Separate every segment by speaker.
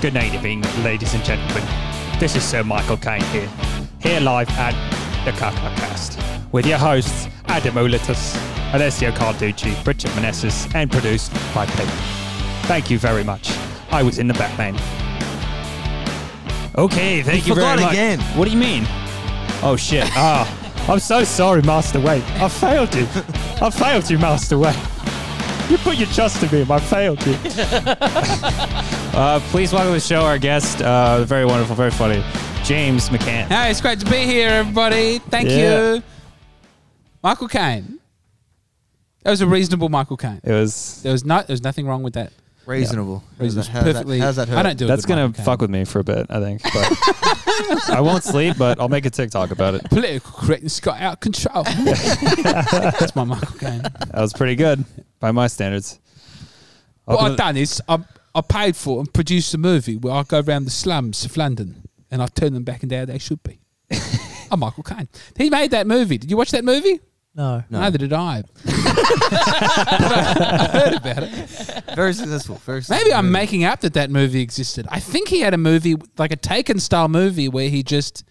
Speaker 1: Good evening, ladies and gentlemen. This is Sir Michael Kane here, here live at the Kakakast, with your hosts Adam Ulitis, Alessio Carducci, Bridget Manessis, and produced by Pete. Thank you very much. I was in the Batman. Okay, thank you,
Speaker 2: You
Speaker 1: very
Speaker 2: forgot
Speaker 1: much.
Speaker 2: again.
Speaker 1: What do you mean? Oh shit. Ah, I'm so sorry, Master Wayne. I failed you. I failed you, Master Wayne. You put your trust in me, and I failed you.
Speaker 3: Uh, please welcome to the show our guest, uh, very wonderful, very funny, James McCann.
Speaker 2: Hey, it's great to be here, everybody. Thank
Speaker 3: Yeah.
Speaker 2: you. Michael Caine. That was a reasonable Michael Caine.
Speaker 3: It was
Speaker 2: There was not. There was nothing wrong with that.
Speaker 4: Reasonable. How's
Speaker 2: Reasonable.
Speaker 4: that, how's that-
Speaker 2: perfectly.
Speaker 4: how's that hurt?
Speaker 2: I don't do it.
Speaker 3: that's gonna fuck with me for a bit, I think. But I won't sleep, but I'll make a TikTok about it.
Speaker 2: Political correctness got out of control. that's my Michael Caine.
Speaker 3: That was pretty good by my standards.
Speaker 2: What
Speaker 3: Welcome
Speaker 2: I've
Speaker 3: to-
Speaker 2: done is I, I paid for and produced a movie where I go around the slums of London and I turn them back into how they should be. I'm Michael Caine. He made that movie. Did you watch that movie?
Speaker 5: No.
Speaker 4: No.
Speaker 2: Neither did I. I heard about it.
Speaker 4: Very successful. Very successful.
Speaker 2: Maybe I'm making up that that movie existed. I think he had a movie, like a Taken style movie, where he just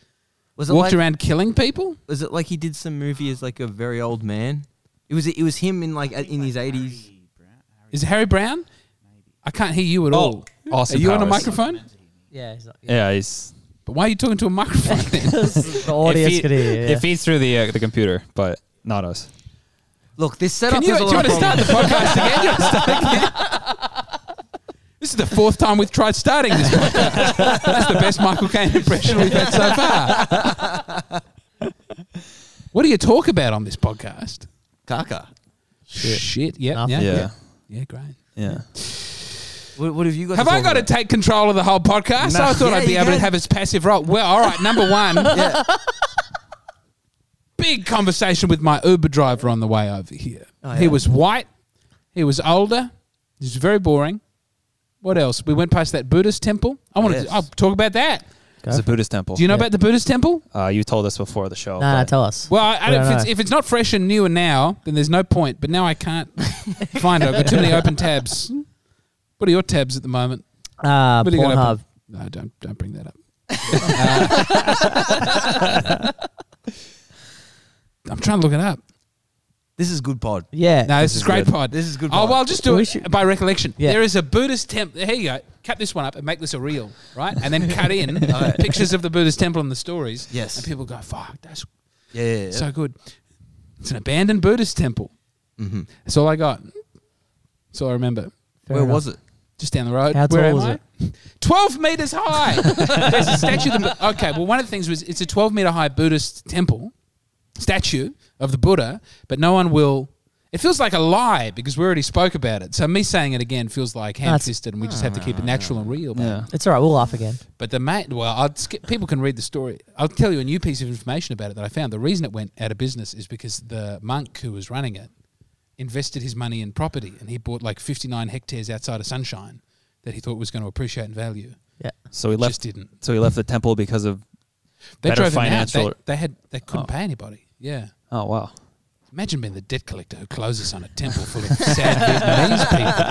Speaker 4: Was it
Speaker 2: walked
Speaker 4: like,
Speaker 2: around killing people.
Speaker 4: Was it like he did some movie as like a very old man? It was. It was him in like in his eighties.
Speaker 2: Is it Harry Brown? I can't hear you at
Speaker 3: Oh,
Speaker 2: all. Are
Speaker 3: Austin
Speaker 2: you on a
Speaker 3: Powers.
Speaker 2: microphone?
Speaker 5: Yeah, it's not, yeah.
Speaker 3: Yeah, he's
Speaker 2: But why are you talking to a microphone then?
Speaker 5: the audience
Speaker 3: it,
Speaker 5: could hear. Yeah.
Speaker 3: it feeds through the uh, the computer, but not us.
Speaker 4: Look, this setup
Speaker 2: Can you,
Speaker 4: is
Speaker 2: do
Speaker 4: a
Speaker 2: you
Speaker 4: lot
Speaker 2: want
Speaker 4: of
Speaker 2: to start the
Speaker 4: problems.
Speaker 2: podcast again? Do you want to start again? This is the fourth time we've tried starting this podcast. That's the best Michael Caine impression we've had so far. What do you talk about on this podcast?
Speaker 4: Kaka.
Speaker 2: Shit. Yep, Yeah.
Speaker 5: Nothing.
Speaker 3: Yeah.
Speaker 2: Yeah. Yeah. Great.
Speaker 3: Yeah.
Speaker 4: What, what have you got?
Speaker 2: Have
Speaker 4: to
Speaker 2: I
Speaker 4: talk
Speaker 2: got to
Speaker 4: about?
Speaker 2: take control of the whole podcast?
Speaker 4: No.
Speaker 2: I thought
Speaker 4: Yeah,
Speaker 2: I'd be
Speaker 4: you
Speaker 2: able to
Speaker 4: can.
Speaker 2: have his passive role. Well, all right. Number one,
Speaker 4: Yeah.
Speaker 2: big conversation with my Uber driver on the way over here.
Speaker 4: Oh,
Speaker 2: He
Speaker 4: yeah.
Speaker 2: was white. He was older. He was very boring. What else? We went past that Buddhist temple. I want
Speaker 4: Yes.
Speaker 2: to. I'll talk about that.
Speaker 3: It's a Buddhist temple.
Speaker 2: Do you know
Speaker 5: Yeah.
Speaker 2: about the Buddhist temple?
Speaker 3: Uh, you told us before the show.
Speaker 5: Nah,
Speaker 3: but-
Speaker 5: nah, tell us.
Speaker 2: Well, I, I
Speaker 5: We
Speaker 2: don't,
Speaker 5: don't
Speaker 2: if, it's,
Speaker 5: know.
Speaker 2: if it's not fresh and new and now, then there's no point. But now I can't find it. I've got too many open tabs. What are your tabs at the moment?
Speaker 5: Uh,
Speaker 2: What are you gonna
Speaker 5: Pornhub.
Speaker 2: open? No, don't don't bring that up. Uh, I'm trying to look it up.
Speaker 4: This is good pod.
Speaker 5: Yeah.
Speaker 2: No, this, is, great
Speaker 3: good.
Speaker 2: pod.
Speaker 4: This is good
Speaker 2: Oh
Speaker 4: pod.
Speaker 2: well, I'll just do
Speaker 5: We
Speaker 2: it
Speaker 5: should-
Speaker 2: by recollection.
Speaker 5: Yeah.
Speaker 2: There is a Buddhist temple. Here you go. Cut this one up and make this a reel, right? And then cut in pictures of the Buddhist temple and the stories.
Speaker 4: Yes.
Speaker 2: And people go, "Fuck, that's
Speaker 4: Yeah. yeah, yeah.
Speaker 2: so good." It's an abandoned Buddhist temple.
Speaker 4: Mhm.
Speaker 2: That's all I got. That's all I remember.
Speaker 5: Fair
Speaker 4: where
Speaker 5: enough.
Speaker 4: was it?
Speaker 2: Just down the road.
Speaker 5: How
Speaker 2: Where
Speaker 5: tall
Speaker 2: am
Speaker 5: is it?
Speaker 2: I? Twelve meters high. There's a statue. Of the, Bu- okay, well, one of the things was it's a twelve meter high Buddhist temple statue of the Buddha, but no one will. It feels like a lie because we already spoke about it. So me saying it again feels like hand
Speaker 5: That's-
Speaker 2: fisted, and we just have to keep it natural and real. man.
Speaker 3: Yeah.
Speaker 5: It's all right. We'll laugh again.
Speaker 2: But the mate, well, I'll skip, people can read the story. I'll tell you a new piece of information about it that I found. The reason it went out of business is because the monk who was running it invested his money in property, and he bought like fifty nine hectares outside of Sunshine that he thought was going to appreciate in value.
Speaker 5: Yeah.
Speaker 3: So we
Speaker 2: Just
Speaker 3: left.
Speaker 2: didn't.
Speaker 3: So we left the temple because of.
Speaker 2: They
Speaker 3: Better
Speaker 2: drove him out.
Speaker 3: financial-
Speaker 2: They, they had. They couldn't pay anybody. Yeah.
Speaker 3: Oh wow.
Speaker 2: Imagine being the debt collector who closes on a temple full of sad Vietnamese people.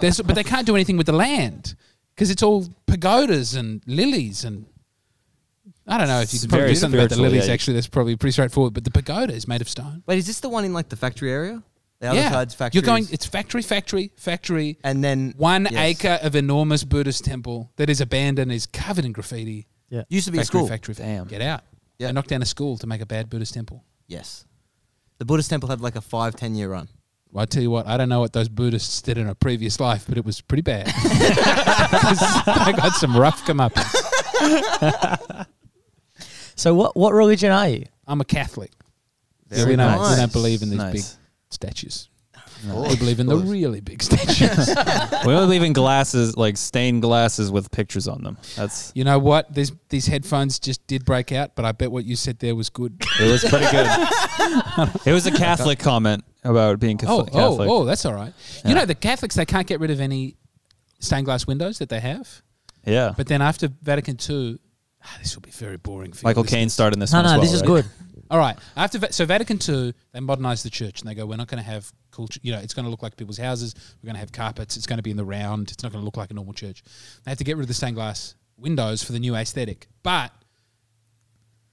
Speaker 2: There's, but they can't do anything with the land because it's all pagodas and lilies and. I don't know if you
Speaker 3: It's
Speaker 2: can probably
Speaker 3: very
Speaker 2: do something about the
Speaker 3: spiritual,
Speaker 2: lilies.
Speaker 3: yeah.
Speaker 2: Actually, that's probably pretty straightforward. But the pagoda is made of stone.
Speaker 4: Wait, is this the one in like the factory area? The other side's factory.
Speaker 2: you're going. It's factory, factory, factory.
Speaker 4: and then
Speaker 2: One
Speaker 4: yes.
Speaker 2: acre of enormous Buddhist temple that is abandoned, is covered in graffiti.
Speaker 4: used to be a
Speaker 2: Factory,
Speaker 4: school.
Speaker 2: factory,
Speaker 3: Damn.
Speaker 2: Get out.
Speaker 4: Yeah.
Speaker 2: They knocked down a school to make a bad Buddhist temple.
Speaker 4: Yes. The Buddhist temple had like a five ten year run.
Speaker 2: Well, I tell you what, I don't know what those Buddhists did in a previous life, but it was pretty bad. 'Cause I got some rough comeuppance.
Speaker 5: So what what religion are you?
Speaker 2: I'm a Catholic. Yeah,
Speaker 4: Very
Speaker 2: we, don't, we
Speaker 4: nice.
Speaker 2: don't believe in these
Speaker 3: Nice.
Speaker 2: big statues. We believe in the really big statues.
Speaker 3: we only leave in glasses, like stained glasses with pictures on them. That's
Speaker 2: you know what? These these headphones just did break out, but I bet what you said there was good.
Speaker 3: it was pretty good. it was a Catholic comment about being Cath-
Speaker 2: Oh,
Speaker 3: Catholic.
Speaker 2: oh, oh, that's all right. You
Speaker 3: Yeah.
Speaker 2: know, the Catholics, they can't get rid of any stained glass windows that they have.
Speaker 3: yeah.
Speaker 2: But then after Vatican II, ah, this will be very boring for you
Speaker 3: Michael
Speaker 2: listening.
Speaker 3: Caine starred in this
Speaker 5: No,
Speaker 3: one.
Speaker 5: no,
Speaker 3: as well,
Speaker 5: this is
Speaker 3: right?
Speaker 5: good.
Speaker 2: All right. After Va- so Vatican II, they modernize the church and they go, we're not going to have culture. You know, it's going to look like people's houses. We're going to have carpets. It's going to be in the round. It's not going to look like a normal church. They have to get rid of the stained glass windows for the new aesthetic, but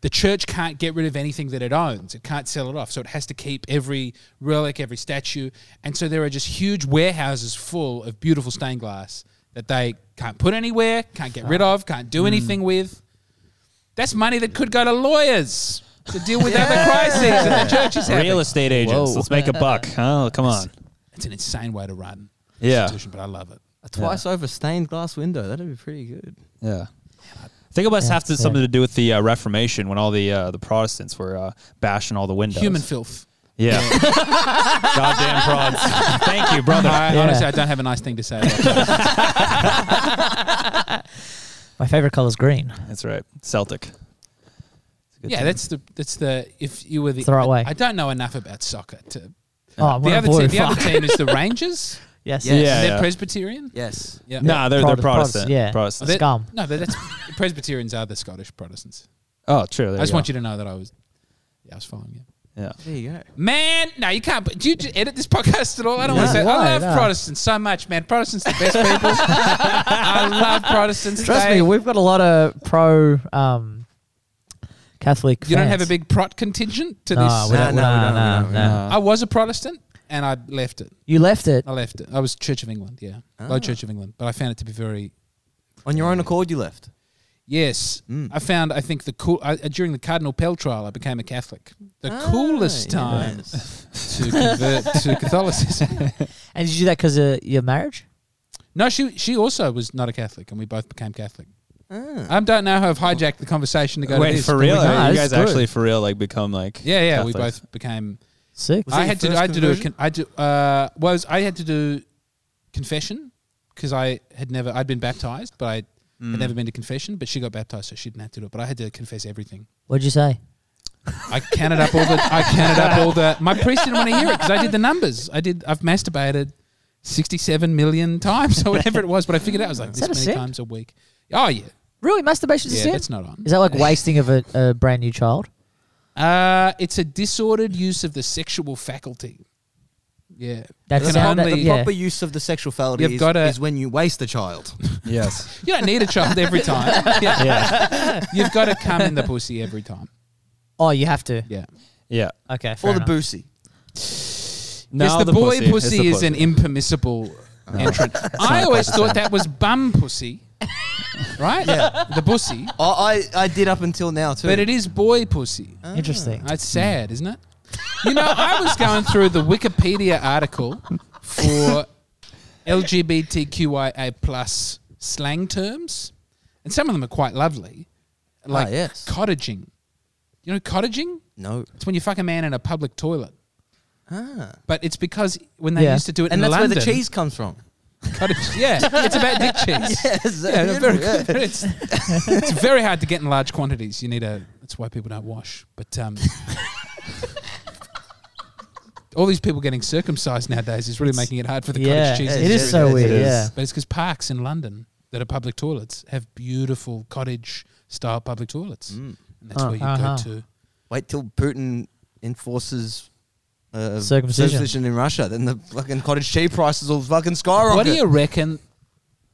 Speaker 2: the church can't get rid of anything that it owns. It can't sell it off. So it has to keep every relic, every statue. And so there are just huge warehouses full of beautiful stained glass that they can't put anywhere, can't get rid of, can't do anything with. That's money that could go to lawyers to deal with other crises that the church is having.
Speaker 3: Real estate agents.
Speaker 5: Whoa.
Speaker 3: Let's make a buck. Oh, come on.
Speaker 2: It's an insane way to run an
Speaker 3: Yeah.
Speaker 2: institution, but I love it.
Speaker 4: A twice over stained glass window. That'd be pretty good.
Speaker 3: Yeah. I think it must
Speaker 5: Yeah,
Speaker 3: have to,
Speaker 5: yeah.
Speaker 3: something to do with the uh, Reformation when all the uh, the Protestants were uh, bashing all the windows.
Speaker 2: Human filth.
Speaker 3: Yeah. Goddamn prods. Thank you, brother.
Speaker 2: I,
Speaker 5: Yeah.
Speaker 2: Honestly, I don't have a nice thing to say. About that.
Speaker 5: My favorite color is green.
Speaker 3: That's right. Celtic. It's a good
Speaker 2: yeah,
Speaker 3: team.
Speaker 2: that's the that's the if you were the,
Speaker 5: It's the right way.
Speaker 2: I don't know enough about soccer to
Speaker 5: Oh, what
Speaker 2: the
Speaker 5: a
Speaker 2: other,
Speaker 5: boy.
Speaker 2: team, the other
Speaker 5: Fuck.
Speaker 2: team is the Rangers.
Speaker 5: Yes.
Speaker 4: Yeah.
Speaker 2: and they're
Speaker 3: yeah.
Speaker 2: Presbyterian.
Speaker 4: Yes.
Speaker 2: Yeah.
Speaker 3: Nah, they're, they're
Speaker 5: Protest-
Speaker 3: Protestant.
Speaker 5: Protest- yeah.
Speaker 3: Protestant.
Speaker 2: They-
Speaker 5: Scum.
Speaker 2: No, but that's Presbyterians are the Scottish Protestants.
Speaker 3: Oh, true. There
Speaker 2: I just
Speaker 3: you
Speaker 2: want you to know that I was, yeah, I was following you.
Speaker 3: Yeah.
Speaker 4: There you go.
Speaker 2: Man, no, you can't. But do you ju- edit this podcast at all? I don't want
Speaker 5: No.
Speaker 2: to say.
Speaker 5: Why?
Speaker 2: I love
Speaker 5: No.
Speaker 2: Protestants so much, man. Protestants the best people. I love Protestants.
Speaker 5: Trust
Speaker 2: They-
Speaker 5: me, we've got a lot of pro um, Catholic.
Speaker 2: you don't have a
Speaker 5: fans.
Speaker 2: big prot contingent to
Speaker 5: No,
Speaker 2: this.
Speaker 5: we
Speaker 4: No,
Speaker 5: don't-
Speaker 4: no,
Speaker 5: no,
Speaker 4: we don't,
Speaker 5: no,
Speaker 4: we don't, we
Speaker 5: no.
Speaker 4: don't.
Speaker 2: I was a Protestant and I left it.
Speaker 5: You left it.
Speaker 2: I left it. I was Church of England, yeah,
Speaker 4: Ah.
Speaker 2: Low Church of England, but I found it to be very
Speaker 4: On your own accord, you left.
Speaker 2: Yes,
Speaker 4: Mm.
Speaker 2: I found. I think the cool uh, during the Cardinal Pell trial, I became a Catholic. The
Speaker 4: Ah,
Speaker 2: coolest time to convert to Catholicism.
Speaker 5: And did you do that because of your marriage?
Speaker 2: No, she she also was not a Catholic, and we both became Catholic.
Speaker 4: Ah.
Speaker 2: I don't know how I've hijacked the conversation to go to
Speaker 3: Wait,
Speaker 2: this,
Speaker 3: for
Speaker 2: but we
Speaker 3: real?
Speaker 2: got-
Speaker 5: Nah,
Speaker 3: you
Speaker 5: this
Speaker 3: guys
Speaker 5: is good.
Speaker 3: actually for real like become like
Speaker 2: Yeah, yeah, we
Speaker 3: Catholics.
Speaker 2: both became.
Speaker 5: Sick.
Speaker 4: Was that
Speaker 2: I
Speaker 4: your
Speaker 2: had to.
Speaker 4: first
Speaker 2: I had to do. A,
Speaker 4: conversion?
Speaker 2: con- I do. Uh, was I had to do confession because I had never. I'd been baptized, but I had
Speaker 3: Mm.
Speaker 2: never been to confession. But she got baptized, so she didn't have to do it. But I had to confess everything.
Speaker 5: What'd you say?
Speaker 2: I counted up all the. I counted up all the. My priest didn't want to hear it because I did the numbers. I did. I've masturbated sixty-seven million times or whatever it was, but I figured out I was like
Speaker 5: Is
Speaker 2: this
Speaker 5: that a
Speaker 2: many
Speaker 5: sin?
Speaker 2: times a week. Oh yeah,
Speaker 5: Really, masturbation's
Speaker 2: yeah.
Speaker 5: a sin?
Speaker 2: That's not on.
Speaker 5: Is that like wasting of a, a brand new child?
Speaker 2: Uh, it's a disordered use of the sexual faculty. Yeah,
Speaker 5: That's
Speaker 2: Can
Speaker 5: how that-
Speaker 2: only-
Speaker 5: yeah.
Speaker 4: Proper use of the sexual fallacy
Speaker 2: You've
Speaker 4: is,
Speaker 2: gotta-
Speaker 4: is when you waste a child.
Speaker 3: Yes.
Speaker 2: you don't need a child every time. Yeah.
Speaker 3: yeah.
Speaker 2: You've got to come in the pussy every time.
Speaker 5: Oh, you have to.
Speaker 2: Yeah,
Speaker 3: Yeah.
Speaker 5: Okay, fair
Speaker 4: Or the
Speaker 5: enough.
Speaker 4: boosie.
Speaker 3: No,
Speaker 2: yes, the, boy
Speaker 3: It's
Speaker 2: pussy,
Speaker 3: the
Speaker 2: is an impermissible entrant. I always thought that was bum pussy, right? Yeah, the pussy,
Speaker 4: I, I, I did up until now too.
Speaker 2: but it is boy pussy.
Speaker 5: Interesting.
Speaker 2: That's sad, isn't it? You know, I was going through the Wikipedia article for LGBTQIA plus slang terms, and some of them are quite lovely, like
Speaker 4: Ah, yes.
Speaker 2: cottaging. You know, cottaging?
Speaker 4: no.
Speaker 2: It's when you fuck a man in a public toilet.
Speaker 4: Ah.
Speaker 2: But it's because when they
Speaker 5: Yeah.
Speaker 2: used to do it
Speaker 4: And
Speaker 2: in
Speaker 4: that's
Speaker 2: London,
Speaker 4: where the cheese comes from.
Speaker 2: cottage- yeah, it's about dick cheese.
Speaker 4: Yes.
Speaker 2: Yeah, no, very good. But it's, it's very hard to get in large quantities. You need a. That's why people don't wash. But um, all these people getting circumcised nowadays is really making it hard for the
Speaker 5: yeah,
Speaker 2: cottage cheese.
Speaker 5: it is
Speaker 4: It
Speaker 5: so
Speaker 4: is.
Speaker 5: weird.
Speaker 3: It is.
Speaker 5: Yeah.
Speaker 2: But it's because parks in London that are public toilets have beautiful cottage style public toilets,
Speaker 4: Mm.
Speaker 2: and that's
Speaker 5: Uh,
Speaker 2: where you
Speaker 5: uh-huh.
Speaker 2: go to.
Speaker 4: Wait till Putin enforces uh,
Speaker 5: Circumcision.
Speaker 4: in Russia, then the fucking cottage cheese prices will fucking skyrocket.
Speaker 2: What do you reckon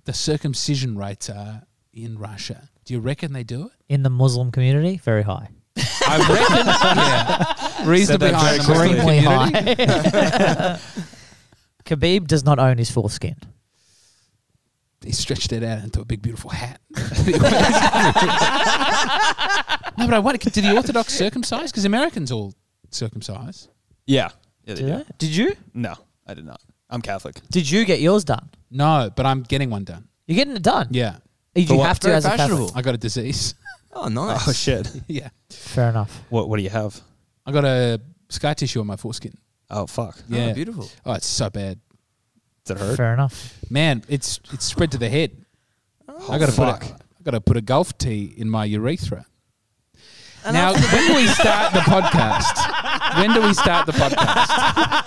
Speaker 2: the circumcision rates are in Russia? Do you reckon they do it?
Speaker 5: In the Muslim community, very high.
Speaker 2: I reckon, yeah, reasonably
Speaker 3: Said that
Speaker 2: high. in
Speaker 3: very
Speaker 2: the Muslim
Speaker 3: quickly.
Speaker 5: Extremely
Speaker 2: community.
Speaker 5: high. Khabib does not own his foreskin.
Speaker 2: he stretched it out into a big, beautiful hat. no, but I wonder, did the Orthodox circumcise? Because Americans all circumcise.
Speaker 3: Yeah. Yeah, they
Speaker 5: Did,
Speaker 3: do.
Speaker 5: I? did you?
Speaker 3: No, I did not. I'm Catholic.
Speaker 5: Did you get yours done?
Speaker 2: No, but I'm getting one done.
Speaker 5: You're getting it done.
Speaker 2: Yeah,
Speaker 5: You
Speaker 3: what?
Speaker 5: have to
Speaker 4: Very
Speaker 5: as a
Speaker 4: fashionable.
Speaker 5: Catholic.
Speaker 2: I got a disease.
Speaker 4: Oh, nice.
Speaker 3: Oh shit.
Speaker 2: yeah,
Speaker 5: Fair enough.
Speaker 3: What what do you have?
Speaker 2: I got a scar tissue on my foreskin.
Speaker 3: Oh fuck.
Speaker 4: Oh,
Speaker 2: Yeah,
Speaker 4: beautiful.
Speaker 2: oh, it's so bad,
Speaker 3: Did it hurt?
Speaker 5: Fair enough.
Speaker 2: man. It's it's spread to the head.
Speaker 4: Oh,
Speaker 2: I got to put a,
Speaker 3: fuck.
Speaker 2: I got to put a golf tee in my urethra. now, when we start the podcast, when do we start the podcast?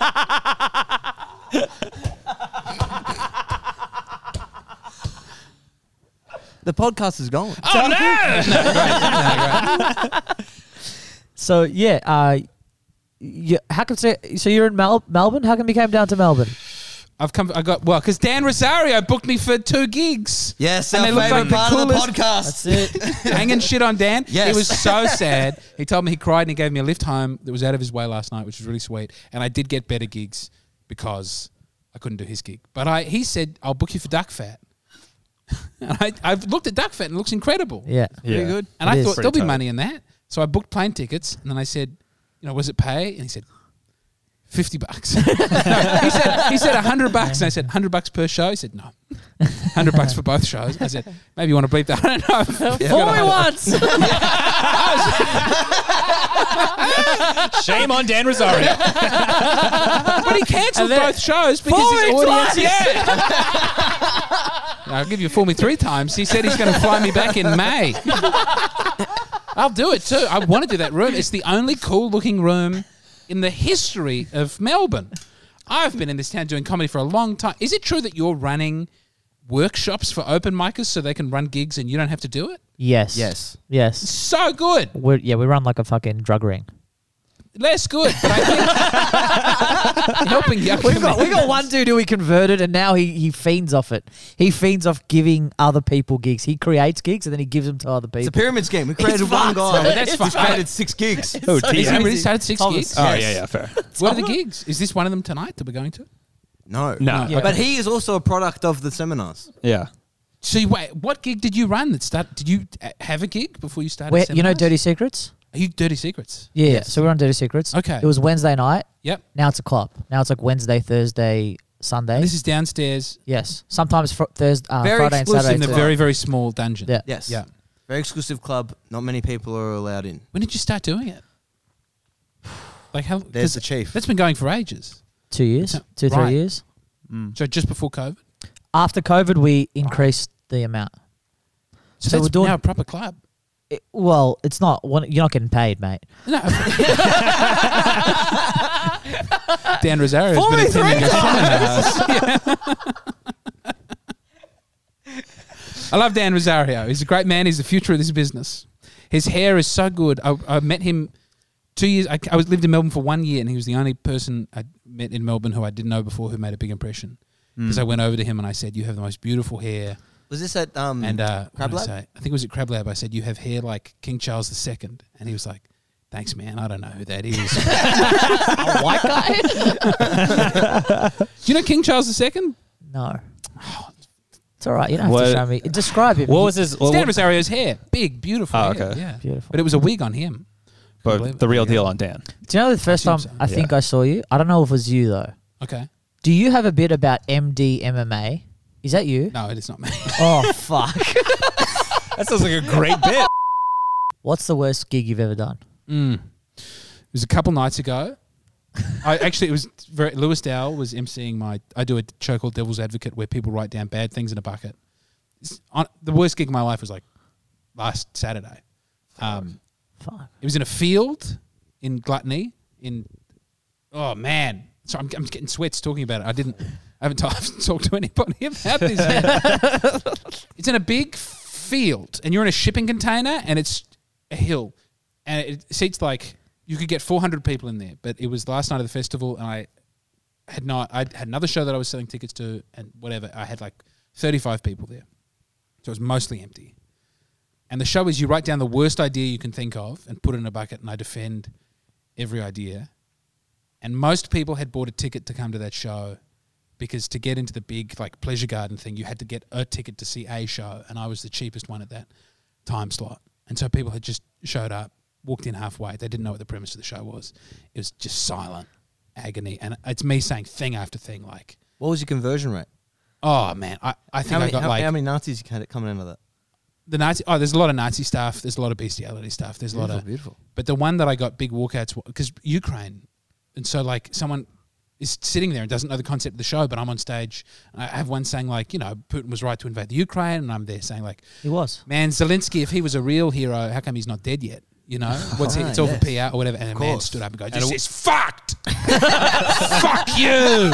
Speaker 4: The podcast is going.
Speaker 2: Oh no!
Speaker 5: So So yeah, uh, yeah. How come? So you're in Mel- Melbourne? How come you came down to Melbourne?
Speaker 2: I've come. I got well because Dan Rosario booked me for two gigs.
Speaker 6: Yes,
Speaker 2: And
Speaker 6: our
Speaker 2: they look
Speaker 6: favorite
Speaker 2: like the
Speaker 6: part of the
Speaker 2: coolest-
Speaker 6: podcast.
Speaker 5: it.
Speaker 2: hanging shit on Dan.
Speaker 6: Yes.
Speaker 2: He was so sad. He told me he cried and he gave me a lift home that was out of his way last night, which was really sweet. And I did get better gigs because I couldn't do his gig. But I, he said, I'll book you for Duck Fat. and I, I've looked at Duck Fat and it looks incredible.
Speaker 5: yeah.
Speaker 3: Yeah.
Speaker 4: good.
Speaker 2: And
Speaker 5: It
Speaker 2: I
Speaker 5: is.
Speaker 2: thought
Speaker 5: Pretty
Speaker 2: there'll be
Speaker 3: tight.
Speaker 2: money in that. So I booked plane tickets and then I said, you know, was it pay? And he said, 50 bucks. No, he said, he said 100 bucks. And I said, 100 bucks per show? He said, no. 100 bucks for both shows. I said, maybe you want to bleep that. I don't know.
Speaker 5: Fool me once.
Speaker 3: Shame on Dan Rosario.
Speaker 2: But he cancelled
Speaker 5: And then-
Speaker 2: both shows because
Speaker 5: Fool
Speaker 2: his
Speaker 5: me
Speaker 2: audience.
Speaker 5: twice!
Speaker 2: Yeah. I'll give you fool me three times. He said he's going to fly me back in May. I'll do it too. I want to do that room. It's the only cool looking room in the history of Melbourne. I've been in this town doing comedy for a long time. Is it true that you're running workshops for open micers so they can run gigs and you don't have to do it?
Speaker 5: Yes.
Speaker 4: Yes.
Speaker 5: Yes.
Speaker 2: So good.
Speaker 5: We're, yeah, we run like a fucking drug ring.
Speaker 2: Less good. But I think helping young
Speaker 5: We've got we
Speaker 2: comedians.
Speaker 5: got one dude who we converted, and now he he fiends off it. He fiends off giving other people gigs. He creates gigs and then he gives them to other
Speaker 4: It's a
Speaker 5: people.
Speaker 4: pyramid scheme. We created
Speaker 5: It's
Speaker 4: one
Speaker 5: fucked.
Speaker 4: guy.
Speaker 2: But that's
Speaker 4: He's
Speaker 2: fine.
Speaker 4: created six gigs.
Speaker 3: Oh,
Speaker 5: So
Speaker 3: T-
Speaker 2: Is
Speaker 5: easy.
Speaker 2: he really started six
Speaker 5: Thomas.
Speaker 2: gigs?
Speaker 3: Oh,
Speaker 6: Yes.
Speaker 3: yeah, yeah, fair.
Speaker 2: What are the gigs? Is this one of them tonight that we're going to?
Speaker 4: No.
Speaker 3: No.
Speaker 5: Yeah.
Speaker 4: But he is also a product of the seminars.
Speaker 3: Yeah.
Speaker 2: So you, wait, what gig did you run that start? Did you uh, have a gig before you started?
Speaker 5: We're- you know,
Speaker 2: seminars?
Speaker 5: Dirty Secrets.
Speaker 2: Are you Dirty Secrets?
Speaker 5: Yeah, yeah. So we're on Dirty Secrets.
Speaker 2: Okay.
Speaker 5: It was Wednesday night.
Speaker 2: Yep.
Speaker 5: Now it's a club. Now it's like Wednesday, Thursday, Sunday.
Speaker 2: This is downstairs
Speaker 5: yes. Sometimes fr- Thursday, uh,
Speaker 4: Very
Speaker 5: Friday, and
Speaker 4: exclusive
Speaker 5: Saturday.
Speaker 2: in a
Speaker 5: too.
Speaker 4: Club.
Speaker 2: very very small dungeon.
Speaker 5: Yeah.
Speaker 4: Yes.
Speaker 2: Yeah.
Speaker 4: Very exclusive club. Not many people are allowed in.
Speaker 2: When did you start doing it? Like how? 'cause
Speaker 4: There's the chief.
Speaker 2: That's been going for ages.
Speaker 5: two years,
Speaker 2: Yeah.
Speaker 5: two
Speaker 2: Right.
Speaker 5: three years.
Speaker 3: Mm.
Speaker 2: So just before COVID.
Speaker 5: After COVID, we increased the amount.
Speaker 2: So,
Speaker 5: So
Speaker 2: that's
Speaker 5: we're doing-
Speaker 2: now a proper club.
Speaker 5: It- well, it's not. One, you're not getting paid, mate.
Speaker 2: No. Dan Rosario has been attending your seminars. Yeah. I love Dan Rosario. He's a great man. He's the future of this business. His hair is so good. I, I met him two years. I, I was lived in Melbourne for one year, and he was the only person I met in Melbourne who I didn't know before who made a big impression. Because I went over to him and I said, "You have the most beautiful hair."
Speaker 4: Was this at
Speaker 7: Hmm.
Speaker 4: um
Speaker 2: And uh, what
Speaker 4: Crab
Speaker 2: did I,
Speaker 4: Lab?
Speaker 2: say? I think it was at Crab Lab. I said, "You have hair like King Charles II," and he was like, "Thanks, man. I don't know who that is." A white guy. Do you know King Charles II?
Speaker 5: No. It's all right. You don't have
Speaker 3: What-
Speaker 5: to show me. Describe him.
Speaker 3: What was his?
Speaker 2: It's
Speaker 3: Well,
Speaker 2: Dan Rosario's hair, big, beautiful.
Speaker 3: Oh,
Speaker 2: hair,
Speaker 3: okay.
Speaker 2: Yeah,
Speaker 5: Beautiful.
Speaker 2: But it was a wig on him.
Speaker 3: but the real deal on Dan.
Speaker 5: Do you know the first
Speaker 2: I
Speaker 5: time
Speaker 2: assume so.
Speaker 5: I think I saw you? I don't know if it was you though.
Speaker 2: Okay.
Speaker 5: Do you have a bit about MD MMA? Is that you?
Speaker 2: No, it is not me.
Speaker 5: Oh fuck!
Speaker 3: That sounds like a great bit.
Speaker 5: What's the worst gig you've ever done?
Speaker 2: Mm. It was a couple nights ago. I actually it was very Lewis Dowell was emceeing my I do a show called Devil's Advocate where people write down bad things in a bucket. It's on, the worst gig of my life was like last Saturday. Um,
Speaker 5: Fuck.
Speaker 2: it was in a field in Gluttony in oh man. So I'm, I'm getting sweats talking about it. I didn't I haven't, t- I haven't talked to anybody about this. yet. it's in a big field and you're in a shipping container and it's a hill and it seats like you could get 400 people in there, but it was last night of the festival and I had not I had another show that I was selling tickets to and whatever. I had like 35 people there. So it was mostly empty. And the show is you write down the worst idea you can think of and put it in a bucket, and I defend every idea. And most people had bought a ticket to come to that show because to get into the big like pleasure garden thing, you had to get a ticket to see a show, and I was the cheapest one at that time slot. And so people had just showed up, walked in halfway. They didn't know what the premise of the show was. It was just silent agony, and it's me saying thing after thing like,
Speaker 4: What was your conversion rate?
Speaker 2: "Oh man, I, I think
Speaker 4: How many,
Speaker 2: I got
Speaker 4: how,
Speaker 2: like
Speaker 4: how many Nazis you had coming out of that?
Speaker 2: the Nazi. Oh, there's a lot of Nazi stuff. There's a lot of bestiality stuff. There's a lot of
Speaker 4: beautiful.
Speaker 2: But the one that I got big walkouts because Ukraine, and so like someone is sitting there and doesn't know the concept of the show, but I'm on stage. And I have one saying like, you know, Putin was right to invade the Ukraine, and I'm there saying like,
Speaker 5: He was.
Speaker 2: man, Zelensky, if he was a real hero, how come he's not dead yet? You know, what's he, it's all for PR or whatever. And a man
Speaker 4: course.
Speaker 2: stood up and goes, "This is fucked. Fuck you!"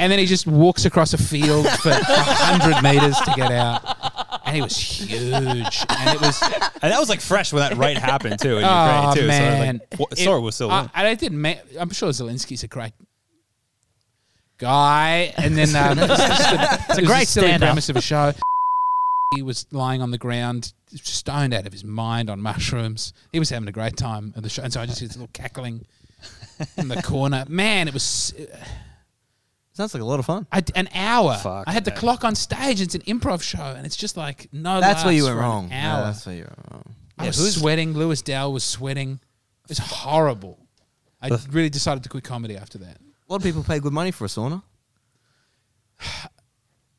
Speaker 2: And then he just walks across a field for hundred meters to get out. And and he was huge. and it was
Speaker 3: And that was like fresh when that right happened too in
Speaker 2: Oh,
Speaker 3: Ukraine too.
Speaker 2: man.
Speaker 3: So like,
Speaker 2: It-
Speaker 3: Sora was still.
Speaker 2: I,
Speaker 3: in.
Speaker 2: I didn't. Ma- I'm sure Zelensky's a great guy, and then um, it's, just a, it's a
Speaker 5: great
Speaker 2: silly
Speaker 5: stand-up.
Speaker 2: premise of a show. He was lying on the ground, stoned out of his mind on mushrooms. He was having a great time at the show, and so I just heard this little cackling in the corner. Man, it was
Speaker 4: Sounds like a lot of fun.
Speaker 2: I, an hour.
Speaker 1: Fuck,
Speaker 2: I had the
Speaker 1: man.
Speaker 2: clock on stage. It's an improv show, and it's just like no.
Speaker 4: That's where
Speaker 2: laughs
Speaker 4: you
Speaker 2: for
Speaker 4: went
Speaker 2: an
Speaker 4: wrong. Yeah,
Speaker 2: Hour.
Speaker 4: that's where you went wrong.
Speaker 2: I
Speaker 1: Yeah,
Speaker 2: was
Speaker 1: who's-
Speaker 2: sweating. Lewis Dow was sweating. It was horrible. I really decided to quit comedy after that.
Speaker 4: A lot of people pay good money for a sauna.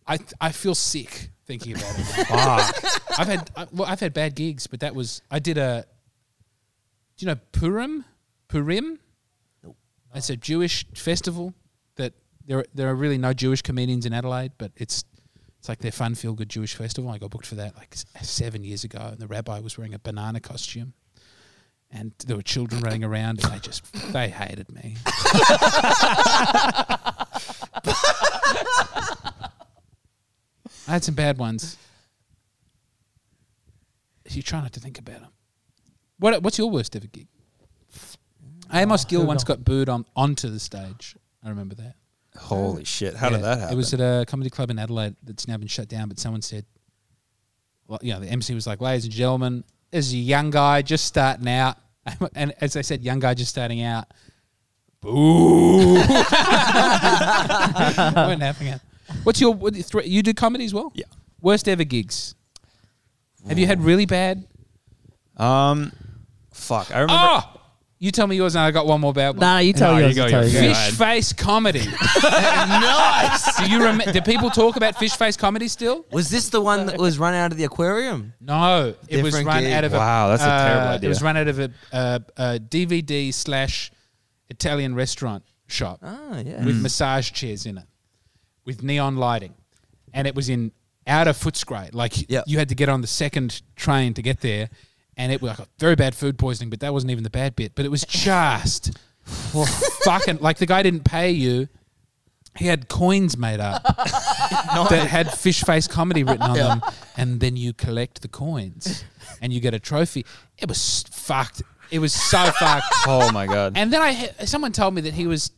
Speaker 2: I I feel sick thinking about it. I've had I, well, I've had bad gigs, but that was I did a. Do you know Purim? Purim. Nope. It's a Jewish festival that there are- there are really no Jewish comedians in Adelaide, but it's it's like their fun feel good Jewish festival. I got booked for that like s- seven years ago, and the rabbi was wearing a banana costume. And there were children running around, and they just they hated me. I had some bad ones. You try not to think about them. What, what's your worst ever gig? Amos Gill
Speaker 5: Oh, who
Speaker 2: once
Speaker 5: knows?
Speaker 2: got booed on onto the stage. I remember that.
Speaker 3: Holy shit! How did
Speaker 2: Yeah,
Speaker 3: that happen?
Speaker 2: It was at a comedy club in Adelaide that's now been shut down, but someone said, well, you know, the MC was like, ladies and gentlemen, this is a young guy just starting out. And as I said, young guy just starting out, boo. Weren't having it. What's your, what, thr- you do comedy as well?
Speaker 3: Yeah.
Speaker 2: Worst ever gigs. Have you had really bad?
Speaker 3: um, fuck. I remember.
Speaker 2: Oh! You tell me yours and I got one more bad one.
Speaker 5: No, you tell
Speaker 3: No,
Speaker 5: yours.
Speaker 3: you go
Speaker 5: you tell
Speaker 3: yours.
Speaker 5: yours.
Speaker 3: Yeah.
Speaker 2: Fish face comedy. nice. Do you rem- do people talk about fish face comedy still?
Speaker 4: Was this the one that was run out of the aquarium?
Speaker 2: No, it was
Speaker 4: Different
Speaker 2: run
Speaker 4: gig.
Speaker 2: out of a
Speaker 3: Wow, that's a terrible
Speaker 2: uh,
Speaker 3: idea.
Speaker 2: It was run out of a, uh, a DVD slash Italian restaurant shop
Speaker 4: Oh, yeah.
Speaker 2: with massage chairs in it, with neon lighting, and it was in outer Footscray. Like
Speaker 4: Yeah.
Speaker 2: you had to get on the second train to get there, and it was like, very bad food poisoning. But that wasn't even the bad bit. But it was just fucking like the guy didn't pay you. He had coins made up that had fish face comedy written on them, and then you collect the coins and you get a trophy. It was fucked. It was so fucked.
Speaker 3: oh my god.
Speaker 2: And then I he- someone told me that he was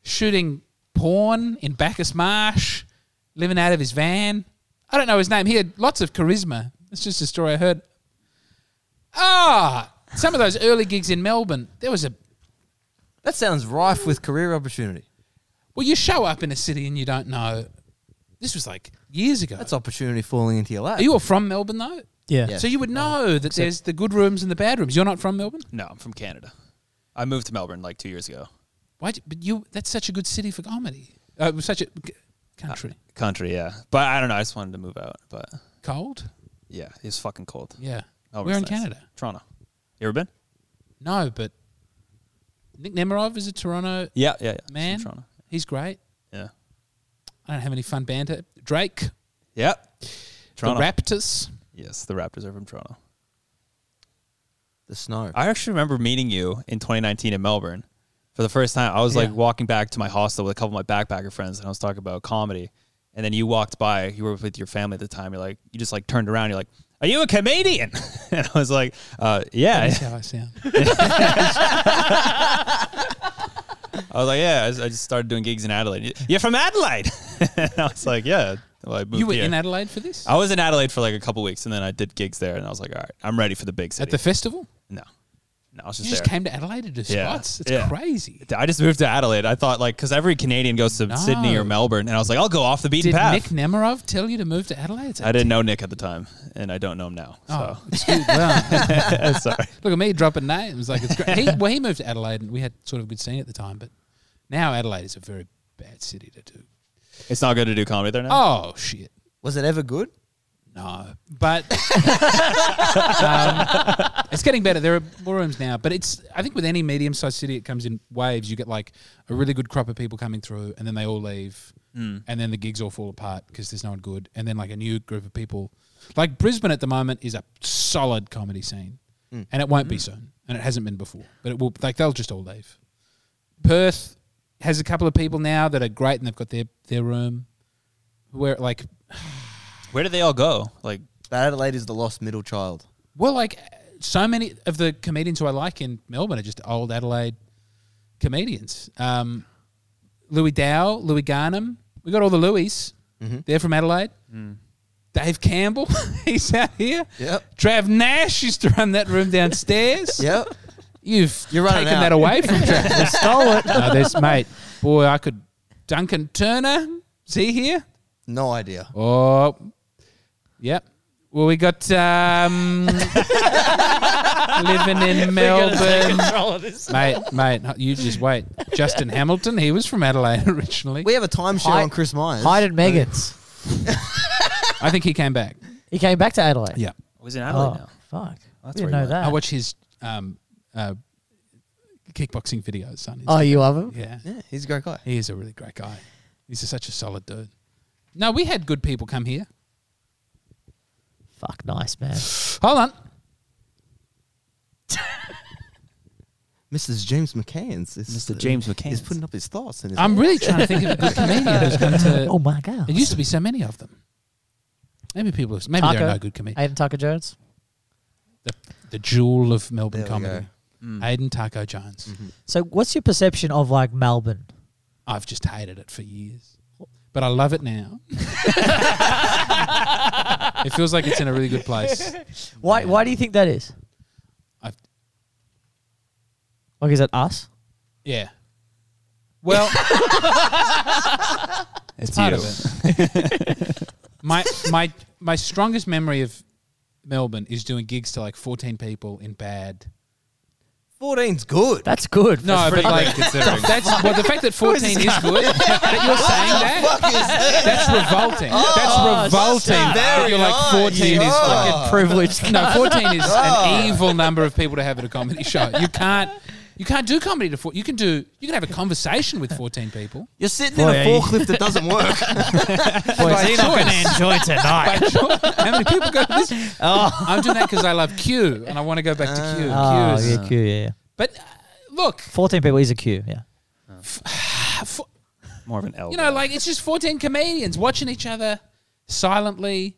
Speaker 2: shooting porn in Bacchus Marsh, living out of his van. I don't know his name. He had lots of charisma. It's just a story I heard. Ah, some of those early gigs in Melbourne, there was a
Speaker 4: That sounds rife with career opportunity.
Speaker 2: well, you show up in a city and you don't know. This was like years ago.
Speaker 4: That's opportunity falling into your lap.
Speaker 2: Are you all from Melbourne though?
Speaker 5: Yeah.
Speaker 4: Yeah.
Speaker 2: So you would know that there's the good rooms and the bad rooms. You're not from Melbourne.
Speaker 3: no, I'm from Canada. I moved to Melbourne like two years ago.
Speaker 2: Why? d- But you that's such a good city for comedy. Uh, such a g- country.
Speaker 4: Uh,
Speaker 3: Country, yeah. But I don't know. I just wanted to move out. But
Speaker 2: Cold.
Speaker 3: yeah, it was fucking cold.
Speaker 2: Yeah.
Speaker 3: Melbourne's
Speaker 2: We're in
Speaker 3: nice.
Speaker 2: Canada.
Speaker 3: Toronto. You ever been?
Speaker 2: No, but Nick Nemirov is a Toronto
Speaker 3: Yeah, yeah, yeah. It's from
Speaker 2: man.
Speaker 3: Toronto.
Speaker 2: He's great.
Speaker 3: Yeah.
Speaker 2: I don't have any fun banter. Drake,
Speaker 3: Yep. Toronto.
Speaker 2: the Raptors.
Speaker 3: yes, the Raptors are from Toronto.
Speaker 4: the snow.
Speaker 3: I actually remember meeting you in 2019 in Melbourne for the first time. I was like
Speaker 2: Yeah.
Speaker 3: walking back to my hostel with a couple of my backpacker friends, and I was talking about comedy. And then you walked by. You were with your family at the time. You're like, you just like turned around. You're like, "Are you a comedian?" and I was like, uh, "Yeah."
Speaker 2: That's how I sound.
Speaker 3: I was like, "Yeah." I just, I just started doing gigs in Adelaide. You're from Adelaide? and I was like, "Yeah." Well, I moved
Speaker 2: You were
Speaker 3: here.
Speaker 2: in Adelaide for this?
Speaker 3: I was in Adelaide for like a couple weeks, and then I did gigs there, and I was like, "All right, I'm ready for the big
Speaker 2: At
Speaker 3: city."
Speaker 2: the festival?
Speaker 3: no, no, I was
Speaker 2: You
Speaker 3: just
Speaker 2: just
Speaker 3: there.
Speaker 2: came to Adelaide to do
Speaker 3: Yeah.
Speaker 2: spots? It's
Speaker 3: Yeah.
Speaker 2: crazy.
Speaker 3: I just moved to Adelaide. I thought like because every Canadian goes to
Speaker 5: Oh.
Speaker 2: No.
Speaker 3: Sydney or Melbourne, and I was like, I'll go off the beaten
Speaker 2: Did
Speaker 3: path.
Speaker 2: Nick Nemirov tell you to move to Adelaide? It's
Speaker 3: I didn't know Nick at the time, and I don't know him now.
Speaker 2: Oh,
Speaker 3: So
Speaker 2: excuse well,
Speaker 5: Oh.
Speaker 3: sorry.
Speaker 2: look at me dropping names. Like it's great. He, well, he moved to Adelaide, and we had sort of a good scene at the time. But now Adelaide is a very bad city to do.
Speaker 3: It's not good to do comedy there now.
Speaker 2: Oh shit,
Speaker 4: Was it ever good?
Speaker 2: no. But um, it's getting better. There are more rooms now, but it's. I think with any medium-sized city, it comes in waves. You get like a really good crop of people coming through, and then they all leave, and then the gigs all fall apart because there's no one good, and then like a new group of people. Like Brisbane at the moment is a solid comedy scene, and it won't be soon, and it hasn't been before. But it will. Like they'll just all leave. Perth has a couple of people now that are great, and they've got their their room. Where like
Speaker 3: Where did they all go? Like
Speaker 6: But Adelaide is the lost middle child.
Speaker 2: Well, like so many of the comedians who I like in Melbourne are just old Adelaide comedians. Um, Louis Dow, Louis Garnham. We got all the Louis.
Speaker 6: Mm-hmm.
Speaker 2: They're from Adelaide. Dave Campbell, he's out here.
Speaker 6: Yep.
Speaker 2: Trav Nash used to run that room downstairs.
Speaker 6: Yep.
Speaker 2: You've
Speaker 6: You're running
Speaker 2: taken
Speaker 6: out.
Speaker 2: that away from Trav. stole it. No, there's mate. Boy, I could. Duncan Turner, is he here?
Speaker 6: No idea.
Speaker 2: Oh, yep. Well, we got um, living in
Speaker 3: Um,
Speaker 2: Melbourne, mate. Mate, you just wait. Justin Hamilton, he was from Adelaide originally.
Speaker 6: We have a timeshare
Speaker 5: Hi-
Speaker 6: on Chris Myers.
Speaker 5: Hyde and Megan's.
Speaker 2: I think he came back.
Speaker 5: He came back to Adelaide.
Speaker 2: Yeah,
Speaker 3: I was in
Speaker 5: Oh,
Speaker 3: Adelaide now.
Speaker 5: fuck.
Speaker 3: That's
Speaker 5: we
Speaker 3: where
Speaker 5: didn't
Speaker 3: he
Speaker 5: know
Speaker 3: went.
Speaker 5: that.
Speaker 2: I watch his um, uh, kickboxing videos on.
Speaker 5: oh,
Speaker 2: Instagram.
Speaker 5: you love him?
Speaker 2: yeah.
Speaker 6: Yeah, he's a great guy.
Speaker 2: He is a really great guy. He's such a solid dude. No, we had good people come here.
Speaker 5: Fuck, nice, man.
Speaker 2: Hold on.
Speaker 6: Mrs. James McCann's. is-
Speaker 3: Mr. James
Speaker 6: is
Speaker 3: McCain.
Speaker 6: putting up his thoughts. In his
Speaker 2: I'm really trying to think of a good comedian who's going to.
Speaker 5: Oh, my God.
Speaker 2: There used to be so many of them. Maybe people, maybe they
Speaker 5: Taco.
Speaker 2: don't know good comedians.
Speaker 5: Aiden Tucker Jones?
Speaker 2: the, the jewel of Melbourne
Speaker 6: There we Mm. Mm-hmm.
Speaker 2: comedy, Aidan Taco Jones.
Speaker 5: So, what's your perception of like Melbourne?
Speaker 2: I've just hated it for years, but I love it now. it feels like it's in a really good place.
Speaker 5: Why, why do you think that is?
Speaker 2: I've,
Speaker 5: Like, is it us?
Speaker 2: yeah. Well,
Speaker 3: It's
Speaker 2: part
Speaker 3: you.
Speaker 2: of it. my my my strongest memory of Melbourne is doing gigs to like 14 people in bad.
Speaker 6: 14's good.
Speaker 5: That's good.
Speaker 2: No, but like
Speaker 3: considering.
Speaker 2: that's well the fact that 14 is good. that you're saying that. That's revolting.
Speaker 5: Oh,
Speaker 2: That's revolting.
Speaker 5: shut
Speaker 2: that
Speaker 6: up.
Speaker 2: You're like
Speaker 6: Very
Speaker 2: 14 is
Speaker 6: nice.
Speaker 2: fucking privileged. No, 14 is
Speaker 6: Oh.
Speaker 2: an evil number of people to have at a comedy show. You can't. You can't do comedy to four. You can do. You can have a conversation with 14 people.
Speaker 6: You're sitting
Speaker 5: Boy,
Speaker 6: in a
Speaker 5: are you-
Speaker 6: forklift that doesn't work.
Speaker 2: By choice.
Speaker 5: enjoy tonight.
Speaker 2: By choice. How many people go to this? I'm doing that because I love Q and I want to go back to Q. Q
Speaker 5: oh,
Speaker 2: is-
Speaker 5: yeah, Q, yeah, yeah.
Speaker 2: But uh, look,
Speaker 5: 14 people is a Q, yeah.
Speaker 2: fo-
Speaker 3: More of an L.
Speaker 2: you know, like it's just 14 comedians watching each other silently,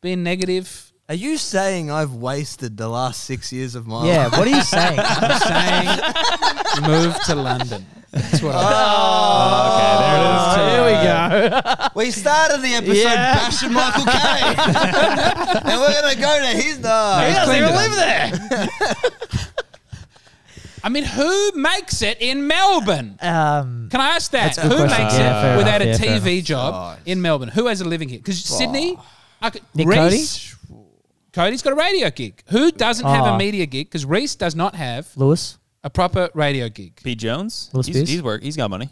Speaker 2: being negative.
Speaker 6: Are you saying I've wasted the last six years of my
Speaker 5: Yeah,
Speaker 6: life?
Speaker 5: what are you saying?
Speaker 2: saying move to London. That's what I
Speaker 3: okay, there it is.
Speaker 5: Oh, here we go.
Speaker 6: Oh, We started the episode
Speaker 5: Yeah.
Speaker 6: bashing Michael Caine. and we're going to go to his. No,
Speaker 2: he's cleaned it up.
Speaker 6: there.
Speaker 2: I mean, who makes it in Melbourne?
Speaker 5: Um,
Speaker 2: Can I ask that?
Speaker 5: a good
Speaker 2: Who
Speaker 5: question.
Speaker 2: makes
Speaker 5: Yeah,
Speaker 2: it
Speaker 5: fair
Speaker 2: without
Speaker 5: enough.
Speaker 2: a
Speaker 5: Yeah, fair
Speaker 2: TV job
Speaker 6: Christ.
Speaker 2: in Melbourne? Who has a living here? Because Sydney, I could,
Speaker 5: Nick
Speaker 2: Reece, Cody's got a radio gig. Who doesn't have
Speaker 5: Oh.
Speaker 2: a media gig? Because Reese does not have
Speaker 5: Lewis?
Speaker 2: a proper radio gig.
Speaker 3: Pete Jones.
Speaker 5: Little
Speaker 3: He's,
Speaker 5: Spears.
Speaker 3: he's work. He's got money.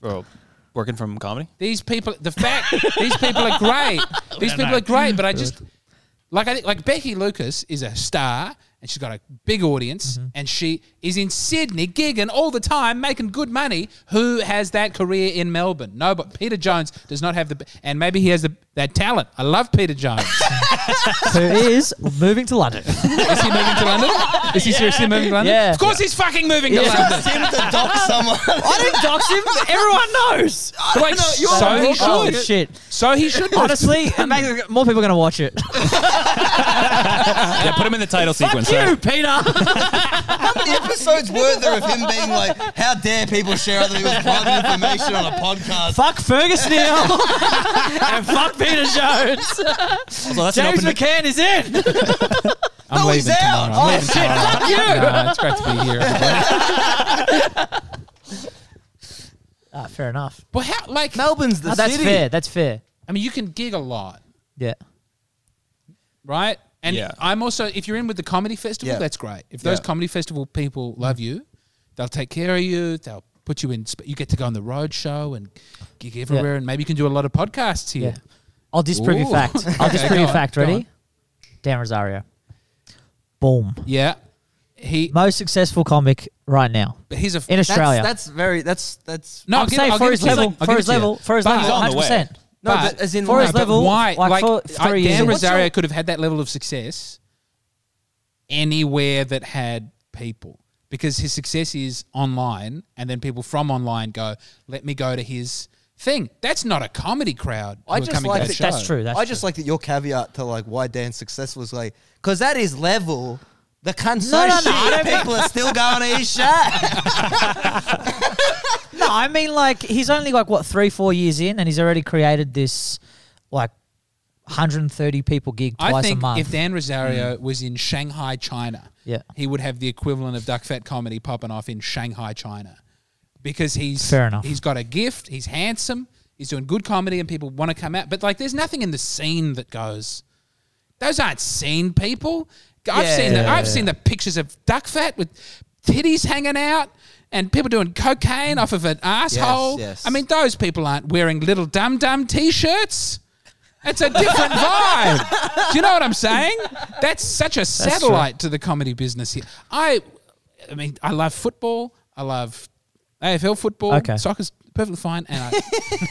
Speaker 3: Bro, working from comedy.
Speaker 2: These people, the fact these people are great. These people are great, but I just like I think like Becky Lucas is a star and she's got a big audience and she is in Sydney gigging all the time, making good money. Who has that career in Melbourne? No, but Peter Jones does not have the and maybe he has the, that talent. I love Peter Jones.
Speaker 5: Who is moving to London?
Speaker 2: is he moving to London? Is he seriously moving to London?
Speaker 5: Yeah.
Speaker 2: Of course he's fucking moving to London.
Speaker 6: Him to dock someone.
Speaker 5: I don't dox him. Everyone knows.
Speaker 2: Like, so he should.
Speaker 5: Oh, shit.
Speaker 2: So he should. do it.
Speaker 5: Honestly, it makes- more people are going to watch it.
Speaker 3: Yeah, put him in the title sequence.
Speaker 5: Fuck you,
Speaker 3: sorry.
Speaker 5: Peter.
Speaker 6: the episode's worth there of him being like, how dare people share other people's private information on a podcast?
Speaker 5: fuck Fergus Neal. and fuck Peter Jones.
Speaker 3: Also, that's an
Speaker 5: James
Speaker 3: open-
Speaker 5: McCann is in.
Speaker 2: I'm
Speaker 6: No, he's
Speaker 2: leaving
Speaker 6: out. Oh,
Speaker 2: tomorrow. I'm leaving
Speaker 6: shit,
Speaker 2: tomorrow.
Speaker 5: fuck you.
Speaker 2: Nah, it's great to be here. everybody.
Speaker 5: Ah, fair enough.
Speaker 2: But how? Like,
Speaker 6: Melbourne's the
Speaker 5: Ah, that's
Speaker 6: city.
Speaker 5: fair. That's fair.
Speaker 2: I mean, you can gig a lot,
Speaker 5: Yeah.
Speaker 2: right? And
Speaker 3: Yeah.
Speaker 2: I'm also, if you're in with the comedy festival,
Speaker 6: Yeah.
Speaker 2: that's great. If those
Speaker 6: Yeah.
Speaker 2: comedy festival people love you, they'll take care of you. They'll put you in. sp- You get to go on the road show and gig everywhere, and maybe you can do a lot of podcasts here.
Speaker 5: Yeah. I'll disprove your
Speaker 2: Ooh.
Speaker 5: fact. I'll
Speaker 2: Okay,
Speaker 5: disprove
Speaker 2: go
Speaker 5: your
Speaker 2: on,
Speaker 5: fact.
Speaker 2: go
Speaker 5: Ready?
Speaker 2: on.
Speaker 5: Dan Rosario. Boom.
Speaker 2: Yeah. He,
Speaker 5: Most successful comic right now
Speaker 2: but he's a.
Speaker 5: in Australia.
Speaker 6: That's, that's very. That's that's.
Speaker 2: no,
Speaker 5: I'm saying for his level. For his level. For his
Speaker 2: But-
Speaker 5: level.
Speaker 3: He's on the
Speaker 5: 100%.
Speaker 6: No, but, as in
Speaker 5: for his
Speaker 6: like,
Speaker 5: level,
Speaker 2: why? Like,
Speaker 5: like, for
Speaker 2: I-
Speaker 5: three years
Speaker 2: Dan
Speaker 5: in.
Speaker 2: Rosario could have had that level of success anywhere that had people, because his success is online, and then people from online go, "Let me go to his thing. That's not a comedy crowd. who
Speaker 6: I
Speaker 2: are
Speaker 6: just
Speaker 2: coming
Speaker 6: like
Speaker 2: to that
Speaker 6: that-
Speaker 2: show.
Speaker 5: that's true. That's
Speaker 6: I just like that your caveat to like why Dan's successful is like because that is level. The cunt's so
Speaker 5: No, no, no, I
Speaker 6: shit,
Speaker 5: don't think-
Speaker 6: people are still going to his shit.
Speaker 5: No, I mean like he's only like what three, four years in, and he's already created this like 130 people gig twice
Speaker 2: I
Speaker 5: a
Speaker 2: think
Speaker 5: month. Mm.
Speaker 2: if Dan Rosario was in Shanghai, China,
Speaker 5: Yeah.
Speaker 2: he would have the equivalent of Duck Fat comedy popping off in Shanghai, China, because he's
Speaker 5: Fair enough.
Speaker 2: He's got a gift. He's handsome. He's doing good comedy, and people want to come out. But like, there's nothing in the scene that goes. Those aren't scene people. I've
Speaker 6: Yeah.
Speaker 2: seen the,
Speaker 5: Yeah,
Speaker 2: I've
Speaker 5: yeah.
Speaker 2: seen the pictures of Duck Fat with titties hanging out. And people doing cocaine off of an asshole.
Speaker 6: yes.
Speaker 2: I mean, those people aren't wearing little dum dum t shirts. It's a different vibe. Do you know what I'm saying? That's such a satellite to the comedy business here. I, I mean, I love football. I love AFL football.
Speaker 5: Okay.
Speaker 2: Soccer's perfectly fine, and I,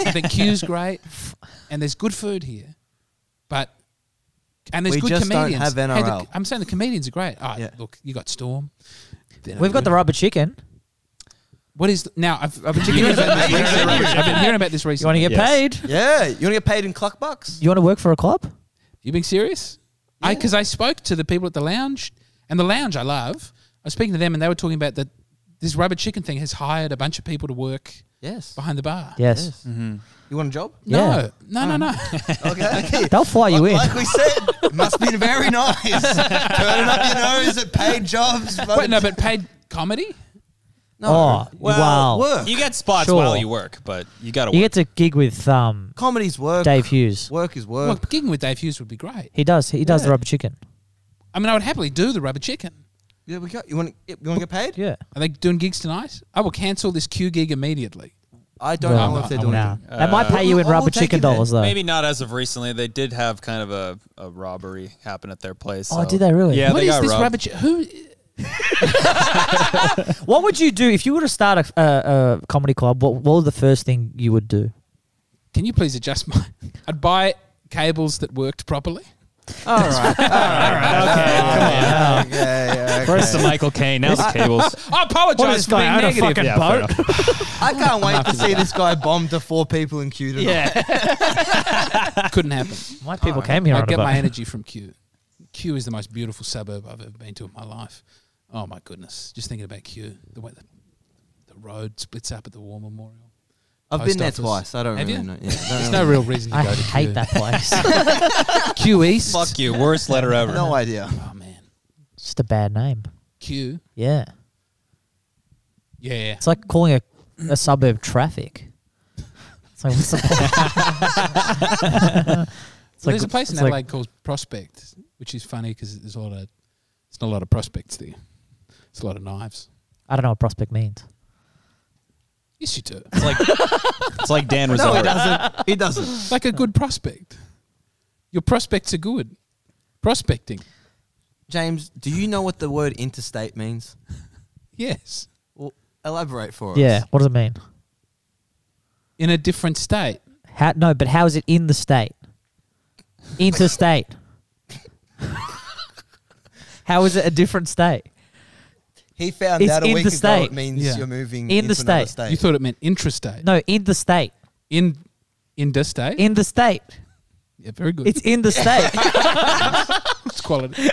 Speaker 2: I think Q's great. And there's good food here, but and there's
Speaker 6: We
Speaker 2: good
Speaker 6: just don't
Speaker 2: comedians.
Speaker 6: have
Speaker 2: the-
Speaker 6: NRL.
Speaker 2: I'm saying the comedians are great. Oh,
Speaker 6: Yeah.
Speaker 2: Look, you got Storm.
Speaker 5: We've got the rubber chicken.
Speaker 2: What is the, now? I've, I've, been hearing about this recently. I've been hearing about this
Speaker 5: You want
Speaker 2: recently.
Speaker 5: to get
Speaker 3: Yes.
Speaker 5: paid?
Speaker 6: Yeah, you want to get paid in cluck bucks?
Speaker 5: You want to work for a club?
Speaker 2: You being serious? I because I spoke to the people at the lounge, and the lounge I love. I was speaking to them, and they were talking about that this rubber chicken thing has hired a bunch of people to work
Speaker 6: Yes.
Speaker 2: behind the bar.
Speaker 5: Yes.
Speaker 6: You want a job?
Speaker 5: Yeah.
Speaker 2: No, no, no, no.
Speaker 6: Okay.
Speaker 5: They'll fly you in.
Speaker 6: Like we said, it must be very nice. Turning up your nose at paid jobs.
Speaker 2: Wait, no, but paid comedy.
Speaker 5: Oh, wow.
Speaker 6: Work.
Speaker 3: You get spots
Speaker 5: Sure.
Speaker 3: while you work, but you got to
Speaker 5: You
Speaker 3: work.
Speaker 5: get to gig with um,
Speaker 6: Comedy's work.
Speaker 5: Dave Hughes.
Speaker 6: Work is
Speaker 2: Well,
Speaker 6: work.
Speaker 2: gigging with Dave Hughes would be great.
Speaker 5: He does. He does the rubber chicken.
Speaker 2: I mean, I would happily do the rubber chicken.
Speaker 6: Yeah, we got. You want to you want to get paid?
Speaker 5: Yeah.
Speaker 2: Are they doing gigs tonight? I will cancel this Q gig immediately.
Speaker 6: I don't
Speaker 5: No,
Speaker 6: know if they're
Speaker 2: I
Speaker 6: doing
Speaker 5: Nah.
Speaker 6: that.
Speaker 5: they might pay you in
Speaker 6: Well, we'll
Speaker 5: rubber
Speaker 6: take
Speaker 5: chicken
Speaker 6: it then.
Speaker 5: dollars though.
Speaker 3: Maybe not as of recently. They did have kind of a, a robbery happen at their place.
Speaker 5: Oh,
Speaker 3: so-
Speaker 5: did they really?
Speaker 3: Yeah,
Speaker 2: what
Speaker 3: they
Speaker 2: is
Speaker 3: got
Speaker 2: this
Speaker 3: robbed.
Speaker 2: rubber chicken? Who?
Speaker 5: What would you do if you were to start a, a, a comedy club? What, what was the first thing you would do?
Speaker 2: Can you please adjust my? I'd buy cables that worked properly.
Speaker 6: All right. All right.
Speaker 3: Okay,
Speaker 6: Yeah, yeah, okay.
Speaker 3: come on. First the Michael Caine, now the cables.
Speaker 2: I apologize
Speaker 5: this
Speaker 2: for being
Speaker 5: guy own a
Speaker 2: negative.
Speaker 5: fucking
Speaker 3: Yeah, fair enough.
Speaker 6: I can't wait to see this guy bomb to four people in Q tonight.
Speaker 2: Couldn't happen.
Speaker 5: My people came here
Speaker 2: I
Speaker 5: on a
Speaker 2: get
Speaker 5: boat.
Speaker 2: my energy from Q. Q is the most beautiful suburb I've ever been to in my life. Oh my goodness! Just thinking about Q, the way the, the road splits up at the War Memorial.
Speaker 6: I've been there
Speaker 2: Post office.
Speaker 6: twice. I don't
Speaker 2: Have
Speaker 6: really
Speaker 2: you?
Speaker 6: know. Yeah, I don't
Speaker 2: There's
Speaker 6: know.
Speaker 2: no real reason to
Speaker 5: I
Speaker 2: go to
Speaker 5: hate
Speaker 2: Q.
Speaker 5: that place.
Speaker 2: Q East.
Speaker 3: Fuck you, worst letter ever.
Speaker 6: No idea.
Speaker 2: Oh man,
Speaker 5: It's just a bad name.
Speaker 2: Q.
Speaker 5: Yeah.
Speaker 2: Yeah.
Speaker 5: It's like calling a, a suburb traffic. It's like, what's the point?
Speaker 2: Well,
Speaker 5: like-
Speaker 2: there's a place in
Speaker 5: it's like-
Speaker 2: Adelaide called Prospect, which is funny because there's a lot of, it's not a lot of prospects there. It's a lot of knives.
Speaker 5: I don't know what prospect means.
Speaker 2: Yes, you do.
Speaker 3: It's like it's like Dan
Speaker 6: No,
Speaker 3: Rosario.
Speaker 6: it doesn't. It doesn't.
Speaker 2: It's like a good prospect. Your prospects are good. Prospecting.
Speaker 6: James, do you know what the word interstate means?
Speaker 2: Yes.
Speaker 6: Well, elaborate for us.
Speaker 5: Yeah. What does it mean?
Speaker 2: In a different state.
Speaker 5: How, no, but how is it in the state? Interstate. how is it a different state?
Speaker 6: He found
Speaker 5: It's
Speaker 6: out a
Speaker 5: in
Speaker 6: week
Speaker 5: the
Speaker 6: ago
Speaker 5: state.
Speaker 6: it means
Speaker 2: Yeah.
Speaker 6: you're moving
Speaker 5: In the
Speaker 6: into another
Speaker 5: state.
Speaker 2: You thought it meant intrastate.
Speaker 5: No, in the state.
Speaker 2: In in the state.
Speaker 5: In the state.
Speaker 2: yeah, very good.
Speaker 5: It's in the state.
Speaker 2: It's quality.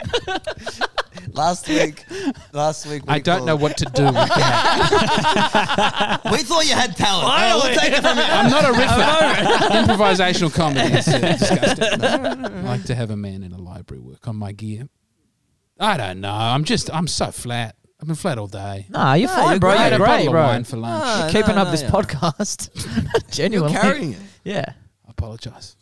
Speaker 6: last week, last week we
Speaker 2: I don't
Speaker 6: called-
Speaker 2: know what to do with that.
Speaker 6: We thought you had talent. All right, we'll take it from you.
Speaker 2: I'm not a riffer. Improvisational comedy is uh, disgusting. I like to have a man in a library work on my gear. I don't know. I'm just, I'm so flat. I've been flat all day.
Speaker 5: nah, you're fine,
Speaker 6: you're
Speaker 5: bro.
Speaker 6: great.
Speaker 2: I had
Speaker 5: You're
Speaker 2: a
Speaker 5: great,
Speaker 2: bottle of
Speaker 5: bro.
Speaker 2: wine for lunch.
Speaker 6: Ah. No,
Speaker 5: Keeping
Speaker 6: no,
Speaker 5: up this
Speaker 6: yeah.
Speaker 5: podcast.
Speaker 6: You're
Speaker 5: Genuinely.
Speaker 6: carrying it.
Speaker 5: Yeah.
Speaker 2: I apologize.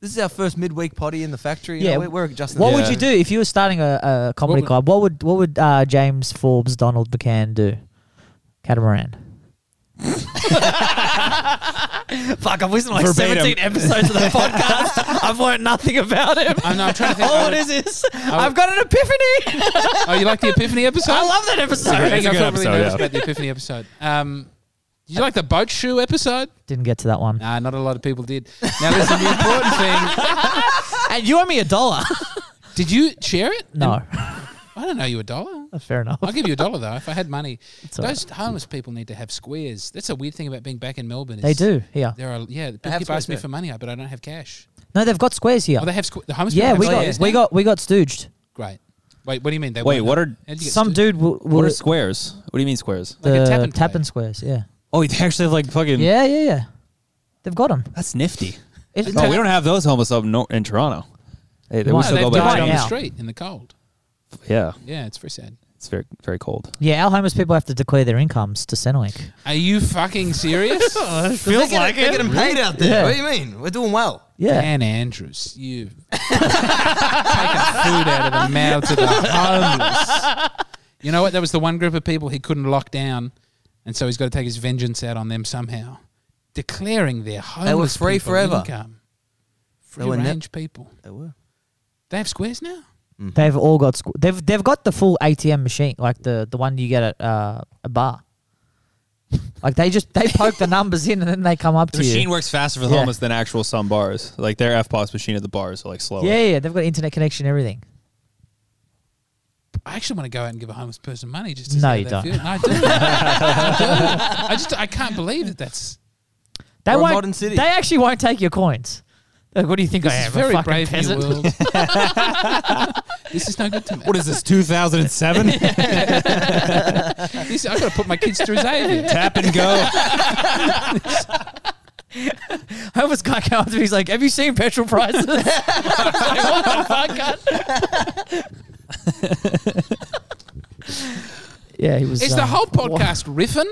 Speaker 6: This is our first midweek potty in the factory.
Speaker 5: Yeah.
Speaker 6: Yeah, we're, we're adjusting.
Speaker 5: What
Speaker 6: the-
Speaker 5: would you do if you were starting a, a comedy
Speaker 2: would-
Speaker 5: club? What would what would uh, James Forbes, Donald McCann do? Catamaran. Fuck! I've listened to like
Speaker 3: Verbatim.
Speaker 5: seventeen episodes of the podcast. I've learned nothing about him.
Speaker 2: I know, I'm trying to think.
Speaker 5: Oh,
Speaker 2: I
Speaker 5: what
Speaker 2: would-
Speaker 5: is this?
Speaker 2: would-
Speaker 5: I've got an epiphany.
Speaker 2: Oh, you like the Epiphany episode?
Speaker 5: I love that
Speaker 2: I
Speaker 5: episode.
Speaker 2: think
Speaker 3: It's a
Speaker 2: I
Speaker 3: good
Speaker 2: probably
Speaker 3: episode,
Speaker 2: nervous
Speaker 3: yeah.
Speaker 2: about the Epiphany episode. Um, did you like the boat shoe episode?
Speaker 5: Didn't get to that one.
Speaker 2: Nah, not a lot of people did. Now, listen, the important thing.
Speaker 5: And you owe me a dollar.
Speaker 2: Did you share it?
Speaker 5: No,
Speaker 2: I don't know you a dollar.
Speaker 5: That's fair enough.
Speaker 2: I'll give you a dollar though if I had money.
Speaker 5: all
Speaker 2: Those homeless people need to have squares. That's a weird thing about being back in Melbourne. Is
Speaker 5: They do here.
Speaker 2: There are yeah. People
Speaker 6: have
Speaker 2: keep
Speaker 6: squares
Speaker 2: asking me
Speaker 6: there.
Speaker 2: for money, but I don't have cash.
Speaker 5: No, they've got squares here.
Speaker 2: Oh, they have squ- the homeless
Speaker 5: yeah,
Speaker 2: people.
Speaker 5: we
Speaker 2: have
Speaker 5: got
Speaker 2: squares
Speaker 5: we
Speaker 2: now?
Speaker 5: got we got stooged.
Speaker 2: great. Wait, what do you mean? They
Speaker 3: Wait,
Speaker 2: won't
Speaker 3: what
Speaker 2: know?
Speaker 3: are-
Speaker 2: How'd you get
Speaker 5: Some
Speaker 2: stood?
Speaker 5: dude will, will
Speaker 3: What are squares? What do you mean squares?
Speaker 5: the
Speaker 2: Like a tap
Speaker 5: tap
Speaker 2: and
Speaker 5: and,
Speaker 2: play.
Speaker 5: squares. Yeah,
Speaker 3: Oh, they actually have like fucking.
Speaker 5: yeah, yeah, yeah. They've got them.
Speaker 3: That's nifty.
Speaker 5: It's,
Speaker 3: Oh, we don't have those homeless up nor- in Toronto. Hey, they,
Speaker 5: Why?
Speaker 3: we
Speaker 5: No,
Speaker 3: still
Speaker 2: they've
Speaker 3: go
Speaker 5: by
Speaker 2: died
Speaker 3: back.
Speaker 5: Right
Speaker 2: on
Speaker 5: now.
Speaker 2: the street in the cold.
Speaker 3: Yeah,
Speaker 2: Yeah, it's very sad.
Speaker 3: it's very very cold.
Speaker 5: yeah, our homeless people have to declare their incomes to Centrelink.
Speaker 2: Are you fucking serious?
Speaker 6: Feels they're like getting, They're getting paid out there. What do you mean? We're doing well.
Speaker 5: Yeah,
Speaker 2: Dan Andrews, you taking food out of the mouths of the homeless. You know what? That was the one group of people he couldn't lock down, and so he's got to take his vengeance out on them somehow, declaring their homeless
Speaker 6: free
Speaker 2: people
Speaker 6: forever.
Speaker 2: income. Free
Speaker 6: were ne-
Speaker 2: range people.
Speaker 6: They were.
Speaker 2: They have squares now.
Speaker 5: they've all got squ- they've they've got the full ATM machine, like the the one you get at uh, a bar. like they just they poke the numbers in and then they come up
Speaker 3: The
Speaker 5: to you.
Speaker 3: machine works faster for the
Speaker 5: Yeah.
Speaker 3: homeless than actual some bars. Like their FPOS machine at the bars are like slower.
Speaker 5: Yeah, yeah, they've got internet connection, and everything.
Speaker 2: I actually want to go out and give a homeless person money just to
Speaker 5: No,
Speaker 2: see how
Speaker 5: you
Speaker 2: they
Speaker 5: don't.
Speaker 2: feel. No, I do. I do. I just I can't believe that that's
Speaker 5: They
Speaker 4: We're a
Speaker 5: won't.
Speaker 4: modern city.
Speaker 5: They actually won't take your coins. Like, what do you think
Speaker 2: this
Speaker 5: I
Speaker 2: is
Speaker 5: am? a
Speaker 2: very
Speaker 5: fucking
Speaker 2: brave
Speaker 5: peasant.
Speaker 2: new world. this is no good to me.
Speaker 3: What is this? 2007?
Speaker 2: This, I've got to put my kids through Xavier.
Speaker 3: Tap and go.
Speaker 5: Homeless guy came up to me. He's like, "Have you seen petrol prices?" I was like, what the fuck? cunt?" yeah, he was.
Speaker 2: Is
Speaker 5: um,
Speaker 2: the whole podcast riffing?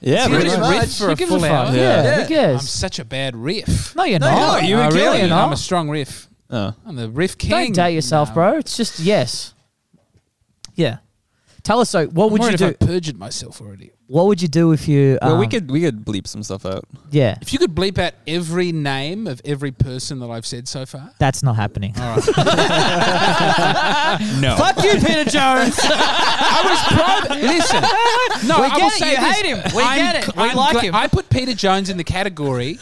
Speaker 3: Yeah,
Speaker 2: Do you
Speaker 3: pretty
Speaker 2: just
Speaker 3: much.
Speaker 2: riff for a
Speaker 5: Who gives a
Speaker 2: full
Speaker 5: fuck?
Speaker 2: hour?
Speaker 5: Yeah,
Speaker 4: Yeah.
Speaker 5: who
Speaker 2: I'm
Speaker 5: cares?
Speaker 2: such a bad riff.
Speaker 5: no, you're
Speaker 4: No,
Speaker 5: not.
Speaker 3: you're not. You're
Speaker 5: No, really
Speaker 3: killing it.
Speaker 5: not.
Speaker 2: I'm a strong riff.
Speaker 3: Uh,
Speaker 2: I'm the riff king.
Speaker 5: Don't date yourself,
Speaker 2: No.
Speaker 5: bro. It's just yes. Yeah. Tell us so. What
Speaker 2: I'm
Speaker 5: would you
Speaker 2: worried
Speaker 5: do?
Speaker 2: if I perjured myself already?
Speaker 5: what would you do if you? Um,
Speaker 3: well, we could we could bleep some stuff out.
Speaker 5: Yeah,
Speaker 2: If you could bleep out every name of every person that I've said so far.
Speaker 5: that's not happening.
Speaker 2: All right.
Speaker 3: No.
Speaker 5: Fuck you, Peter Jones.
Speaker 2: I was proud. Listen, no,
Speaker 5: We
Speaker 2: I will
Speaker 5: get it.
Speaker 2: say
Speaker 5: You
Speaker 2: this.
Speaker 5: hate him. We
Speaker 2: I'm
Speaker 5: get it.
Speaker 2: gl-
Speaker 5: We
Speaker 2: I'm
Speaker 5: like
Speaker 2: gla-
Speaker 5: him.
Speaker 2: I put Peter Jones in the category.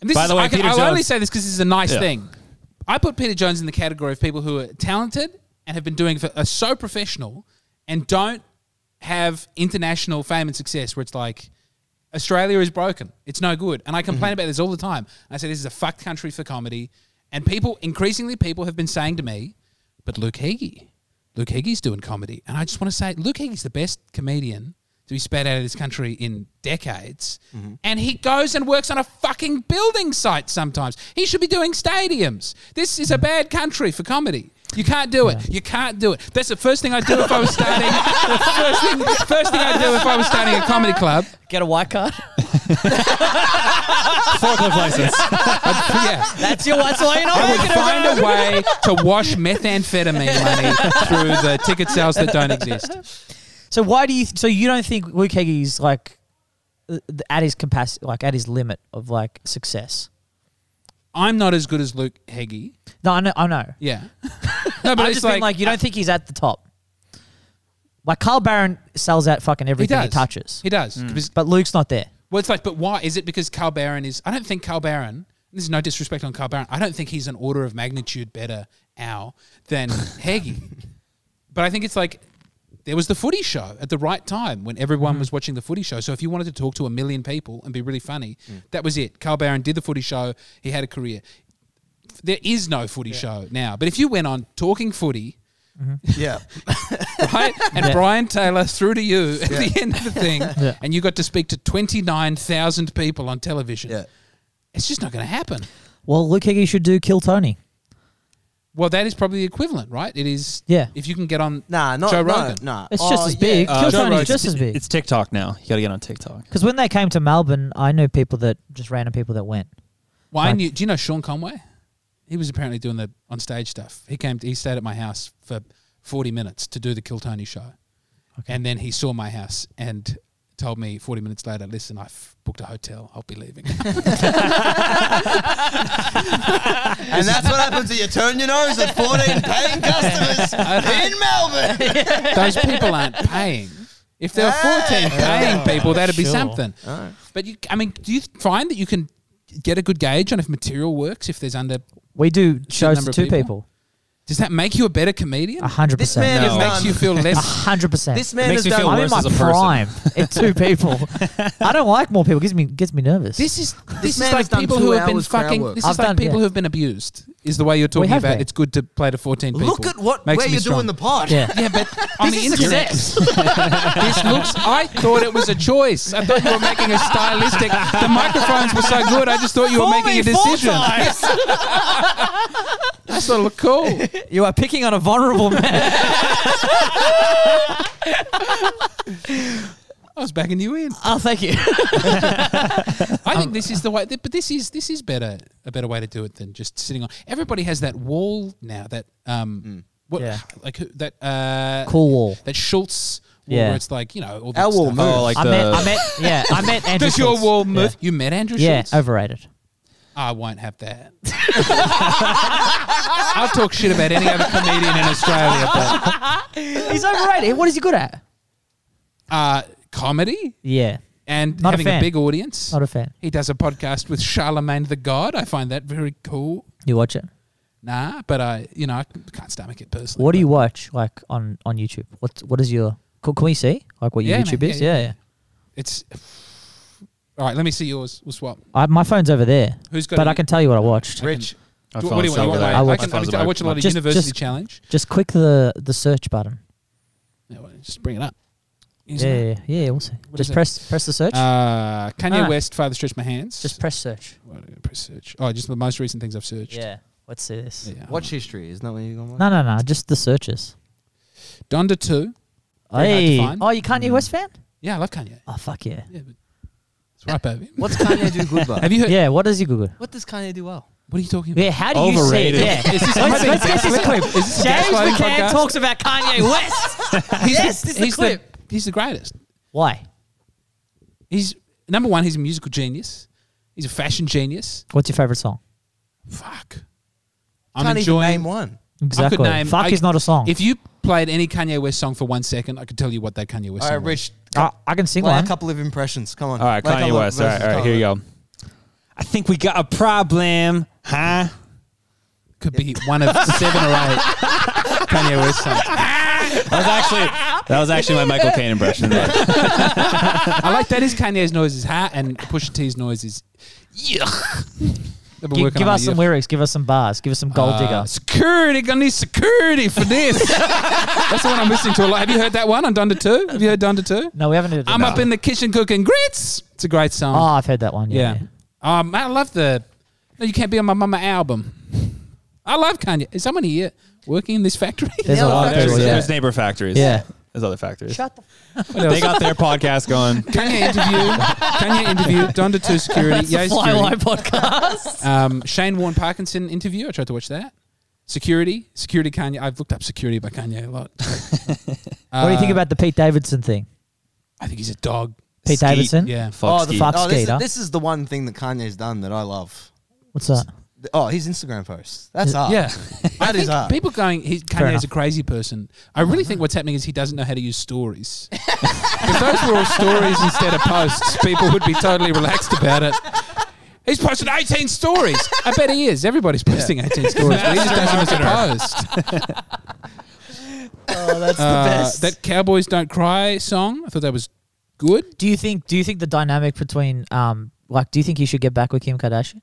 Speaker 2: And this
Speaker 3: By
Speaker 2: is,
Speaker 3: the way,
Speaker 2: I can,
Speaker 3: Peter
Speaker 2: I'll only
Speaker 3: Jones-
Speaker 2: say this because this is a nice
Speaker 3: Yeah.
Speaker 2: thing. I put Peter Jones in the category of people who are talented and have been doing it for, are so professional and don't have international fame and success where it's like Australia is broken. It's no good. And I complain
Speaker 3: Mm-hmm.
Speaker 2: about this all the time. I say this is a fucked country for comedy. And people, increasingly, people have been saying to me, but Luke Heggie, Luke Heggie's doing comedy. And I just want to say, Luke Heggie's the best comedian to be spat out of this country in decades. And he goes and works on a fucking building site sometimes. He should be doing stadiums. This is a bad country for comedy. You can't do it. You can't do it. That's the first thing I'd do if I was starting. the first thing, first thing I'd do if I was starting a comedy club.
Speaker 5: Get a white card.
Speaker 3: Forklift license.
Speaker 2: Yeah.
Speaker 5: That's your white so you're not
Speaker 2: I would
Speaker 5: making it
Speaker 2: find a way to wash methamphetamine money through the ticket sales that don't exist.
Speaker 5: So why do you? Th- so you don't think Luke Heggie's like uh, at his capacity, like at his limit of like success?
Speaker 2: I'm not as good as Luke Heggie.
Speaker 5: No, I know. I know.
Speaker 2: Yeah. No, but
Speaker 5: I
Speaker 2: it's
Speaker 5: just like,
Speaker 2: like,
Speaker 5: mean like you don't think he's at the top. Like Carl Barron sells out fucking
Speaker 2: he
Speaker 5: everything
Speaker 2: does.
Speaker 5: he, touches, Hmm.
Speaker 2: He does. 'Cause-
Speaker 5: but Luke's not there.
Speaker 2: Well, it's like, but why is it? Because Carl Barron is. I don't think Carl Barron. This is no disrespect on Carl Barron. I don't think he's an order of magnitude better ow than Heggie. But I think it's like there was the footy show at the right time when everyone
Speaker 5: Hmm.
Speaker 2: was watching the footy show. So if you wanted to talk to a million people and be really funny,
Speaker 5: Hmm.
Speaker 2: that was it. Carl Barron did the footy show. He had a career. There is no footy show now. But if you went on talking footy,
Speaker 6: Yeah.
Speaker 2: right? And
Speaker 5: Yeah.
Speaker 2: Brian Taylor through to you at the end of the thing, and you got to speak to 29,000 people on television.
Speaker 6: Yeah.
Speaker 2: It's just not going to happen.
Speaker 5: Well, Luke Heggie should do Kill Tony.
Speaker 2: Well, that is probably the equivalent, right? It is.
Speaker 5: Yeah.
Speaker 2: If you can get on
Speaker 4: Nah, not
Speaker 2: Joe
Speaker 4: no,
Speaker 2: Rogan.
Speaker 4: Nah,
Speaker 5: It's
Speaker 4: Oh,
Speaker 5: just as
Speaker 4: yeah.
Speaker 5: big. Kill
Speaker 3: Joe
Speaker 5: Tony's
Speaker 3: Rogan.
Speaker 5: just as big.
Speaker 3: Uh, It's TikTok now. You got to get on TikTok.
Speaker 5: Because when they came to Melbourne, I knew people that just random people that went.
Speaker 2: Why
Speaker 5: Like-
Speaker 2: knew, do you know Sean Conway? He was apparently doing the on stage stuff. He came. He stayed at my house for forty minutes to do the Kill Tony show, and then he saw my house and told me forty minutes later, "Listen, I've booked a hotel. I'll be leaving."
Speaker 6: And that's what happens when you turn your nose at 14 paying customers in Melbourne.
Speaker 2: Those people aren't paying. If there were fourteen paying people, that'd be something. But you, I mean, do you find that you can get a good gauge on if material works if there's under?
Speaker 5: We do shows
Speaker 2: number
Speaker 5: to
Speaker 2: of
Speaker 5: two
Speaker 2: people?
Speaker 5: people.
Speaker 2: Does that make you a better comedian?
Speaker 5: A hundred
Speaker 4: This man
Speaker 5: percent.
Speaker 3: No.
Speaker 4: has
Speaker 2: Makes
Speaker 4: done.
Speaker 2: you feel
Speaker 5: A
Speaker 2: less.
Speaker 5: hundred percent.
Speaker 4: this man
Speaker 3: makes
Speaker 4: has
Speaker 3: you
Speaker 4: done.
Speaker 3: feel
Speaker 5: I'm in
Speaker 3: worse
Speaker 5: my
Speaker 3: as a person.
Speaker 5: prime. It's two people. I don't like more people. Gives me gets me nervous.
Speaker 2: This is this,
Speaker 4: man has
Speaker 2: is like
Speaker 4: done
Speaker 2: people
Speaker 4: two
Speaker 2: who have been
Speaker 4: hours crowd
Speaker 2: fucking.
Speaker 4: work.
Speaker 2: This
Speaker 5: I've
Speaker 2: is like
Speaker 5: done-
Speaker 2: people
Speaker 5: yeah.
Speaker 2: who have been abused. Is the way you're talking
Speaker 5: have
Speaker 2: about?
Speaker 5: been.
Speaker 2: It's good to play to 14 people.
Speaker 4: Look at what
Speaker 2: Makes
Speaker 4: where
Speaker 2: me
Speaker 4: you're
Speaker 2: strong.
Speaker 4: doing the pod.
Speaker 5: yeah.
Speaker 2: Yeah, but on the
Speaker 4: This is
Speaker 2: internet,
Speaker 4: success.
Speaker 2: this looks. I thought it was a choice. I thought you were making a stylistic. The microphones were so good. I just thought you were making a decision. I just thought it looked cool.
Speaker 5: You are picking on a vulnerable man.
Speaker 2: I was backing you in.
Speaker 5: oh, thank you.
Speaker 2: I
Speaker 5: Um,
Speaker 2: think this is the way, but this is this is better a better way to do it than just sitting on. Everybody has that wall now. That um, what
Speaker 5: Mm. Yeah.
Speaker 2: like who- that uh,
Speaker 5: Cool wall.
Speaker 2: that Schultz wall
Speaker 5: Yeah.
Speaker 2: where it's like you know all that
Speaker 4: Our wall
Speaker 2: stuff.
Speaker 4: moves.
Speaker 3: Oh, like
Speaker 5: I
Speaker 3: the
Speaker 5: met. I met. Yeah. I met Andrew.
Speaker 2: Does your
Speaker 5: Schultz.
Speaker 2: wall move? You met Andrew
Speaker 5: Yeah.
Speaker 2: Schultz?
Speaker 5: yeah overrated.
Speaker 2: I won't have that. I'll talk shit about any other comedian in Australia, but
Speaker 5: He's overrated. What is he good at?
Speaker 2: uh, comedy
Speaker 5: Yeah.
Speaker 2: and
Speaker 5: Not a
Speaker 2: having a,
Speaker 5: fan.
Speaker 2: big audience.
Speaker 5: Not a fan.
Speaker 2: he does a podcast with Charlemagne the God. I find that very cool.
Speaker 5: You watch it.
Speaker 2: Nah, but I, you know, I can't stomach it personally.
Speaker 5: What do
Speaker 2: but-
Speaker 5: you watch like on on YouTube? What What is your? Can, can we see like what your
Speaker 2: Yeah,
Speaker 5: YouTube
Speaker 2: man.
Speaker 5: is?
Speaker 2: Yeah,
Speaker 5: Yeah.
Speaker 2: yeah.
Speaker 5: yeah,
Speaker 2: It's all right. Let me see yours. We'll swap.
Speaker 5: I, my phone's over there,
Speaker 2: Who's got?
Speaker 5: but
Speaker 2: it?
Speaker 5: I can tell you what I watched.
Speaker 2: Rich.
Speaker 3: My
Speaker 2: What do
Speaker 3: phone's
Speaker 2: you want? You
Speaker 3: over
Speaker 2: want
Speaker 3: there.
Speaker 2: like-
Speaker 5: I
Speaker 2: I,
Speaker 5: watch-
Speaker 2: can,
Speaker 3: My phone's
Speaker 2: I
Speaker 3: over
Speaker 2: watch a lot of
Speaker 5: Just-
Speaker 2: university
Speaker 5: just-
Speaker 2: challenge.
Speaker 5: Just click the the search button.
Speaker 2: Yeah, well, Just bring it up.
Speaker 5: Yeah,
Speaker 2: Isn't
Speaker 5: yeah, yeah, yeah. We'll see.
Speaker 2: What is
Speaker 5: just
Speaker 2: it?
Speaker 5: press press the
Speaker 2: it?
Speaker 5: search.
Speaker 2: Uh, Kanye
Speaker 5: Ah.
Speaker 2: West. Father stretch my hands.
Speaker 5: just press search.
Speaker 2: Well, press search. Oh, just the most recent things I've searched.
Speaker 5: Yeah. Let's see this.
Speaker 2: Yeah.
Speaker 4: Watch history, isn't that what you're going?
Speaker 5: No, no, no. Just the searches.
Speaker 2: Donda two. Very hard to
Speaker 5: Hey.
Speaker 2: find.
Speaker 5: Oh, you Kanye West fan?
Speaker 2: Yeah, I love Kanye.
Speaker 5: Oh, fuck yeah.
Speaker 2: Yeah, but it's right over. him.
Speaker 4: What's Kanye do good by?
Speaker 2: Have you heard?
Speaker 5: Yeah. What does he Google?
Speaker 4: What does Kanye do well?
Speaker 2: What are you talking about?
Speaker 5: Yeah. How do
Speaker 3: Overrated.
Speaker 5: you see? it? Yeah.
Speaker 2: Is this
Speaker 5: let's, let's get this clip.
Speaker 2: Is this a
Speaker 5: James
Speaker 2: gaslighting
Speaker 5: McCann
Speaker 2: podcast?
Speaker 5: talks about Kanye West.
Speaker 2: He's
Speaker 5: Yes, this is the
Speaker 2: he's
Speaker 5: clip.
Speaker 2: The, he's the greatest.
Speaker 5: Why?
Speaker 2: He's number one. He's a musical genius. He's a fashion genius.
Speaker 5: What's your favorite song?
Speaker 2: Fuck.
Speaker 4: I
Speaker 2: I'm
Speaker 4: Can't
Speaker 2: enjoying.
Speaker 4: even name one.
Speaker 5: Exactly.
Speaker 2: name-
Speaker 5: Fuck
Speaker 2: I-
Speaker 5: is not a song.
Speaker 2: If you played any Kanye West song for one second, I could tell you what that Kanye West
Speaker 6: All
Speaker 2: song
Speaker 6: right, Rich.
Speaker 5: I, I can sing
Speaker 4: Play
Speaker 5: one.
Speaker 4: a couple of impressions. Come on.
Speaker 3: All right,
Speaker 4: Play a
Speaker 3: Kanye
Speaker 4: couple of
Speaker 3: West. All right,
Speaker 4: verses.
Speaker 3: all right,
Speaker 4: Come
Speaker 3: here
Speaker 4: on.
Speaker 3: you go. I think we got a problem, huh?
Speaker 2: was. could be one of seven or eight Kanye West songs.
Speaker 3: That was actually that was actually my Michael Caine impression. There.
Speaker 2: I like that is Kanye's noise is ha and Pusha T's noise is yuck. They've been
Speaker 5: Gi-
Speaker 2: working
Speaker 5: give
Speaker 2: on
Speaker 5: us
Speaker 2: that
Speaker 5: some
Speaker 2: yuck.
Speaker 5: lyrics. Give us some bars. Give us some gold
Speaker 2: Uh,
Speaker 5: digger.
Speaker 2: Security, gonna need security for this. That's the one I'm listening to a lot. Have you heard that one on Dunder Two? Have you heard Dunder Two?
Speaker 5: No, we haven't heard.
Speaker 2: I'm up in the kitchen cooking grits. It's a great song.
Speaker 5: Oh, I've heard that one. Yeah.
Speaker 2: Yeah. Um, I love the No You Can't Be on My Mama album. I love Kanye. Is someone here working in this factory?
Speaker 5: There's a
Speaker 4: Yeah,
Speaker 5: lot
Speaker 4: that's
Speaker 5: of
Speaker 3: There's,
Speaker 5: people. Yeah.
Speaker 3: there's neighbor factories.
Speaker 5: Yeah.
Speaker 3: There's other factories.
Speaker 5: Shut the.
Speaker 3: they got their podcast going.
Speaker 2: Kanye interview. Kanye interview. Donda 2 security.
Speaker 5: That's
Speaker 2: Yay
Speaker 5: the Fly Away
Speaker 2: security.
Speaker 5: podcast.
Speaker 2: Um, Shane Warne Parkinson interview. I tried to watch that. Security. Security Kanye. I've looked up security by Kanye a lot. Uh,
Speaker 5: what do you think about the Pete Davidson thing?
Speaker 2: I think he's a dog.
Speaker 5: Pete
Speaker 3: Skeet.
Speaker 5: Davidson.
Speaker 2: Yeah.
Speaker 3: Fuck
Speaker 4: oh, the
Speaker 3: Skeet.
Speaker 5: fuck-
Speaker 4: oh, this,
Speaker 5: Skater.
Speaker 4: is, this is the one thing that Kanye's done that I love.
Speaker 5: What's that?
Speaker 4: Th- Oh, his Instagram posts. That's art.
Speaker 2: Yeah. I
Speaker 4: That is
Speaker 2: think
Speaker 4: art.
Speaker 2: people going, he, Kanye's
Speaker 5: enough.
Speaker 2: a crazy person. I really think what's happening is he doesn't know how to use stories. if those were all stories instead of posts, people would be totally relaxed about it. He's posted 18 stories. I bet he is. Everybody's posting 18 stories. But he just doesn't as a post.
Speaker 5: Oh, that's
Speaker 2: Uh, that Cowboys Don't Cry song, I thought that was good.
Speaker 5: do you think? Do you think the dynamic between um, like, do you think he should get back with Kim Kardashian?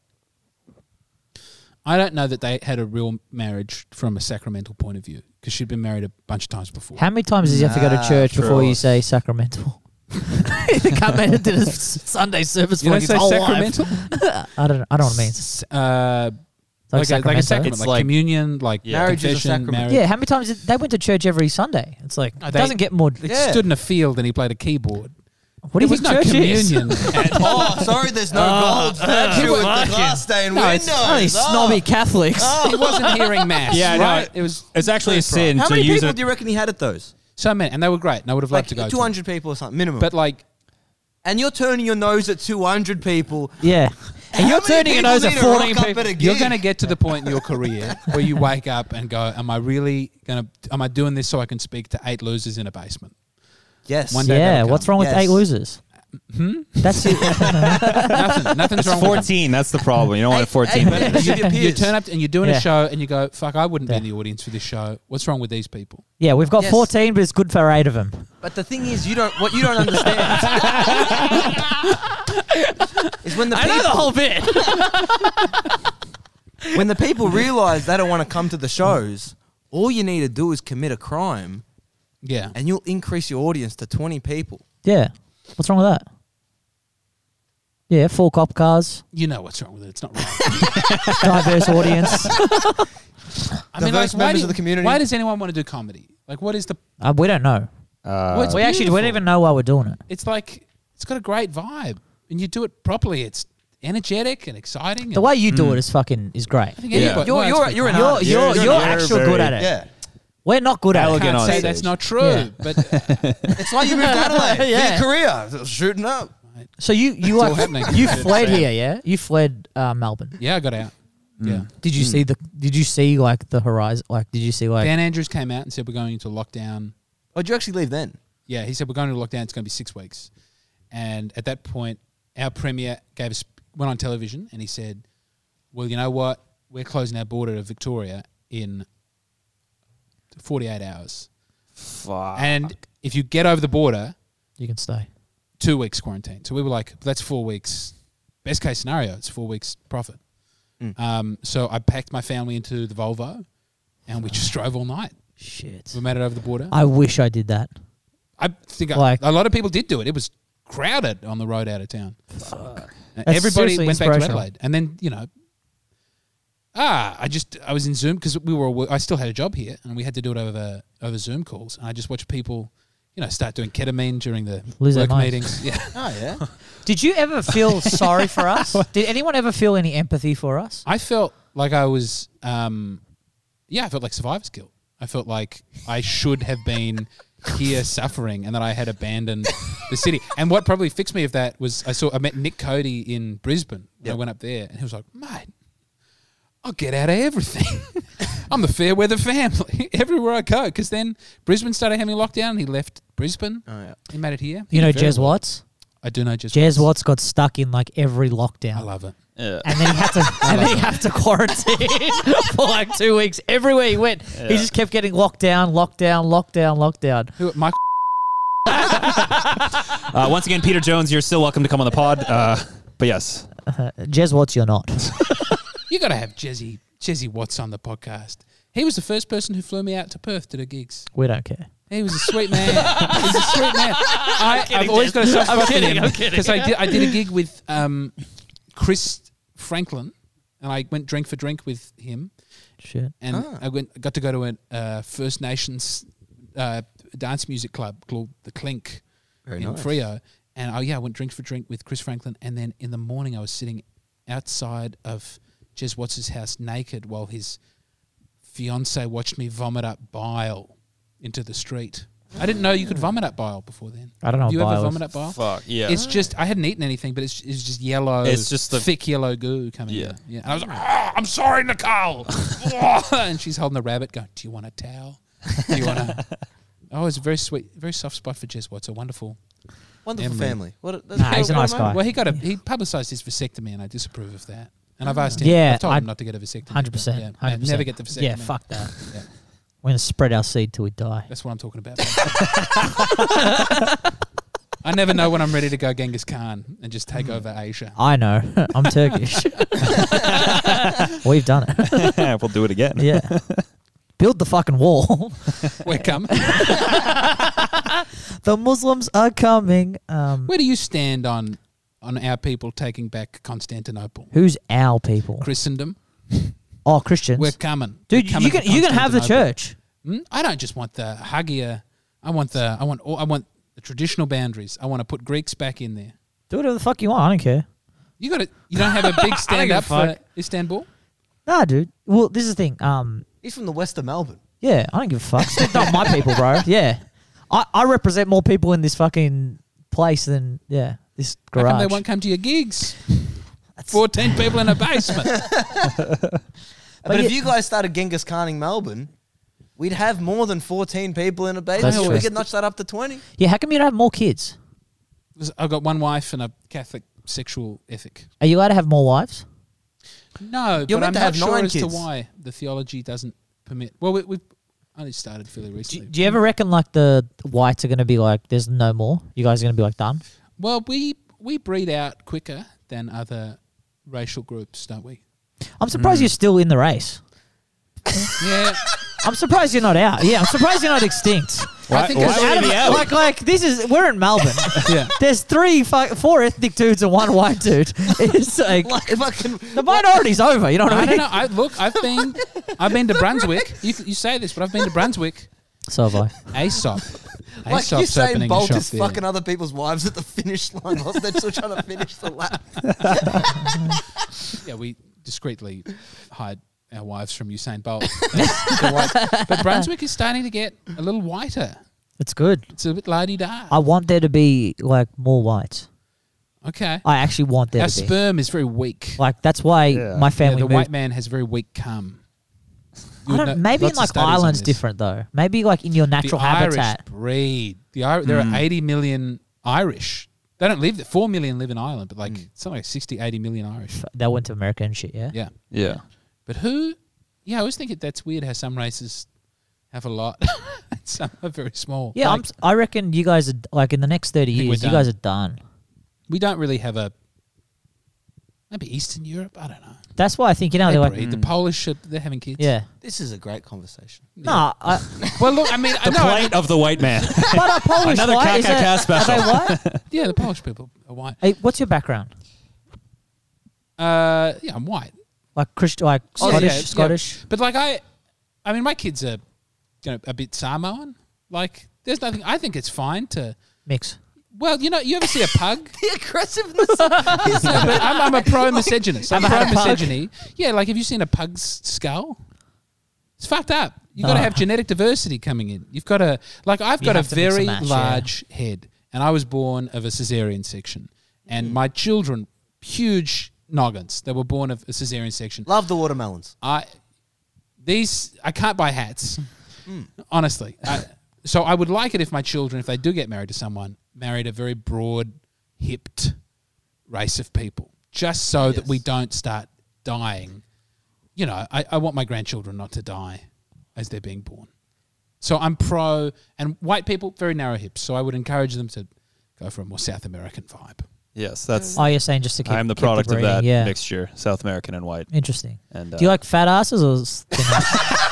Speaker 2: I don't know that they had a real marriage from a sacramental point of view because she'd been married a bunch of times before.
Speaker 5: How many times does he have to go
Speaker 4: Nah,
Speaker 5: to church before
Speaker 4: true.
Speaker 5: you say sacramental? the come in and did a s- Sunday service for
Speaker 2: you don't
Speaker 5: like his
Speaker 2: say
Speaker 5: whole
Speaker 2: sacramental?
Speaker 5: life. I don't. I don't know what it means.
Speaker 2: S- Uh,
Speaker 5: Like,
Speaker 2: like, a, like a
Speaker 5: sacramento?
Speaker 2: sacrament,
Speaker 3: It's
Speaker 2: like,
Speaker 3: like-
Speaker 2: communion, like
Speaker 3: Yeah.
Speaker 4: Marriage is a
Speaker 2: confession,
Speaker 4: sacrament.
Speaker 2: marriage.
Speaker 5: Yeah. How many times did, they went to church every Sunday? It's like
Speaker 2: No,
Speaker 5: it
Speaker 2: they-
Speaker 5: doesn't get more.
Speaker 2: They
Speaker 4: Yeah.
Speaker 2: stood in a field and he played a keyboard.
Speaker 5: What do
Speaker 2: It
Speaker 5: you
Speaker 2: was
Speaker 5: think
Speaker 2: no
Speaker 5: church is?
Speaker 2: communion.
Speaker 6: Oh, sorry, there's no
Speaker 2: Ah,
Speaker 6: gold statue with the glass stain
Speaker 2: No,
Speaker 6: windows.
Speaker 2: it's
Speaker 5: Oh, these snobby Catholics.
Speaker 2: he wasn't hearing mass.
Speaker 3: Yeah, I know.
Speaker 2: right. It was
Speaker 3: It's actually a sin
Speaker 4: How
Speaker 3: to
Speaker 4: many
Speaker 3: use
Speaker 4: people
Speaker 3: it.
Speaker 4: do you reckon he had at those?
Speaker 2: so many, and they were great. And I would have
Speaker 4: Like
Speaker 2: loved to go.
Speaker 4: two hundred people or something minimum.
Speaker 2: to them. but like,
Speaker 4: and you're turning your nose at two hundred people.
Speaker 5: Yeah. And
Speaker 4: How
Speaker 5: you're
Speaker 4: many
Speaker 5: turning your
Speaker 4: people
Speaker 5: nose at
Speaker 4: need to rock
Speaker 5: 14
Speaker 4: up
Speaker 5: people.
Speaker 4: at a gig?
Speaker 2: you're going to get to the point in your career where you wake up and go, "Am I really going to? Am I doing this so I can speak to eight losers in a basement?"
Speaker 4: yes.
Speaker 2: One Hmm? day-
Speaker 5: Yeah,
Speaker 2: that'll
Speaker 5: what's
Speaker 2: come.
Speaker 5: wrong with
Speaker 4: Yes.
Speaker 5: eight losers? That's it.
Speaker 2: Nothing, nothing's
Speaker 3: It's
Speaker 2: wrong. With
Speaker 3: 14. That's the problem. You don't want a 14.
Speaker 4: Hey,
Speaker 2: it.
Speaker 4: but it
Speaker 2: You, you
Speaker 4: appears.
Speaker 2: turn up and you're doing
Speaker 5: Yeah.
Speaker 2: a show and you go, "Fuck, I wouldn't
Speaker 5: Yeah.
Speaker 2: be in the audience for this show." What's wrong with these people?
Speaker 5: yeah, we've got
Speaker 4: Yes.
Speaker 5: 14, but it's good for eight of them.
Speaker 4: But the thing is, you don't. What you don't understand is when the people,
Speaker 5: bit.
Speaker 4: when the people realize they don't want to come to the shows. All you need to do is commit a crime,
Speaker 2: Yeah,
Speaker 4: and you'll increase your audience to twenty people.
Speaker 5: yeah. What's wrong with that? Yeah, four cop cars,
Speaker 2: you know what's wrong with it. It's not right.
Speaker 5: diverse audience.
Speaker 2: I
Speaker 6: Diverse
Speaker 2: why
Speaker 6: members
Speaker 2: do-
Speaker 6: of the community.
Speaker 2: Why does anyone want to do comedy? Like, what is the?
Speaker 5: Uh, we don't know.
Speaker 3: Uh,
Speaker 2: what's
Speaker 5: we actually we
Speaker 2: beautiful?
Speaker 5: don't even know why we're doing it.
Speaker 2: It's like it's got a great vibe, and you do it properly. It's energetic and exciting.
Speaker 5: The
Speaker 2: and-
Speaker 5: way you do it is fucking is great.
Speaker 2: Hmm. I think
Speaker 3: Yeah.
Speaker 2: anybody-
Speaker 4: You're
Speaker 2: well,
Speaker 4: you're
Speaker 2: it's-
Speaker 4: you're an
Speaker 5: You're
Speaker 4: artist.
Speaker 5: you're
Speaker 3: You're-
Speaker 5: you're,
Speaker 3: you're
Speaker 5: actually
Speaker 3: very-
Speaker 5: good at it.
Speaker 6: Yeah.
Speaker 5: We're not good
Speaker 2: I
Speaker 5: at it.
Speaker 3: Elegant.
Speaker 2: can't
Speaker 3: on
Speaker 2: say
Speaker 3: stage.
Speaker 2: that's not true,
Speaker 5: Yeah.
Speaker 2: but uh,
Speaker 6: It's like you moved to Adelaide
Speaker 5: Yeah.
Speaker 6: for your career. Shooting up.
Speaker 5: So you you
Speaker 2: It's
Speaker 5: are,
Speaker 2: all happening.
Speaker 5: you
Speaker 2: It's
Speaker 5: fled
Speaker 2: sad.
Speaker 5: here, yeah? You fled uh, Melbourne.
Speaker 2: yeah, I got out.
Speaker 5: Mm.
Speaker 2: Yeah.
Speaker 5: Did you see the Did you see like the horizon? Like did you see like
Speaker 2: Dan Andrews came out and said we're going into lockdown.
Speaker 6: Oh, did you actually leave then?
Speaker 2: Yeah, he said we're going into lockdown. It's going to be six weeks, and at that point, our premier gave us went on television and he said, "Well, you know what? We're closing our border to Victoria in forty eight hours,
Speaker 3: fuck.
Speaker 2: and if you get over the border,
Speaker 5: you can stay?
Speaker 2: two weeks quarantine. So we were like, that's four weeks. Best case scenario, it's four weeks profit.
Speaker 4: Mm.
Speaker 2: Um, so I packed my family into the Volvo, and we just drove all night.
Speaker 5: Shit.
Speaker 2: We made it over the border.
Speaker 5: I wish I did that.
Speaker 2: I think a-
Speaker 5: Like-
Speaker 2: a lot of people did do it. It was crowded on the road out of town. Uh,
Speaker 5: That's
Speaker 2: Everybody
Speaker 5: seriously
Speaker 2: went back to
Speaker 5: inspirational.
Speaker 2: Adelaide, and then you know, ah, I just I was in Zoom because we were all- I still had a job here, and we had to do it over over Zoom calls. And I just watched people, you know, start doing ketamine during the
Speaker 5: Lose their
Speaker 2: work
Speaker 5: minds.
Speaker 2: meetings. Yeah.
Speaker 6: Oh, yeah.
Speaker 5: Did you ever feel sorry for us? Did anyone ever feel any empathy for us?
Speaker 2: I felt like I was, um, yeah, I felt like survivor's guilt. I felt like I should have been here suffering and that I had abandoned the city. And what probably fixed me of that was I saw I met Nick Cody in Brisbane when I went up there, and he was like, "Mate, I'll get out of everything. I'm the fair weather family everywhere I go." Because then Brisbane started having lockdown, and he left Brisbane.
Speaker 4: Oh, yeah.
Speaker 2: He made it here.
Speaker 5: You know
Speaker 2: Very
Speaker 5: Jez
Speaker 2: well.
Speaker 5: Watts?
Speaker 2: I do know Jez.
Speaker 5: Jez Watts got stuck in like every lockdown.
Speaker 2: I love it.
Speaker 3: Yeah.
Speaker 5: and then he had to and then he had to quarantine for like two weeks. Everywhere he went, he just kept getting locked down, locked down, locked down, locked down.
Speaker 2: Who Mike?
Speaker 3: Uh, once again, Peter Jones, you're still welcome to come on the pod. Uh, but yes,
Speaker 5: Jez Watts, you're not.
Speaker 2: You got to have Jezzy Jezzy Watts on the podcast. He was the first person who flew me out to Perth to do gigs.
Speaker 5: We don't care.
Speaker 2: He was a sweet man. He's a sweet man. I, I've always got to soft spot for him because I did, I did a gig with um, Chris Franklin, and I went drink for drink with him,
Speaker 5: Shit.
Speaker 2: and
Speaker 4: Ah.
Speaker 2: I went got to go to a uh, First Nations uh, dance music club called the Clink
Speaker 4: Very
Speaker 2: in
Speaker 4: nice.
Speaker 2: Frio. And oh yeah, I went drink for drink with Chris Franklin, and then in the morning I was sitting outside of Jez Watts' house naked while his fiance watched me vomit up bile into the street. I didn't know you could vomit up bile before then.
Speaker 5: I don't know.
Speaker 2: Have you
Speaker 5: what
Speaker 2: ever
Speaker 5: bile is.
Speaker 2: vomit up bile?
Speaker 3: fuck yeah.
Speaker 2: It's just I hadn't eaten anything, but it's it's just yellow.
Speaker 3: It's just the-
Speaker 2: thick yellow goo coming.
Speaker 3: Yeah.
Speaker 2: Yeah, yeah. And I was like, "Ah, I'm sorry, Nicole. and she's holding the rabbit, going, Do you want a towel? Do you want a? Oh, it's a very sweet, very soft spot for Jez Watts. A wonderful.
Speaker 4: Wonderful
Speaker 2: Emily.
Speaker 4: family. What a,
Speaker 5: Nah, he's a nice guy.
Speaker 2: Well, he got a he publicised his vasectomy, and I disapprove of that. And I've asked him.
Speaker 5: Yeah,
Speaker 2: I've told
Speaker 5: I-
Speaker 2: him not to get a vasectomy. but,
Speaker 5: Hundred percent.
Speaker 2: Yeah,
Speaker 5: Hundred
Speaker 2: I'd
Speaker 5: percent.
Speaker 2: never get the vasectomy.
Speaker 5: Yeah, fuck that.
Speaker 2: Yeah.
Speaker 5: We're gonna spread our seed till we die.
Speaker 2: That's what I'm talking about. I never know when I'm ready to go Genghis Khan and just
Speaker 5: Mm.
Speaker 2: take over Asia.
Speaker 5: I know. I'm Turkish. We've done it.
Speaker 3: we'll do it again.
Speaker 5: Yeah. Build the fucking wall.
Speaker 2: We're coming.
Speaker 5: the Muslims are coming. Um,
Speaker 2: Where do you stand on on our people taking back Constantinople,
Speaker 5: who's our people?
Speaker 2: Christendom?
Speaker 5: Oh, Christians.
Speaker 2: We're coming,
Speaker 5: Dude,
Speaker 2: We're
Speaker 5: you
Speaker 2: coming
Speaker 5: can
Speaker 2: for
Speaker 5: you can have the
Speaker 2: Constantinople.
Speaker 5: church.
Speaker 2: Hmm? I don't just want the Hagia. I want the I want all, I want the traditional boundaries. I want to put Greeks back in there.
Speaker 5: Do whatever the fuck you want. I don't care.
Speaker 2: You got to You don't have a big stand
Speaker 5: give a
Speaker 2: up for
Speaker 5: fuck.
Speaker 2: Istanbul.
Speaker 5: Nah, dude. Well, this is the thing. Um,
Speaker 6: He's from the west of Melbourne.
Speaker 5: Yeah, I don't give a fuck. It's not my people, bro. Yeah. I, I represent more people in this fucking place than, yeah, this
Speaker 2: How come they
Speaker 5: garage.
Speaker 2: won't come to your gigs? Fourteen people in a basement.
Speaker 5: But
Speaker 4: But,
Speaker 5: yeah-
Speaker 4: if you guys started Genghis Khaning Melbourne, we'd have more than 14 people in a
Speaker 5: That's
Speaker 4: basement.
Speaker 5: true.
Speaker 4: We could notch that up to 20.
Speaker 5: yeah, how come you don't have more kids?
Speaker 2: I've got one wife and a Catholic sexual ethic.
Speaker 5: Are you allowed to have more wives?
Speaker 2: No,
Speaker 6: You're
Speaker 2: but
Speaker 6: meant
Speaker 2: I'm
Speaker 6: to
Speaker 2: not
Speaker 6: have
Speaker 2: sure
Speaker 6: nine
Speaker 2: as to
Speaker 6: kids.
Speaker 2: why the theology doesn't permit. Well, we, we've only started fairly
Speaker 5: Do,
Speaker 2: recently.
Speaker 5: do you ever reckon like the whites are going to be like, there's no more? You guys are going to be like done?
Speaker 2: well, we we breed out quicker than other racial groups, don't we?
Speaker 5: I'm surprised you're still in the race.
Speaker 2: Yeah,
Speaker 5: I'm surprised you're not out. Yeah, I'm surprised you're not extinct.
Speaker 2: I think
Speaker 3: why
Speaker 2: it's
Speaker 3: would
Speaker 2: Adam-
Speaker 3: you be out?
Speaker 5: Like, like this is we're in Melbourne.
Speaker 2: yeah.
Speaker 5: There's three, fi- four ethnic dudes and one white dude. It's like
Speaker 6: Like fucking.
Speaker 5: the minority's over. You know what I
Speaker 2: I
Speaker 5: mean?
Speaker 2: don't know. I, look, I've been, I've been to Brunswick. You, you say this, but I've been to Brunswick.
Speaker 5: So have I.
Speaker 2: Aesop,
Speaker 6: Like
Speaker 2: Aesop's
Speaker 6: you're saying
Speaker 2: opening
Speaker 6: Bolt
Speaker 2: a shop
Speaker 6: is
Speaker 2: there.
Speaker 6: fucking other people's wives at the finish line whilst they're still trying to finish the lap.
Speaker 2: Yeah, we discreetly hide our wives from Usain Bolt. That's the white- but Brunswick is starting to get a little whiter.
Speaker 5: It's good.
Speaker 2: It's a bit lardy da.
Speaker 5: I want there to be like more whites.
Speaker 2: Okay.
Speaker 5: I actually want there
Speaker 2: Our
Speaker 5: to be.
Speaker 2: sperm is very weak.
Speaker 5: Like that's why
Speaker 3: Yeah.
Speaker 5: my
Speaker 2: Yeah,
Speaker 5: family
Speaker 2: the white
Speaker 5: moved.
Speaker 2: man has very weak cum.
Speaker 5: I
Speaker 2: You'll know-
Speaker 5: don't, maybe
Speaker 2: lots
Speaker 5: in
Speaker 2: of
Speaker 5: like
Speaker 2: studies on
Speaker 5: Ireland's
Speaker 2: this.
Speaker 5: different though. Maybe like in your natural
Speaker 2: the
Speaker 5: habitat. Hmm.
Speaker 2: Irish breed. The Ir- there are 80 million Irish. They don't live there. 4 million live in Ireland, but like
Speaker 5: Hmm.
Speaker 2: something like 60, 80 million Irish.
Speaker 5: They went to America and shit. Yeah.
Speaker 2: Yeah.
Speaker 3: Yeah.
Speaker 2: But who? Yeah, I always think it, that's weird how some races have a lot and some are very small.
Speaker 5: Yeah,
Speaker 2: Like,
Speaker 5: I'm, s- I reckon you guys are d- like in the next thirty
Speaker 2: think we're
Speaker 5: years, you
Speaker 2: done.
Speaker 5: guys are done.
Speaker 2: we don't really have a. Maybe Eastern Europe? I don't know.
Speaker 5: That's why I think you know
Speaker 2: They
Speaker 5: they're like,
Speaker 2: breed. The Polish, are, they're having kids.
Speaker 5: Hmm. yeah.
Speaker 6: This is a great conversation.
Speaker 5: No, I,
Speaker 2: Well, look, I mean, I
Speaker 3: The
Speaker 2: know. I-
Speaker 3: plight of the white man.
Speaker 5: but are Polish
Speaker 3: Another
Speaker 5: white? Is
Speaker 3: Kaka
Speaker 5: that,
Speaker 3: Cat special.
Speaker 5: Are they white?
Speaker 2: yeah, the Polish people are white.
Speaker 5: hey, what's your background?
Speaker 2: Uh, yeah, I'm white.
Speaker 5: Like Christ, like
Speaker 2: Oh,
Speaker 5: Scottish,
Speaker 2: yeah, yeah.
Speaker 5: Scottish.
Speaker 2: But like I, I mean, my kids are, you know, a bit Samoan. Like, there's nothing. I think it's fine to.
Speaker 5: mix.
Speaker 2: Well, you know, you ever see a pug?
Speaker 6: The aggressiveness. is
Speaker 2: No, but I'm, I'm a pro misogynist. I'm
Speaker 5: Have I
Speaker 2: pro
Speaker 5: had a pug?
Speaker 2: misogyny. Yeah, like have you seen a pug's skull? It's fucked up. You've got to
Speaker 5: No.
Speaker 2: have genetic diversity coming in. You've got to like I've
Speaker 5: Oh. You
Speaker 2: got a
Speaker 5: have to mix
Speaker 2: very
Speaker 5: and match, yeah.
Speaker 2: large head, and I was born of a cesarean section,
Speaker 5: Mm.
Speaker 2: and my children huge noggins. They were born of a cesarean section.
Speaker 6: Love the watermelons.
Speaker 2: I these I can't buy hats. Honestly. I, so I would like it if my children, if they do get married to someone, married a very broad hipped race of people. Just so that we
Speaker 6: Yes.
Speaker 2: don't start dying. You know, I, I want my grandchildren not to die as they're being born. So I'm pro and white people, very narrow hips. So I would encourage them to go for a more South American vibe.
Speaker 3: yes, that's.
Speaker 5: Oh, you're saying just to keep.
Speaker 3: I am the
Speaker 5: keep
Speaker 3: product of
Speaker 5: breeding,
Speaker 3: that
Speaker 5: Yeah,
Speaker 3: mixture, South American and white.
Speaker 5: interesting.
Speaker 3: And uh,
Speaker 5: Do you like fat asses or? s- thin asses?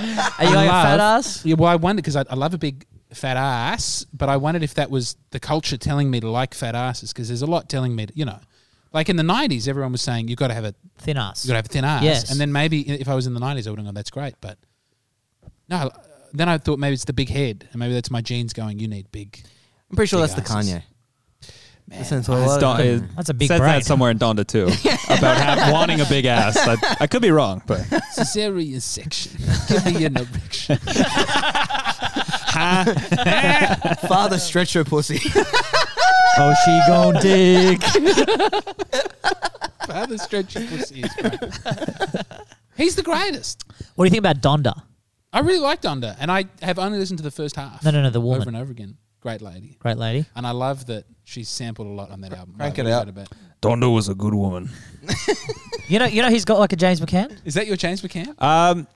Speaker 5: Are you like a fat
Speaker 2: Love-
Speaker 5: ass?
Speaker 2: Yeah, well, I wondered because I, I love a big fat ass, but I wondered if that was the culture telling me to like fat asses because there's a lot telling me, to, you know, like in the '90s, everyone was saying you've got to have a
Speaker 5: Thin
Speaker 2: you
Speaker 5: ass.
Speaker 2: got to have a thin ass,
Speaker 5: Yes.
Speaker 2: and then maybe if I was in the '90s, I would have gone, that's great, but no. uh, Then I thought maybe it's the big head, and maybe that's my genes going. You need big.
Speaker 4: I'm pretty sure
Speaker 2: Big
Speaker 4: that's the
Speaker 2: asses.
Speaker 4: Kanye.
Speaker 2: Man,
Speaker 4: Listen to a
Speaker 3: it's
Speaker 4: lot
Speaker 3: Don,
Speaker 4: of-
Speaker 3: it
Speaker 5: That's a big
Speaker 3: says
Speaker 5: brain.
Speaker 3: that somewhere in Donda too about have, wanting a big ass. I, I could be wrong, but
Speaker 2: cesarean section. Give me an erection.
Speaker 6: Father, stretch your pussy.
Speaker 5: Oh, she gon' dig.
Speaker 2: How the stretch your pussy is great. He's the greatest.
Speaker 5: What do you think about Donda?
Speaker 2: I really liked Donda, and I have only listened to the first half.
Speaker 5: No, no, no. The
Speaker 2: Over
Speaker 5: woman,
Speaker 2: and over again. Great lady.
Speaker 5: great lady.
Speaker 2: And I love that she sampled a lot on that album.
Speaker 6: crank
Speaker 2: Like,
Speaker 6: it
Speaker 2: what
Speaker 6: out.
Speaker 2: was that about?
Speaker 3: Donda was a good woman.
Speaker 5: You know, you know, he's got like a James McCann.
Speaker 2: Is that your James McCann?
Speaker 6: Uh,
Speaker 3: Um,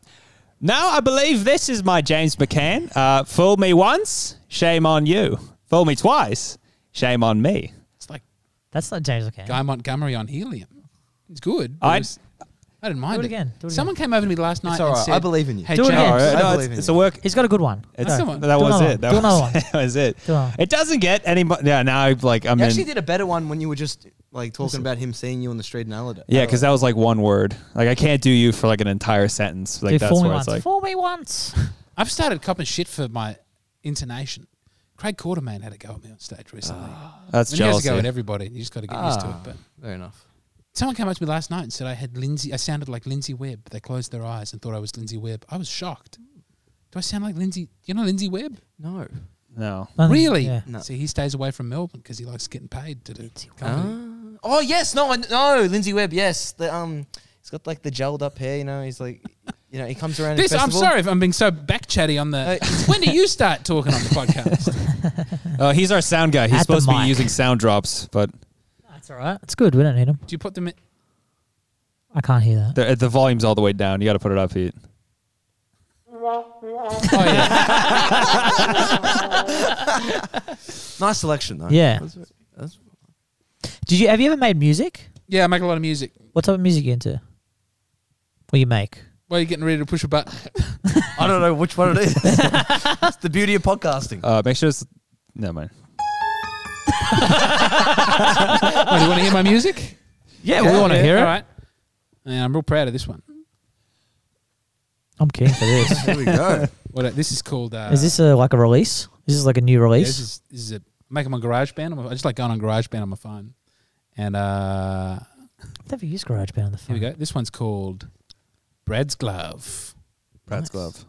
Speaker 3: now I believe this is my James McCann. Uh, fool me once, shame on you. Fool me twice, shame on me.
Speaker 2: It's like
Speaker 5: That's not James McCann.
Speaker 2: Guy Montgomery on Helium. It's good. but
Speaker 3: I-
Speaker 2: it was- I didn't mind
Speaker 5: Do
Speaker 2: it.
Speaker 5: it again, do it
Speaker 2: Someone came over to me last night
Speaker 6: all
Speaker 2: and
Speaker 6: right,
Speaker 2: said,
Speaker 6: I believe in you.
Speaker 2: Hey,
Speaker 5: Do it
Speaker 2: James,
Speaker 5: again.
Speaker 3: All right,
Speaker 6: I
Speaker 3: no,
Speaker 6: believe
Speaker 3: it's,
Speaker 6: in
Speaker 3: it's
Speaker 6: you.
Speaker 3: a work.
Speaker 5: He's got a good one.
Speaker 3: It's,
Speaker 2: come on.
Speaker 3: That
Speaker 5: Do
Speaker 3: was
Speaker 5: another
Speaker 3: it. That
Speaker 5: one. Do
Speaker 3: was,
Speaker 5: another one.
Speaker 3: that was it.
Speaker 5: Do another one.
Speaker 3: It doesn't get any. mo- Yeah, now I like I'm
Speaker 6: You actually
Speaker 3: in.
Speaker 6: did a better one when you were just like talking about him seeing you on the street in Adelaide.
Speaker 3: Yeah, because that was like one word. Like I can't do you for like an entire sentence. Like
Speaker 5: Dude,
Speaker 3: that's
Speaker 5: fool me
Speaker 3: where
Speaker 5: once.
Speaker 3: it's like.
Speaker 5: fool me once.
Speaker 2: I've started copping shit for my intonation. Craig Quartermain had a go at me on stage recently.
Speaker 6: Ah,
Speaker 3: That's
Speaker 2: and he has a
Speaker 3: jealousy.
Speaker 2: go at everybody. You just got to get used to
Speaker 5: Ah.
Speaker 2: it. But
Speaker 6: fair enough.
Speaker 2: someone came up to me last night and said I had Lindsay. I sounded like Lindsay Webb. They closed their eyes and thought I was Lindsay Webb. I was shocked. Do I sound like Lindsay? You know Lindsay Webb?
Speaker 6: No.
Speaker 3: No.
Speaker 5: I think-
Speaker 2: Really?
Speaker 5: Yeah.
Speaker 6: No.
Speaker 2: See, he stays away from Melbourne because he likes getting paid to do comedy.
Speaker 6: Ah. oh yes, no, I- no, Lindsay Webb. Yes, the um, he's got like the gelled up hair. You know, he's like,
Speaker 7: you know, he comes around.
Speaker 2: This,
Speaker 7: in
Speaker 2: I'm
Speaker 7: Oh. festival.
Speaker 2: sorry if I'm being so back chatty on the. when do you start talking on the podcast?
Speaker 3: Uh, he's our sound guy. He's
Speaker 5: At the
Speaker 3: supposed to be
Speaker 5: mic.
Speaker 3: using sound drops, but
Speaker 5: That's all right. It's good. We don't need them.
Speaker 2: Do you put them in?
Speaker 5: I can't hear that.
Speaker 3: the, the volume's all the way down. You got to put it up, Pete.
Speaker 2: Oh, yeah.
Speaker 7: Nice selection though.
Speaker 5: Yeah.
Speaker 7: That's- that's-
Speaker 5: Did you have you ever made music?
Speaker 2: yeah, I make a lot of music.
Speaker 5: What type of music you into? What you make?
Speaker 2: Well, you're getting ready to push a button.
Speaker 7: I don't know which one it is. That's the beauty of podcasting.
Speaker 3: Uh, make sure it's. Never mind.
Speaker 2: Oh, do you want to hear my music?
Speaker 7: yeah,
Speaker 2: we want to hear
Speaker 7: it.
Speaker 2: All right. Yeah, I'm real proud of this one.
Speaker 5: I'm keen for this.
Speaker 7: There we go.
Speaker 2: What uh, this is called? Uh,
Speaker 5: is this a, like a release? This is like a new
Speaker 2: yeah,
Speaker 5: release.
Speaker 2: this is this is a make 'em on GarageBand. I'm- I just like going on GarageBand on my phone. And uh,
Speaker 5: I've never used GarageBand on the
Speaker 2: here
Speaker 5: phone.
Speaker 2: we go. This one's called Brad's Glove.
Speaker 3: Brad's
Speaker 5: Nice.
Speaker 3: glove.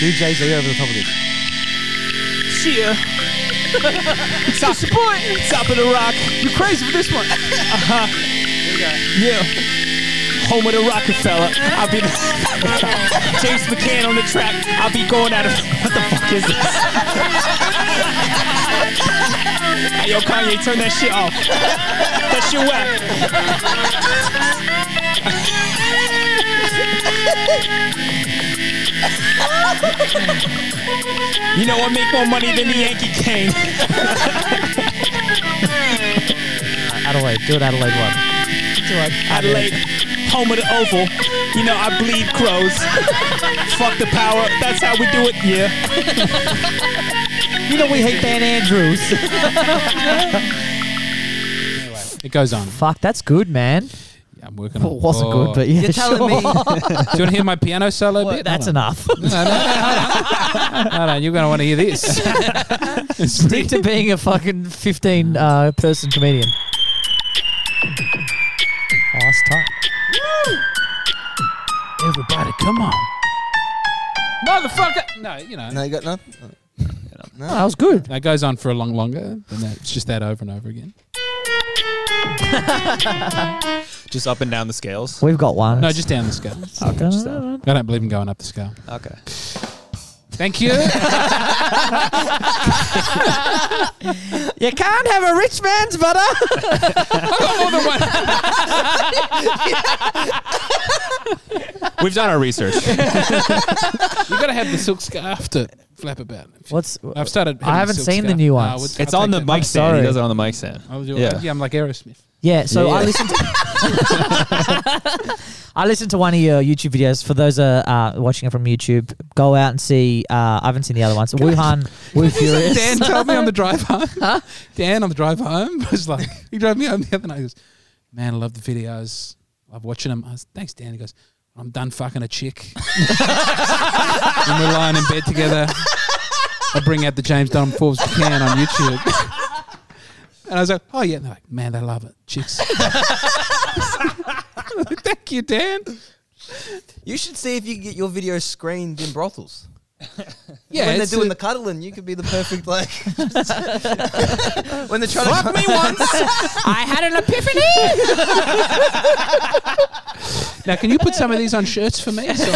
Speaker 7: Do Jay Z over the top of this.
Speaker 3: Top, top of the rock. You're crazy for this one. Uh huh. Yeah. Home of the Rockefeller. I'll be James McCann on the track. I'll be going out of. What the fuck is this? hey, yo, Kanye, turn that shit off. That shit whack. You know I make more money than the Yankee Kane.
Speaker 5: Adelaide, do it Adelaide one.
Speaker 3: Adelaide, home of the Oval. You know, I bleed crows. Fuck the power. That's how we do it. Yeah.
Speaker 5: You know we hate Dan Andrews.
Speaker 2: Anyway, it goes on.
Speaker 5: Fuck, that's good, man.
Speaker 2: Yeah, I'm working on.
Speaker 5: Well, it wasn't
Speaker 2: Oh.
Speaker 5: good, but yeah,
Speaker 4: You're
Speaker 5: sure.
Speaker 4: telling me
Speaker 2: Do you want to hear my piano solo
Speaker 5: Well,
Speaker 2: bit?
Speaker 5: that's
Speaker 2: Hold on.
Speaker 5: enough.
Speaker 2: No, no, no, hold on. Hold on, you're going to want to hear this.
Speaker 5: Stick to being a fucking fifteen uh, person comedian. Oh, that's tight.
Speaker 2: Everybody, come on. Motherfucker! No, you know.
Speaker 6: No, you got nothing.
Speaker 5: Oh, that was good.
Speaker 2: That goes on for a long longer, and that, it's just that over and over again.
Speaker 3: Just up and down the scales.
Speaker 5: We've got one.
Speaker 2: No, just down the scale.
Speaker 5: Dun-dun-dun.
Speaker 2: I don't believe in going up the scale.
Speaker 3: Okay.
Speaker 2: Thank you.
Speaker 5: You can't have a rich man's butter.
Speaker 3: We've done our research.
Speaker 2: you got to have the silk scarf to flap about.
Speaker 5: What's
Speaker 2: I've started.
Speaker 5: I
Speaker 2: having
Speaker 5: haven't
Speaker 2: silk
Speaker 5: seen the
Speaker 2: scarf.
Speaker 5: new
Speaker 2: No,
Speaker 5: ones.
Speaker 2: I would-
Speaker 3: It's
Speaker 2: I'll
Speaker 3: on
Speaker 2: take
Speaker 3: the
Speaker 2: that.
Speaker 3: mic stand.
Speaker 5: sorry.
Speaker 3: He does it on the mic stand.
Speaker 2: I'll do it.
Speaker 3: Yeah.
Speaker 2: Yeah. I'm like Aerosmith.
Speaker 5: yeah? So I
Speaker 3: Yeah.
Speaker 5: listened. To I listened to one of your YouTube videos. For those uh, uh watching it from YouTube, go out and see. Uh, I haven't seen the other ones. Wuhan, Wu Furious.
Speaker 2: Dan told me on the drive home. Dan on the drive home was like, he drove me home the other night. He goes, "Man, I love the videos. Love watching them." I was, "Thanks, Dan." He goes, "I'm done fucking a chick." and we're lying in bed together. I bring out the James Dunham Forbes can on YouTube. And I was like, oh, yeah. And they're like, man, they love it. Chicks. Thank you, Dan.
Speaker 7: You should see if you can get your video screened in brothels.
Speaker 2: Yeah.
Speaker 7: when they're
Speaker 2: it's
Speaker 7: doing
Speaker 2: a-
Speaker 7: the cuddling, you could be the perfect like. when they're trying to
Speaker 2: me once. I had an epiphany. now, can you put some of these on shirts for me? So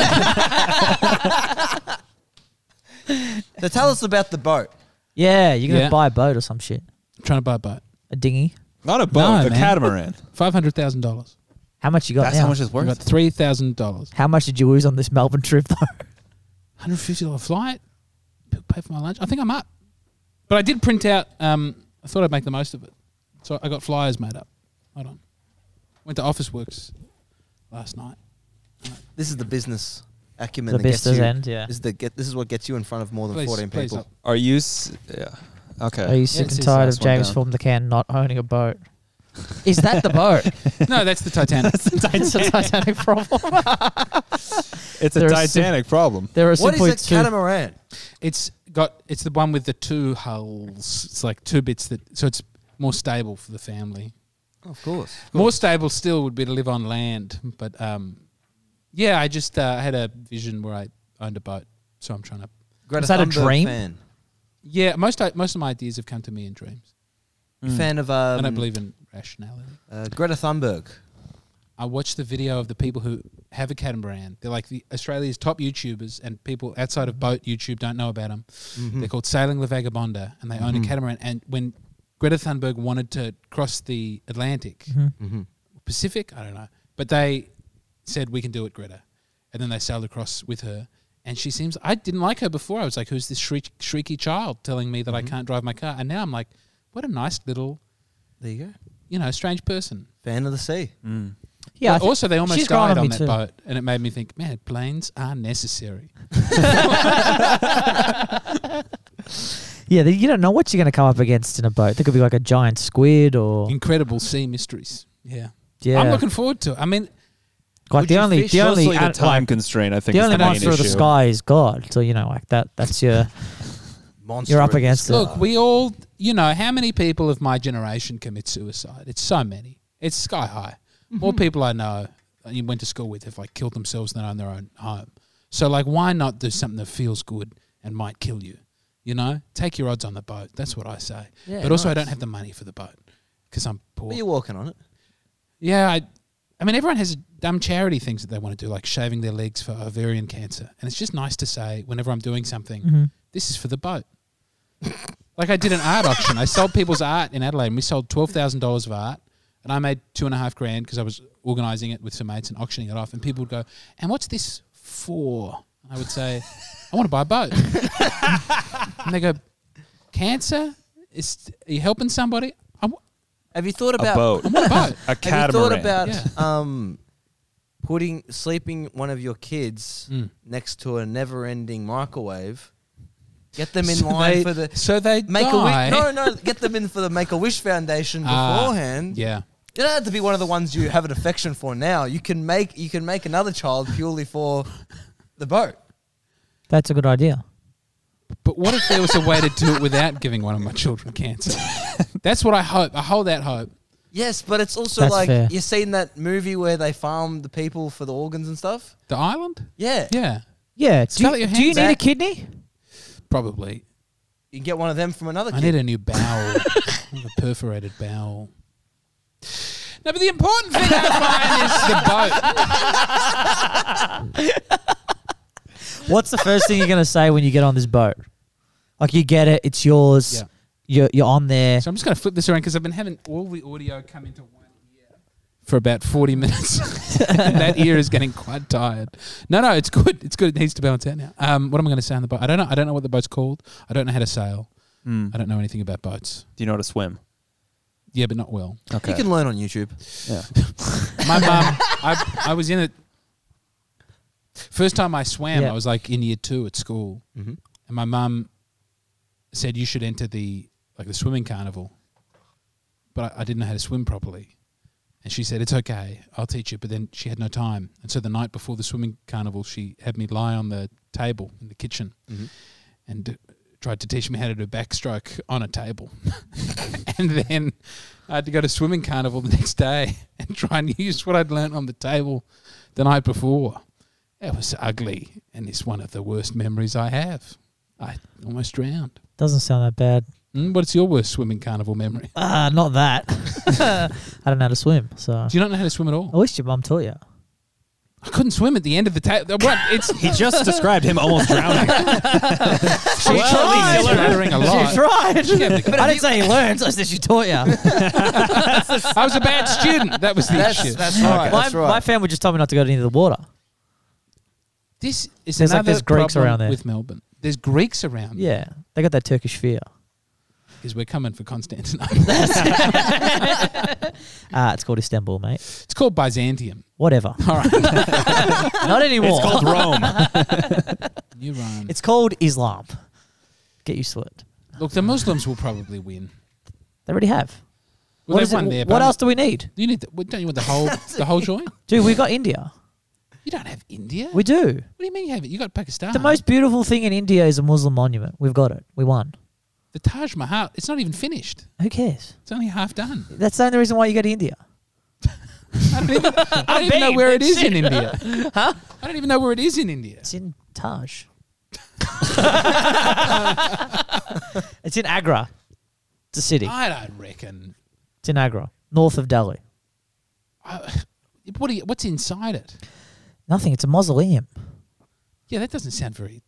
Speaker 7: So tell us about the boat.
Speaker 5: Yeah, you're gonna
Speaker 2: Yeah.
Speaker 5: buy a boat or some shit,
Speaker 2: trying to buy a boat.
Speaker 5: a dinghy.
Speaker 3: Not a
Speaker 2: No,
Speaker 3: boat, a
Speaker 2: man.
Speaker 3: catamaran.
Speaker 2: Five hundred thousand dollars.
Speaker 5: How much you got
Speaker 3: That's
Speaker 5: now?
Speaker 3: how much it's
Speaker 2: We got
Speaker 3: worth.
Speaker 2: three thousand dollars.
Speaker 5: How much did you lose on this Melbourne trip though?
Speaker 2: Hundred fifty dollar flight. P- Pay for my lunch. I think I'm up. But I did print out. Um, I thought I'd make the most of it. So I got flyers made up. Hold on. Went to Office Works last night.
Speaker 7: This is the business acumen
Speaker 5: the
Speaker 7: that gets
Speaker 5: business
Speaker 7: you.
Speaker 5: end, yeah.
Speaker 7: This is the get, this is what gets you in front of more than
Speaker 2: Please,
Speaker 7: fourteen
Speaker 2: please
Speaker 7: people.
Speaker 2: uh, up.
Speaker 3: Are you. s- Yeah.
Speaker 5: Are
Speaker 3: Okay.
Speaker 5: you sick
Speaker 2: it's
Speaker 5: and
Speaker 2: his
Speaker 5: tired
Speaker 3: last
Speaker 5: of
Speaker 3: one
Speaker 5: James
Speaker 3: down.
Speaker 5: from the can not owning a boat? Is that the boat?
Speaker 2: No, that's the Titanic.
Speaker 5: it's a Titanic problem.
Speaker 3: It's a
Speaker 5: There are some-
Speaker 3: Titanic problem.
Speaker 5: There are
Speaker 7: What
Speaker 5: simply
Speaker 7: is a
Speaker 5: two.
Speaker 7: catamaran?
Speaker 2: It's got it's the one with the two hulls. It's like two bits that so it's more stable for the family. Oh,
Speaker 7: Of course.
Speaker 2: More stable still would be to live on land, but um, yeah, I just uh, had a vision where I owned a boat, so I'm trying to.
Speaker 7: Greta
Speaker 5: Is that a
Speaker 7: Thunberg
Speaker 5: dream?
Speaker 7: Fan.
Speaker 2: Yeah, most I, most of my ideas have come to me in dreams.
Speaker 5: Mm.
Speaker 7: Fan of um,
Speaker 2: I don't believe in rationality.
Speaker 7: uh, Greta Thunberg.
Speaker 2: I watched the video of the people who have a catamaran. They're like the Australia's top YouTubers, and people outside of
Speaker 7: Mm-hmm.
Speaker 2: boat YouTube don't know about them. They're called Sailing La Vagabonda, and they own
Speaker 7: Mm-hmm.
Speaker 2: a catamaran. And when Greta Thunberg wanted to cross the Atlantic,
Speaker 7: Mm-hmm.
Speaker 5: Mm-hmm.
Speaker 2: Pacific, I don't know, but they said we can do it, Greta, and then they sailed across with her. And she seems I didn't like her before. I was like, who's this shriek, shrieky child telling me that
Speaker 5: Mm-hmm.
Speaker 2: I can't drive my car? And now I'm like, what a nice little,
Speaker 7: There you go.
Speaker 2: you know, strange person.
Speaker 7: Fan of the sea.
Speaker 5: Yeah. I
Speaker 2: But
Speaker 5: think-
Speaker 2: also, they almost
Speaker 5: she's growing
Speaker 2: died
Speaker 5: on
Speaker 2: on
Speaker 5: me
Speaker 2: that
Speaker 5: too.
Speaker 2: boat, and it made me think, man, planes are necessary.
Speaker 5: yeah. You don't know what you're going to come up against in a boat. There could be like a giant squid or
Speaker 2: Incredible sea mysteries. Yeah.
Speaker 5: yeah.
Speaker 2: I'm looking forward to it. I mean,
Speaker 5: like
Speaker 7: would
Speaker 5: the
Speaker 7: you
Speaker 5: only,
Speaker 7: fish?
Speaker 5: the only,
Speaker 3: Mostly the
Speaker 5: an-
Speaker 3: time
Speaker 5: like,
Speaker 3: constraint, I think,
Speaker 5: the
Speaker 3: is
Speaker 5: only
Speaker 3: the main
Speaker 5: monster
Speaker 3: issue.
Speaker 5: of the sky is God. So you know, like that. That's your.
Speaker 7: Monster.
Speaker 5: You're up
Speaker 7: in the
Speaker 5: against it.
Speaker 7: sea.
Speaker 2: look, we all, you know, how many people of my generation commit suicide? It's so many. It's sky high.
Speaker 7: Mm-hmm.
Speaker 2: More people I know uh, you went to school with have like killed themselves than on their own home. So like, why not do something that feels good and might kill you? You know, take your odds on the boat. That's what I say.
Speaker 7: Yeah,
Speaker 2: but also, I
Speaker 7: nice.
Speaker 2: don't have the money for the boat because I'm poor.
Speaker 7: But you're walking on it.
Speaker 2: Yeah, I, I mean, everyone has dumb charity things that they want to do, like shaving their legs for ovarian cancer. And it's just nice to say, whenever I'm doing something, this is for the boat. like I did an art auction. I sold people's art in Adelaide, and we sold twelve thousand dollars of art. And I made two and a half grand because I was organising it with some mates and auctioning it off. And people would go, "And what's this for?" And I would say, "I want to buy a boat." and they go, "Cancer? Is are you helping somebody? I want
Speaker 7: Have you thought
Speaker 3: A
Speaker 7: about?
Speaker 3: boat.
Speaker 2: a boat."
Speaker 3: A
Speaker 7: Have you
Speaker 3: catamaran.
Speaker 7: thought about
Speaker 2: Yeah.
Speaker 7: um, putting sleeping one of your kids
Speaker 2: Mm.
Speaker 7: next to a never-ending microwave? Get them in
Speaker 2: So
Speaker 7: line
Speaker 2: they-
Speaker 7: for the
Speaker 2: so they
Speaker 7: Make
Speaker 2: die.
Speaker 7: a wish. No, no. Get them in for the Make a Wish Foundation
Speaker 2: Ah,
Speaker 7: beforehand.
Speaker 2: Yeah.
Speaker 7: You don't have to be one of the ones you have an affection for now. You can make you can make another child purely for the boat.
Speaker 5: That's a good idea.
Speaker 2: But what if there was a way to do it without giving one of my children cancer? That's what I hope. I hold that hope.
Speaker 7: Yes, but it's also
Speaker 5: That's
Speaker 7: like
Speaker 5: fair.
Speaker 7: you seen that movie where they farm the people for the organs and stuff.
Speaker 2: The island?
Speaker 7: Yeah,
Speaker 2: Yeah,
Speaker 5: Yeah. Do
Speaker 2: Scarlett
Speaker 5: you, do you
Speaker 2: Johansson.
Speaker 5: need a kidney?
Speaker 2: probably.
Speaker 7: you can get one of them from another.
Speaker 2: I
Speaker 7: kid.
Speaker 2: need a new bowel, I have a perforated bowel. No, but the important thing I find is the boat.
Speaker 5: What's the first thing you're gonna say when you get on this boat? Like you get it, it's yours.
Speaker 2: Yeah.
Speaker 5: You're you're on there.
Speaker 2: So I'm just going to flip this around because I've been having all the audio come into one ear for about 40 minutes. and that ear is getting quite tired. No, no, it's good. It's good. It needs to balance out now. Um, what am I going to say on the boat? I don't know. I don't know what the boat's called. I don't know how to sail.
Speaker 3: Mm.
Speaker 2: I don't know anything about boats.
Speaker 3: Do you know how to swim?
Speaker 2: Yeah, but not well.
Speaker 3: Okay.
Speaker 7: You can learn on YouTube.
Speaker 2: My mum, I, I was in it. First time I swam,
Speaker 5: Yeah.
Speaker 2: I was like in year two at school,
Speaker 7: Mhm.
Speaker 2: and my mum said you should enter the like the swimming carnival, but I, I didn't know how to swim properly, and she said it's okay, I'll teach you. But then she had no time, and so the night before the swimming carnival, she had me lie on the table in the kitchen, and uh, tried to teach me how to do backstroke on a table. and then I had to go to swimming carnival the next day and try and use what I'd learnt on the table the night before. It was ugly, and it's one of the worst memories I have. I almost drowned.
Speaker 5: Doesn't sound that bad.
Speaker 2: Mm, what's your worst swimming carnival memory?
Speaker 5: Ah, not that. I don't know how to swim, so
Speaker 2: Do you not know how to swim at
Speaker 5: I
Speaker 2: all?
Speaker 5: wish your mum taught you.
Speaker 2: I couldn't swim at the end of the table. It's
Speaker 3: He just described him almost drowning.
Speaker 2: she
Speaker 5: tried.
Speaker 2: a lot.
Speaker 5: She tried.
Speaker 2: Yeah, but-
Speaker 5: I didn't say you learned. I said she taught you.
Speaker 2: I was a bad student. That was the issue.
Speaker 7: That's that's right.
Speaker 5: my,
Speaker 7: That's right.
Speaker 5: my family just told me not to go into the water.
Speaker 2: This is
Speaker 5: There's like-
Speaker 2: another
Speaker 5: there's Greeks
Speaker 2: problem
Speaker 5: around there.
Speaker 2: with Melbourne. There's Greeks around.
Speaker 5: Yeah, they got that Turkish fear.
Speaker 2: because we're coming for Constantinople.
Speaker 5: Ah, it's called Istanbul, mate.
Speaker 2: it's called Byzantium.
Speaker 5: Whatever.
Speaker 2: All right,
Speaker 5: not
Speaker 3: it's
Speaker 5: anymore.
Speaker 3: called Rome.
Speaker 2: you run.
Speaker 5: It's called Islam. Get used to it.
Speaker 2: Look, the Muslims will probably win.
Speaker 5: They already have.
Speaker 2: Well,
Speaker 5: what
Speaker 2: they've
Speaker 5: is it-
Speaker 2: won there.
Speaker 5: what
Speaker 2: but
Speaker 5: else do we need?
Speaker 2: You need. The, well, don't you want the whole the whole joint?
Speaker 5: Dude, we got India.
Speaker 2: You don't have India.
Speaker 5: We do.
Speaker 2: what do you mean you have it? You got Pakistan.
Speaker 5: The most beautiful thing in India is a Muslim monument. We've got it. We won.
Speaker 2: The Taj Mahal. It's not even finished.
Speaker 5: Who cares?
Speaker 2: It's only half done.
Speaker 5: That's the only reason why you go to India.
Speaker 2: I don't even, I don't even know
Speaker 5: been,
Speaker 2: where it
Speaker 5: that's
Speaker 2: is in India. huh? I don't even know where it is in India.
Speaker 5: It's in Taj. it's in Agra. It's a city.
Speaker 2: I don't reckon.
Speaker 5: It's in Agra, north of Delhi.
Speaker 2: I, what do you, what's inside it?
Speaker 5: Nothing. It's a mausoleum.
Speaker 2: Yeah, that doesn't sound very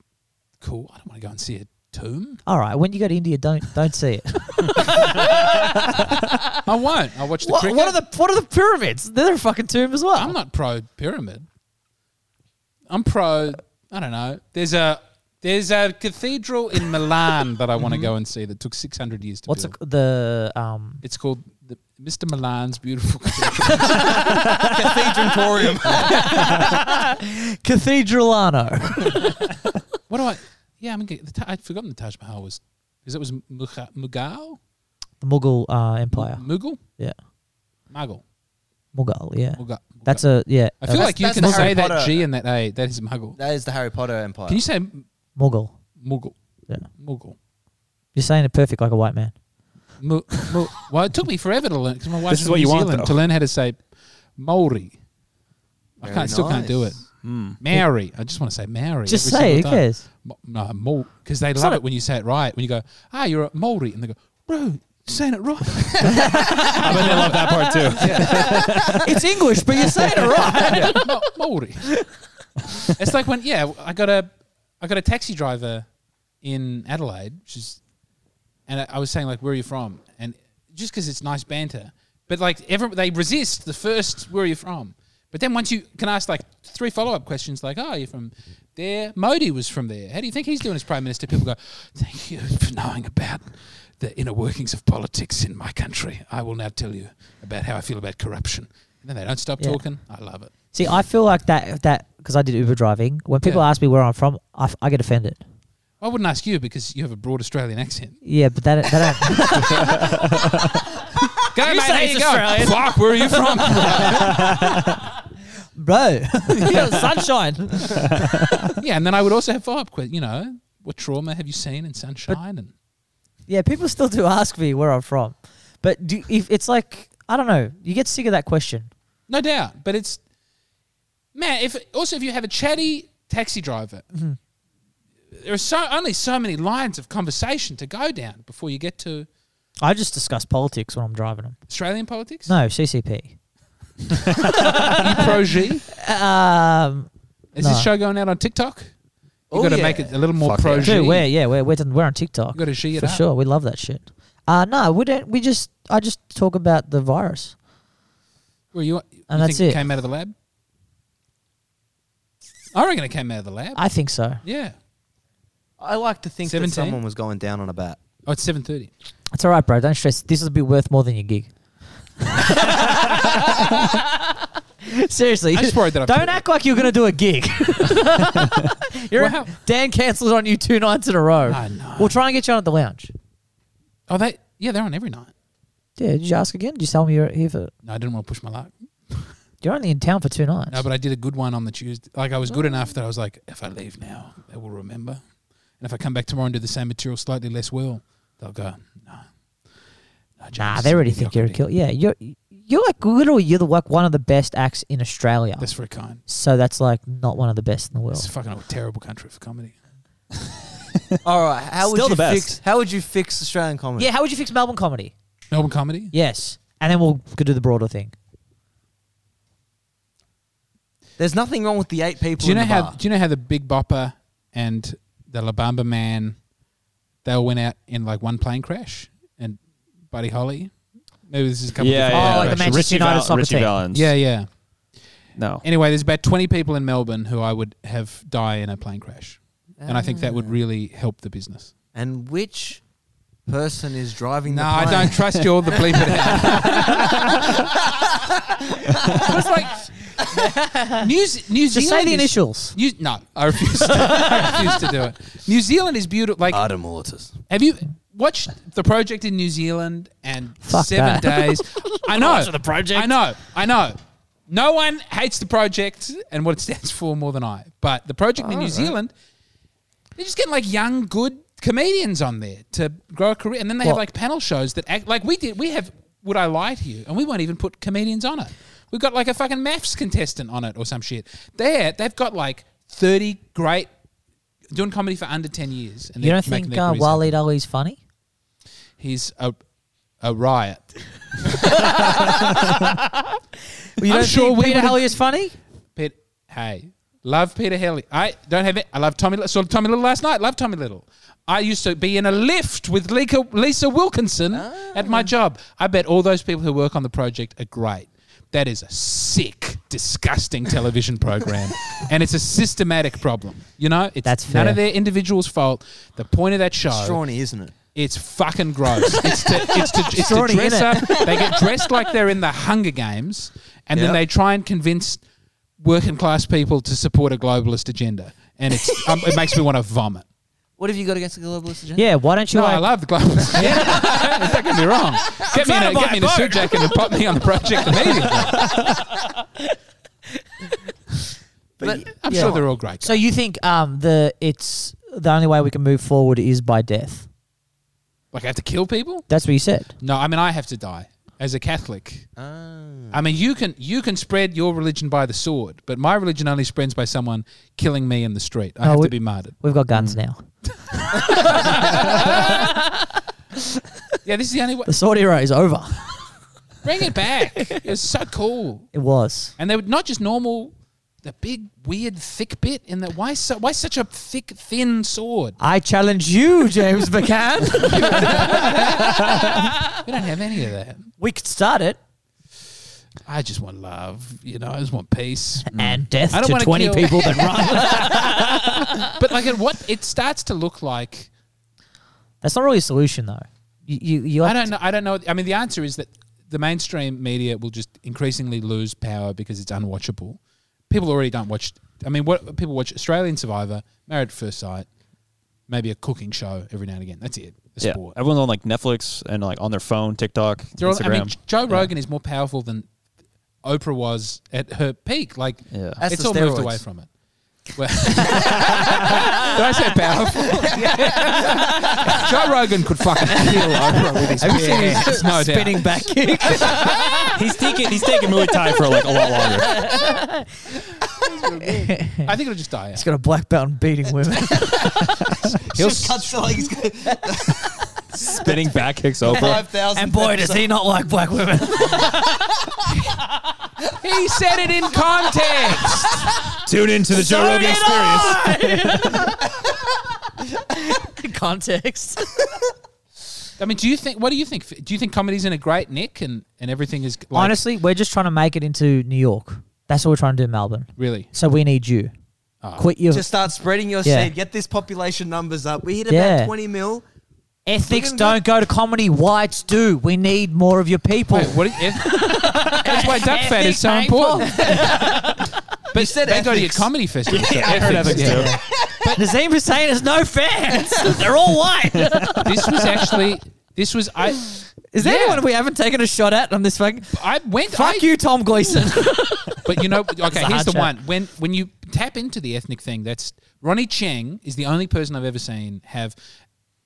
Speaker 2: cool. I don't want to go and see a tomb.
Speaker 5: All right. When you go to India, don't don't see it.
Speaker 2: I won't. I'll watch the
Speaker 5: what,
Speaker 2: cricket.
Speaker 5: what are the what are the pyramids? They're a fucking tomb as well.
Speaker 2: I'm not pro pyramid. I'm pro. I don't know. There's a there's a cathedral in Milan that I want to go and see that took 600 years to
Speaker 5: What's it,
Speaker 2: build.
Speaker 5: the um?
Speaker 2: It's called the Mr. Milan's beautiful. Cathedral.
Speaker 6: Cathedratorium.
Speaker 5: Cathedralano.
Speaker 2: what do I? Yeah, I'm. Gonna, the Ta- I'd forgotten the Taj Mahal was because it was Mugha- Mughal,
Speaker 5: the Mughal uh, Empire.
Speaker 2: Mughal,
Speaker 5: Yeah,
Speaker 2: Mughal.
Speaker 5: Mughal. Yeah,
Speaker 2: Mughal.
Speaker 5: that's a yeah.
Speaker 2: I feel
Speaker 5: uh,
Speaker 2: like you
Speaker 6: that's
Speaker 2: can
Speaker 6: the
Speaker 2: say
Speaker 6: Harry
Speaker 2: that
Speaker 6: Potter.
Speaker 2: G and that A. That is Mughal.
Speaker 6: that is the Harry Potter empire.
Speaker 2: Can you say
Speaker 5: Mughal.
Speaker 2: Mughal?
Speaker 5: Yeah.
Speaker 2: Mughal.
Speaker 5: You're saying it perfect like a white man.
Speaker 2: Mu- mu- well, it took me forever to learn because my wife's
Speaker 1: is
Speaker 2: from
Speaker 1: what
Speaker 2: New
Speaker 1: you want,
Speaker 2: Zealand
Speaker 1: though.
Speaker 2: to learn how to say Maori. I
Speaker 7: Very
Speaker 2: can't, still can't do it.
Speaker 7: nice.
Speaker 2: Maori. I just want to say Maori.
Speaker 5: Just
Speaker 2: every
Speaker 5: say it. Who
Speaker 2: single time.
Speaker 5: cares?
Speaker 2: Mo- No, Maori. Because they love
Speaker 5: not
Speaker 2: it when you say it right. When you go, ah, you're a Maori, and they go, bro, you're saying it right.
Speaker 1: I bet they love that part too.
Speaker 5: it's English, but you're saying it right.
Speaker 2: yeah, Ma- Maori. it's like when yeah, I got a I got a taxi driver in Adelaide, which is, and I, I was saying like, where are you from? And just because it's nice banter, but like every they resist the first where are you from, but then once you can ask like three follow up questions like, oh, you're from there. Modi was from there. How do you think he's doing as prime minister? People go, thank you for knowing about. The inner workings of politics in my country. I will now tell you about how I feel about corruption. And then they don't stop
Speaker 5: Yeah.
Speaker 2: talking. I love it.
Speaker 5: See, I feel like that that because I did Uber driving. When people
Speaker 2: Yeah.
Speaker 5: ask me where I'm from, I, f- I get offended.
Speaker 2: I wouldn't ask you because you have a broad Australian accent.
Speaker 5: Yeah, but that that don't-
Speaker 2: Go, mate,
Speaker 5: say
Speaker 2: how
Speaker 5: it's
Speaker 2: you going?
Speaker 5: Australian.
Speaker 2: Fuck, where are you from?
Speaker 5: bro, you're sunshine.
Speaker 2: yeah, and then I would also have follow-up questions. You know, what trauma have you seen in Sunshine? and
Speaker 5: Yeah, people still do ask me where I'm from, but do, if it's like I don't know, you get sick of that question.
Speaker 2: no doubt, but it's man. If also if you have a chatty taxi driver, there are so only so many lines of conversation to go down before you get to
Speaker 5: I just discuss politics when I'm driving them.
Speaker 2: Australian politics.
Speaker 5: No, CCP.
Speaker 2: You pro G?
Speaker 5: Um,
Speaker 2: Is
Speaker 5: No.
Speaker 2: this show going out on TikTok? You
Speaker 7: Oh,
Speaker 2: got to
Speaker 7: yeah.
Speaker 2: make it a little more pro G.
Speaker 5: dude, we're yeah, we're we're, we're on TikTok.
Speaker 2: You got to G it
Speaker 5: for
Speaker 2: up.
Speaker 5: sure. We love that shit. Uh no, we don't. We just I just talk about the virus.
Speaker 2: Were you? you
Speaker 5: And that's
Speaker 2: think
Speaker 5: it.
Speaker 2: Came out of the lab. I reckon it came out of the lab.
Speaker 5: I think so.
Speaker 2: yeah.
Speaker 7: I like to think
Speaker 2: 17?
Speaker 7: that someone was going down on a bat.
Speaker 2: Oh, it's seven thirty.
Speaker 5: It's all right, bro. Don't stress. This will be worth more than your gig. Seriously,
Speaker 2: I just worried that I
Speaker 5: don't
Speaker 2: put-
Speaker 5: act like you're gonna do a gig. you're
Speaker 2: Wow.
Speaker 5: Dan cancelled on you two nights in a row.
Speaker 2: I know.
Speaker 5: We'll try and get you on at the lounge.
Speaker 2: Ah, Oh, they yeah, they're on every night.
Speaker 5: Yeah, did you ask again? Did you tell me you're here for?
Speaker 2: No, I didn't want to push my luck.
Speaker 5: You're only in town for two nights.
Speaker 2: No, but I did a good one on the Tuesday. Like I was
Speaker 5: Oh.
Speaker 2: good enough that I was like, if I leave now, they will remember, and if I come back tomorrow and do the same material slightly less well, they'll go no. no James,
Speaker 5: nah,
Speaker 2: it's
Speaker 5: they already think you're a
Speaker 2: mediocrity."
Speaker 5: killer. Yeah, you're you're like literally you're the, like one of the best acts in Australia.
Speaker 2: That's very kind.
Speaker 5: so that's like not one of the best in the world.
Speaker 2: It's fucking a terrible country for comedy.
Speaker 7: All right, how would
Speaker 1: Still
Speaker 7: you
Speaker 1: the best.
Speaker 7: fix? How would you fix Australian comedy?
Speaker 5: Yeah, how would you fix Melbourne comedy?
Speaker 2: Melbourne comedy.
Speaker 5: Yes. And then we'll go do the broader thing.
Speaker 7: There's nothing wrong with the eight people.
Speaker 2: Do you know
Speaker 7: in the
Speaker 2: how?
Speaker 7: bar.
Speaker 2: Do you know how the Big Bopper and the La Bamba Man, they all went out in like one plane crash, and Buddy Holly. Maybe this is a couple.
Speaker 1: Yeah,
Speaker 2: different
Speaker 1: yeah.
Speaker 5: Oh, like the
Speaker 1: yeah.
Speaker 5: Manchester
Speaker 1: Richie,
Speaker 5: United
Speaker 1: Val-
Speaker 5: soccer
Speaker 1: Richie
Speaker 5: team.
Speaker 1: Valens.
Speaker 2: Yeah, yeah.
Speaker 1: No.
Speaker 2: Anyway, there's about 20 people in Melbourne who I would have die in a plane crash. And I think that
Speaker 5: Ah.
Speaker 2: would really help the business.
Speaker 7: And which person is driving?
Speaker 2: No,
Speaker 7: the
Speaker 2: I
Speaker 7: plane?
Speaker 2: don't trust you all the bleep it out. it's like New, Z- New
Speaker 5: Just
Speaker 2: Zealand.
Speaker 5: say the
Speaker 2: is-
Speaker 5: initials.
Speaker 2: New, no, I refuse. To, I refuse to do it. New Zealand is beautiful. Like
Speaker 6: Adam Waters.
Speaker 2: Have you watched the project in New Zealand and
Speaker 5: Fuck
Speaker 2: seven
Speaker 5: that.
Speaker 2: days? I know
Speaker 5: The Project.
Speaker 2: I know. I know. No one hates the project and what it stands for more than I. But the project in New Zealand, they're just getting like young, good comedians on there to grow a career, and then they have
Speaker 5: Well-
Speaker 2: like panel shows that act like we did. We have would I lie to you? And we won't even put comedians on it. We've got like a fucking maths contestant on it or some shit. There, they've got like thirty great doing comedy for under ten years. And
Speaker 5: You
Speaker 2: they're
Speaker 5: don't
Speaker 2: making
Speaker 5: think
Speaker 2: their
Speaker 5: uh,
Speaker 2: careers happen.
Speaker 5: Waleed Ali's funny?
Speaker 2: He's a a riot.
Speaker 5: You
Speaker 2: I'm
Speaker 5: don't
Speaker 2: sure we
Speaker 5: think Peter
Speaker 2: would've-
Speaker 5: Helley is funny?
Speaker 2: Pet, hey, love Peter Helly. I don't have it. I love Tommy. Li- Saw Tommy Little last night. Love Tommy Little. I used to be in a lift with Lisa, Lisa Wilkinson at
Speaker 5: Ah.
Speaker 2: my job. I bet all those people who work on the project are great. That is a sick, disgusting television program, and it's a systematic problem. You know, it's
Speaker 5: That's
Speaker 2: none
Speaker 5: fair.
Speaker 2: of their individual's fault. The point of that show
Speaker 7: Strawny, isn't it?
Speaker 2: it's fucking gross. It's to, it's to, it's to
Speaker 5: already in
Speaker 2: dress up. They get dressed like they're in the Hunger Games, and then
Speaker 7: Yep.
Speaker 2: they try and convince working class people to support a globalist agenda. And it's, um, it makes me want to vomit.
Speaker 7: What have you got against the globalist agenda?
Speaker 5: Yeah, why don't you
Speaker 2: No, I
Speaker 5: like
Speaker 2: love the globalist agenda. Don't get me wrong. Get me, in a, get
Speaker 5: trying to buy
Speaker 2: me in a
Speaker 5: a
Speaker 2: suit jacket and pop me on the project immediately. but I'm sure they're all great.
Speaker 5: So you think um the it's the only way we can move forward is by death.
Speaker 2: like, I have to kill people?
Speaker 5: That's what you said.
Speaker 2: No, I mean, I have to die as a Catholic.
Speaker 7: Ah.
Speaker 2: I mean, you can you can spread your religion by the sword, but my religion only spreads by someone killing me in the street. I
Speaker 5: No,
Speaker 2: have
Speaker 5: we-
Speaker 2: to be martyred.
Speaker 5: We've got
Speaker 2: Hmm.
Speaker 5: guns now.
Speaker 2: Yeah, this is the only way.
Speaker 5: The sword era is over.
Speaker 2: Bring it back. It was so cool,
Speaker 5: It was.
Speaker 2: and they were not just normal. The big, weird, thick bit in the why so why such a thick, thin sword?
Speaker 5: I challenge you, James McCann.
Speaker 2: We don't have any of that.
Speaker 5: we could start it
Speaker 2: I just want love, you know. I just want peace.
Speaker 5: and death
Speaker 2: I don't
Speaker 5: to
Speaker 2: wanna
Speaker 5: twenty
Speaker 2: kill-
Speaker 5: people that run.
Speaker 2: But like, at what it starts to look like
Speaker 5: That's not really a solution though. You you, you
Speaker 2: I don't know. I don't know. I mean, the answer is that the mainstream media will just increasingly lose power because it's unwatchable. People already don't watch. I mean, what people watch Australian Survivor, Married at First Sight, maybe a cooking show every now and again. That's it. The
Speaker 3: Yeah,
Speaker 2: sport.
Speaker 3: everyone's on like Netflix and like on their phone, TikTok,
Speaker 2: They're all- I
Speaker 3: Instagram.
Speaker 2: mean, Joe Rogan is more powerful than Oprah was at her peak. Like,
Speaker 3: yeah,
Speaker 7: That's
Speaker 2: it's
Speaker 7: the
Speaker 2: all moved
Speaker 7: steroids.
Speaker 2: away from it. Well, Did I say powerful? Joe Rogan could fucking kill Oprah with his
Speaker 5: Have you seen
Speaker 2: bare
Speaker 5: his
Speaker 2: hands, no doubt.
Speaker 5: spinning back kick?
Speaker 3: he's taking he's taking Muay Thai for like a lot longer.
Speaker 2: I think it'll just die out.
Speaker 5: He's got a black belt and beating women.
Speaker 2: He'll
Speaker 6: just cuts the legs.
Speaker 3: Spinning back kicks Oprah.
Speaker 6: Five thousand.
Speaker 5: and boy, does he not like black women.
Speaker 2: He said it in context.
Speaker 3: Tune into the Joe Rogan Experience.
Speaker 5: Context.
Speaker 2: I mean, do you think? What do you think? Do you think comedy's in a great nick and and everything is like,
Speaker 5: Honestly, we're just trying to make it into New York. That's what we're trying to do in Melbourne.
Speaker 2: really?
Speaker 5: So we need you. Quit your
Speaker 7: Just start spreading your
Speaker 5: Yeah.
Speaker 7: seed. Get this population numbers up. We hit
Speaker 5: Yeah.
Speaker 7: about 20 mil.
Speaker 5: ethics.
Speaker 7: We're
Speaker 5: Don't
Speaker 7: gonna
Speaker 5: go to comedy. Whites do. We need more of your people.
Speaker 2: Wait, what? Is, that's why duck fat is so important. but you said they go to your
Speaker 7: ethics.
Speaker 2: comedy festival. so
Speaker 3: Ethics,
Speaker 2: ethics, yeah.
Speaker 5: Nazim Hussain has no fans. They're all white.
Speaker 2: This was actually. This was I.
Speaker 5: Is there
Speaker 2: Yeah.
Speaker 5: anyone we haven't taken a shot at on this fucking?
Speaker 2: I went.
Speaker 5: Fuck
Speaker 2: I,
Speaker 5: you, Tom Gleason.
Speaker 2: But you know,
Speaker 5: a
Speaker 2: okay. here's
Speaker 5: hard
Speaker 2: the
Speaker 5: chat.
Speaker 2: one. When when you tap into the ethnic thing, that's Ronnie Chang is the only person I've ever seen have.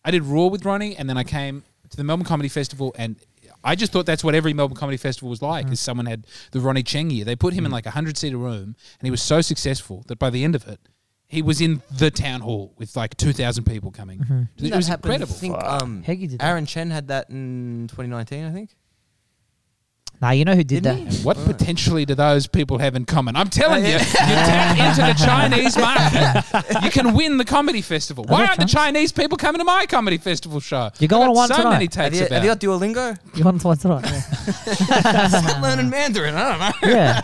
Speaker 2: I did Raw with Ronnie, and then I came to the Melbourne Comedy Festival, and I just thought that's what every Melbourne Comedy Festival was
Speaker 5: Mm.
Speaker 2: like. Is someone had the Ronnie Chang year? They put him in like a hundred seater room, and he was so successful that by the end of it. He was in the town hall with like two thousand people coming.
Speaker 5: Mm-hmm.
Speaker 2: It was incredible.
Speaker 7: I think um,
Speaker 5: Heggie did that.
Speaker 7: Aaron Chen had that in 2019, I think.
Speaker 5: Nah, you know who did
Speaker 7: Didn't
Speaker 5: that?
Speaker 2: And what potentially do those people have in common? I'm telling you, you tap into the Chinese market, you can win the comedy festival. Why
Speaker 5: there
Speaker 2: aren't the Chinese people coming to my comedy festival show?
Speaker 5: You're
Speaker 2: I've
Speaker 5: going
Speaker 2: got
Speaker 5: to one
Speaker 2: so
Speaker 5: tonight.
Speaker 2: many
Speaker 7: Have
Speaker 2: takes
Speaker 7: you,
Speaker 2: about.
Speaker 7: have you got Duolingo?
Speaker 5: You want to try? Yeah.
Speaker 7: Start learning Mandarin. I don't know.
Speaker 5: yeah.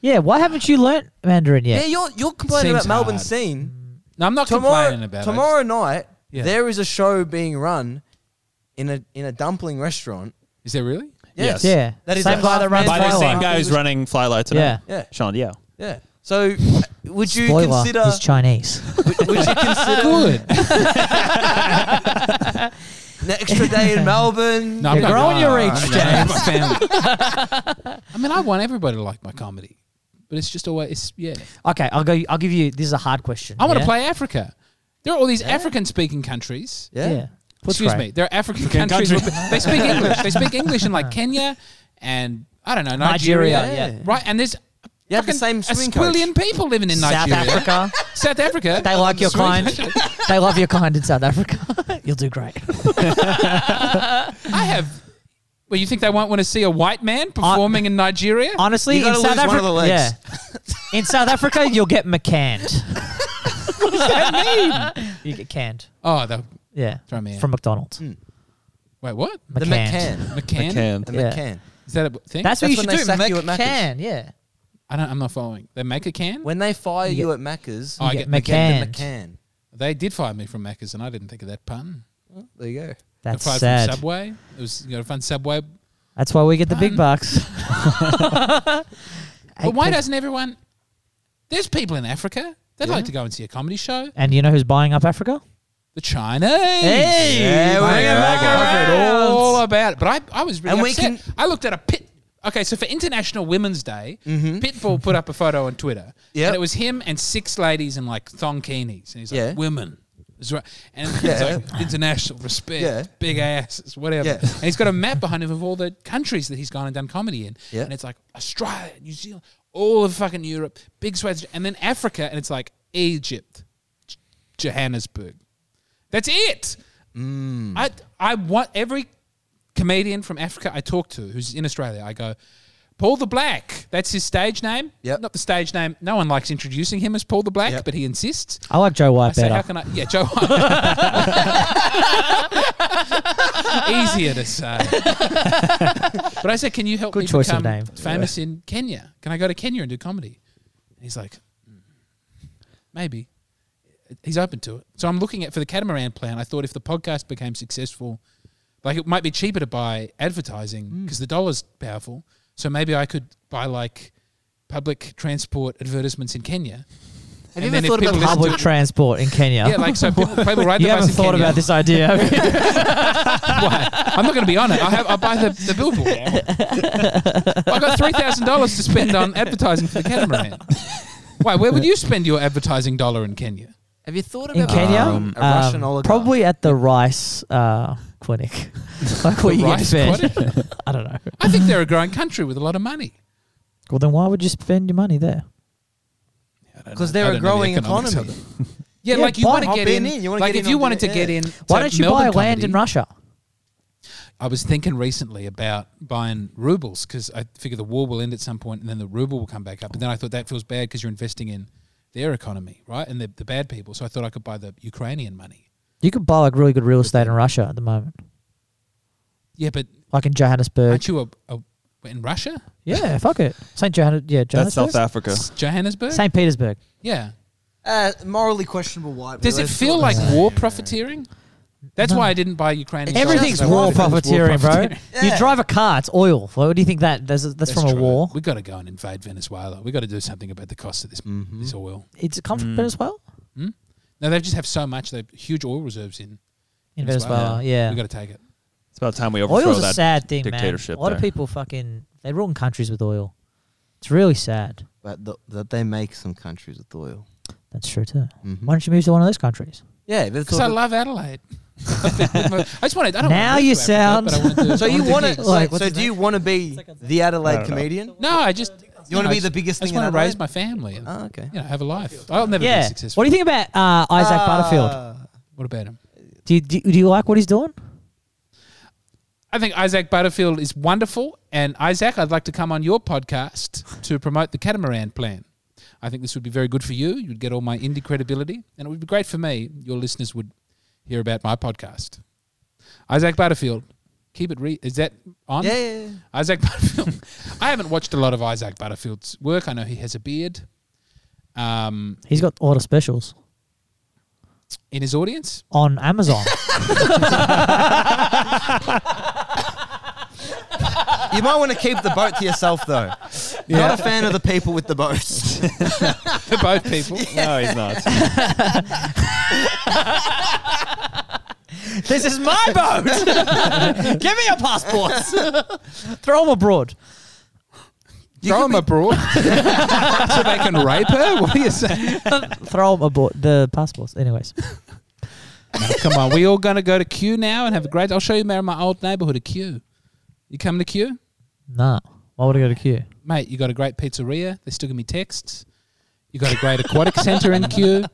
Speaker 5: Yeah, why haven't you learnt Mandarin
Speaker 7: Yeah,
Speaker 5: yet?
Speaker 7: you're, you're complaining
Speaker 2: Seems
Speaker 7: about Melbourne
Speaker 2: hard.
Speaker 7: scene.
Speaker 2: no, I'm not complaining
Speaker 7: Tomorrow,
Speaker 2: about
Speaker 7: tomorrow night,
Speaker 2: Yeah.
Speaker 7: there is a show being run in a in a dumpling restaurant.
Speaker 2: it. Is there really?
Speaker 7: Yes.
Speaker 5: Yeah.
Speaker 7: That is
Speaker 5: Same
Speaker 7: a
Speaker 5: guy that
Speaker 7: half
Speaker 5: runs
Speaker 7: man
Speaker 3: By the
Speaker 7: Flylight.
Speaker 3: same
Speaker 5: Firelight.
Speaker 3: guy who's running Flylight tonight.
Speaker 7: Yeah.
Speaker 3: Sean Yeo.
Speaker 7: Yeah. So, uh, would you
Speaker 5: Spoiler,
Speaker 7: consider?
Speaker 5: he's Chinese.
Speaker 7: would, would you consider
Speaker 2: Good.
Speaker 7: an extra day in Melbourne?
Speaker 2: No, I'm
Speaker 5: You're
Speaker 2: not-
Speaker 5: growing your
Speaker 2: no,
Speaker 5: reach,
Speaker 2: I'm not- I mean, I want everybody to like my comedy, but it's just always it's, yeah.
Speaker 5: okay, I'll go. I'll give you. This is a hard question.
Speaker 2: I want to
Speaker 5: yeah?
Speaker 2: play Africa. There are all these African-speaking countries.
Speaker 7: Yeah.
Speaker 5: Yeah. What's
Speaker 2: Excuse
Speaker 5: great?
Speaker 2: me. There are African countries.
Speaker 3: country.
Speaker 2: where They speak English. They speak English in like Kenya and I don't know Nigeria.
Speaker 5: Nigeria, yeah.
Speaker 2: Right, and there's
Speaker 7: You have the
Speaker 2: fucking
Speaker 7: same
Speaker 2: a
Speaker 7: swing coach.
Speaker 2: squillion people living in
Speaker 5: South
Speaker 2: Nigeria,
Speaker 5: Africa.
Speaker 2: South Africa.
Speaker 5: They like your kind. they love your kind in South Africa. You'll do great.
Speaker 2: I have Well, you think they won't want to see a white man performing in Nigeria?
Speaker 5: Honestly,
Speaker 7: You
Speaker 5: in
Speaker 7: gotta
Speaker 5: South
Speaker 7: lose one of the
Speaker 5: Africa,
Speaker 7: legs.
Speaker 5: yeah. in South Africa, you'll get McCanned.
Speaker 2: What does that mean?
Speaker 5: You get canned.
Speaker 2: Oh, the,
Speaker 5: Yeah,
Speaker 2: Throw me in.
Speaker 5: from McDonald's.
Speaker 2: wait, what?
Speaker 5: McCanned.
Speaker 7: The McCann.
Speaker 2: McCann?
Speaker 7: The
Speaker 5: Yeah.
Speaker 7: McCann.
Speaker 2: Is that a thing?
Speaker 5: That's what
Speaker 7: That's when
Speaker 5: you should
Speaker 7: they
Speaker 5: do.
Speaker 7: sack you at Macca's.
Speaker 5: McCann. Yeah.
Speaker 2: I don't, I'm not following. They make a can?
Speaker 7: When they fire
Speaker 5: You
Speaker 7: you at Macca's,
Speaker 2: Oh, I
Speaker 5: You
Speaker 2: get
Speaker 5: get
Speaker 7: you get the
Speaker 5: McCanned.
Speaker 7: McCann.
Speaker 2: They did fire me from Macca's, and I didn't think of that pun.
Speaker 7: There you go.
Speaker 5: That's
Speaker 2: I fired
Speaker 5: sad.
Speaker 2: from Subway. It was you know, fun Subway.
Speaker 5: That's why we get the
Speaker 2: Pun.
Speaker 5: big bucks.
Speaker 2: But why
Speaker 5: Eight
Speaker 2: doesn't everyone? There's people in Africa. They'd like to go and see a comedy show.
Speaker 5: And you know who's buying up Africa?
Speaker 2: The Chinese.
Speaker 5: Hey,
Speaker 7: Yeah, bring it back
Speaker 2: I've heard
Speaker 5: around.
Speaker 2: all about it. But I, I was really
Speaker 7: And we
Speaker 2: upset.
Speaker 7: can-
Speaker 2: I looked at a pit. Okay, so for International Women's Day, Pitbull put up a photo on Twitter,
Speaker 7: Mm-hmm. Yep.
Speaker 2: and it was him and six ladies in like thonkinis, and he's like,
Speaker 7: Yeah.
Speaker 2: "Women." It's right. And it's
Speaker 7: Yeah.
Speaker 2: like international respect,
Speaker 7: Yeah.
Speaker 2: big asses, whatever.
Speaker 7: Yeah.
Speaker 2: And he's got a map behind him of all the countries that he's gone and done comedy in.
Speaker 7: Yeah.
Speaker 2: And it's like Australia, New Zealand, all of fucking Europe, big swaths, and then Africa, and it's like Egypt, J- Johannesburg. That's it.
Speaker 7: Mm.
Speaker 2: I I want every comedian from Africa I talk to who's in Australia. I go, Paul the Black. That's his stage name.
Speaker 7: Yep.
Speaker 2: Not the stage name. No one likes introducing him as Paul the Black,
Speaker 7: Yep.
Speaker 2: but he insists.
Speaker 5: I like Joe
Speaker 2: I
Speaker 5: White
Speaker 2: say, how
Speaker 5: better.
Speaker 2: can I? Yeah, Joe. White. Easier to say. but I said, can you help
Speaker 5: Good
Speaker 2: me
Speaker 5: choice of
Speaker 2: become
Speaker 5: name.
Speaker 2: famous in Kenya? Can I go to Kenya and do comedy? And he's like, "Mm, maybe. He's open to it. So I'm looking at for the catamaran plan. I thought if the podcast became successful, like it might be cheaper to buy advertising
Speaker 5: Hmm.
Speaker 2: because the dollar's powerful. So maybe I could buy like public transport advertisements in
Speaker 4: Have
Speaker 2: Kenya. And
Speaker 4: you
Speaker 2: then
Speaker 4: ever thought
Speaker 2: if people
Speaker 4: about
Speaker 2: listen
Speaker 5: Public transport in Kenya.
Speaker 2: Yeah, like so people, people ride
Speaker 5: you
Speaker 2: the bus
Speaker 5: haven't
Speaker 2: in
Speaker 5: thought
Speaker 2: Kenya.
Speaker 5: about this idea. have you?
Speaker 2: Why? I'm not going to be on it. I have. I buy the, the billboard. I got three thousand dollars to spend on advertising for the catamaran. Why? Where would you spend your advertising dollar in Kenya?
Speaker 7: Have you thought
Speaker 5: in
Speaker 7: about
Speaker 5: Kenya,
Speaker 7: um, a Russian
Speaker 5: Um,
Speaker 7: oligarch?
Speaker 5: probably at the rice uh, clinic, like where
Speaker 2: The
Speaker 5: you get
Speaker 2: rice
Speaker 5: fed.
Speaker 2: clinic?
Speaker 5: I don't know.
Speaker 2: I think they're a growing country with a lot of money.
Speaker 5: Well, then why would you spend your money there?
Speaker 7: because
Speaker 2: I
Speaker 7: they're a
Speaker 2: don't know the
Speaker 7: growing
Speaker 2: economics of
Speaker 7: economy.
Speaker 2: Yeah,
Speaker 5: Yeah,
Speaker 2: like you
Speaker 5: buy-
Speaker 2: want to
Speaker 7: Hop
Speaker 2: get
Speaker 7: in,
Speaker 2: in.
Speaker 7: in. You wanna
Speaker 2: like
Speaker 7: get
Speaker 2: if
Speaker 7: in
Speaker 2: you
Speaker 7: on
Speaker 2: wanted to
Speaker 7: the-
Speaker 2: get
Speaker 7: yeah.
Speaker 2: in,
Speaker 5: Why
Speaker 2: to
Speaker 5: don't you
Speaker 2: Melbourne
Speaker 5: buy land in
Speaker 2: comedy-
Speaker 5: Russia?
Speaker 2: I was thinking recently about buying rubles because I figure the war will end at some point and then the ruble will come back up. And then I thought that feels bad because you're investing in their economy, right? And the, the bad people. So I thought I could buy the Ukrainian money.
Speaker 5: You could buy like really good real estate in Russia at the moment,
Speaker 2: Yeah, but
Speaker 5: like in Johannesburg.
Speaker 2: aren't you a, a in Russia?
Speaker 5: Yeah, fuck it. St. Johannes, yeah,
Speaker 3: That's South
Speaker 5: Johannesburg,
Speaker 3: Africa.
Speaker 2: S- Johannesburg?
Speaker 5: St. Petersburg.
Speaker 2: Yeah.
Speaker 4: Uh, morally questionable white.
Speaker 2: Does it
Speaker 4: let's
Speaker 2: feel
Speaker 4: call
Speaker 2: like
Speaker 4: that.
Speaker 2: war profiteering? That's why I didn't buy Ukrainian.
Speaker 5: Everything's
Speaker 2: stocks.
Speaker 5: war
Speaker 2: Everything's
Speaker 5: profiteering, bro. You
Speaker 4: Yeah.
Speaker 5: drive a car, it's oil. What do you think that? That's, that's, from a
Speaker 2: true.
Speaker 5: war.
Speaker 2: We got to go and invade Venezuela. We got to do something about the cost of this
Speaker 5: Mm-hmm.
Speaker 2: this oil.
Speaker 5: It's come from
Speaker 2: Mm.
Speaker 5: Venezuela.
Speaker 2: No, they just have so much. They have huge oil reserves in
Speaker 5: In
Speaker 2: Venezuela.
Speaker 5: Venezuela, yeah.
Speaker 2: We got to take it.
Speaker 3: It's about time we overthrow
Speaker 5: Oil's a
Speaker 3: that
Speaker 5: sad thing, man. A
Speaker 3: dictatorship.
Speaker 5: lot of
Speaker 3: there.
Speaker 5: people fucking they ruin countries with oil. It's really sad.
Speaker 7: But th- that they make some countries with oil.
Speaker 5: That's true too.
Speaker 7: Mhm.
Speaker 5: Why don't you move to one of those countries?
Speaker 7: Yeah, that's
Speaker 2: Because I love Adelaide. I just want to. I don't
Speaker 5: Now
Speaker 2: want to
Speaker 5: you
Speaker 2: move to Africa,
Speaker 5: sound-
Speaker 2: but I wanna do-
Speaker 7: So
Speaker 2: I wanna
Speaker 7: you
Speaker 2: do
Speaker 7: want to?
Speaker 2: gigs.
Speaker 5: Like,
Speaker 7: so
Speaker 5: what's his
Speaker 7: do you want to be the Adelaide comedian?
Speaker 2: No, I just.
Speaker 7: You want
Speaker 2: no,
Speaker 7: to
Speaker 2: I
Speaker 7: be the
Speaker 2: just-
Speaker 7: biggest
Speaker 2: I
Speaker 7: thing
Speaker 2: just
Speaker 7: in
Speaker 2: want to
Speaker 7: Adelaide?
Speaker 2: raise my family and
Speaker 7: Oh, okay.
Speaker 2: you know have a life. I'll never be
Speaker 5: yeah.
Speaker 2: successful.
Speaker 5: What do you think about uh, Isaac Butterfield?
Speaker 7: Uh,
Speaker 2: What about him?
Speaker 5: Do you, do, you- do you like what he's doing?
Speaker 2: I think Isaac Butterfield is wonderful, and Isaac, I'd like to come on your podcast to promote the catamaran plan. I think this would be very good for you. You'd get all my indie credibility, and it would be great for me. Your listeners would hear about my podcast. Isaac Butterfield, keep it re. Is that on?
Speaker 7: Yeah, yeah, yeah.
Speaker 2: Isaac Butterfield. I haven't watched a lot of Isaac Butterfield's work. I know he has a beard. Um,
Speaker 5: He's got a lot of specials
Speaker 2: in his audience,
Speaker 5: on Amazon.
Speaker 7: You might want to keep the boat to yourself, though. Not a fan of the people with the boats.
Speaker 2: for both people.
Speaker 3: No, he's not.
Speaker 5: this is my boat. Give me your passports. Throw him abroad.
Speaker 2: Throw him abroad so they can rape her. What are you saying?
Speaker 5: Throw him aboard the passports. Anyways,
Speaker 2: Come on, we all gonna go to Q now and have a great. I'll show you my my old neighborhood of Q. You coming to Q,
Speaker 5: nah. Why would I go to Q?
Speaker 2: mate? You got a great pizzeria. They still give me texts. You got a great aquatic center in Q.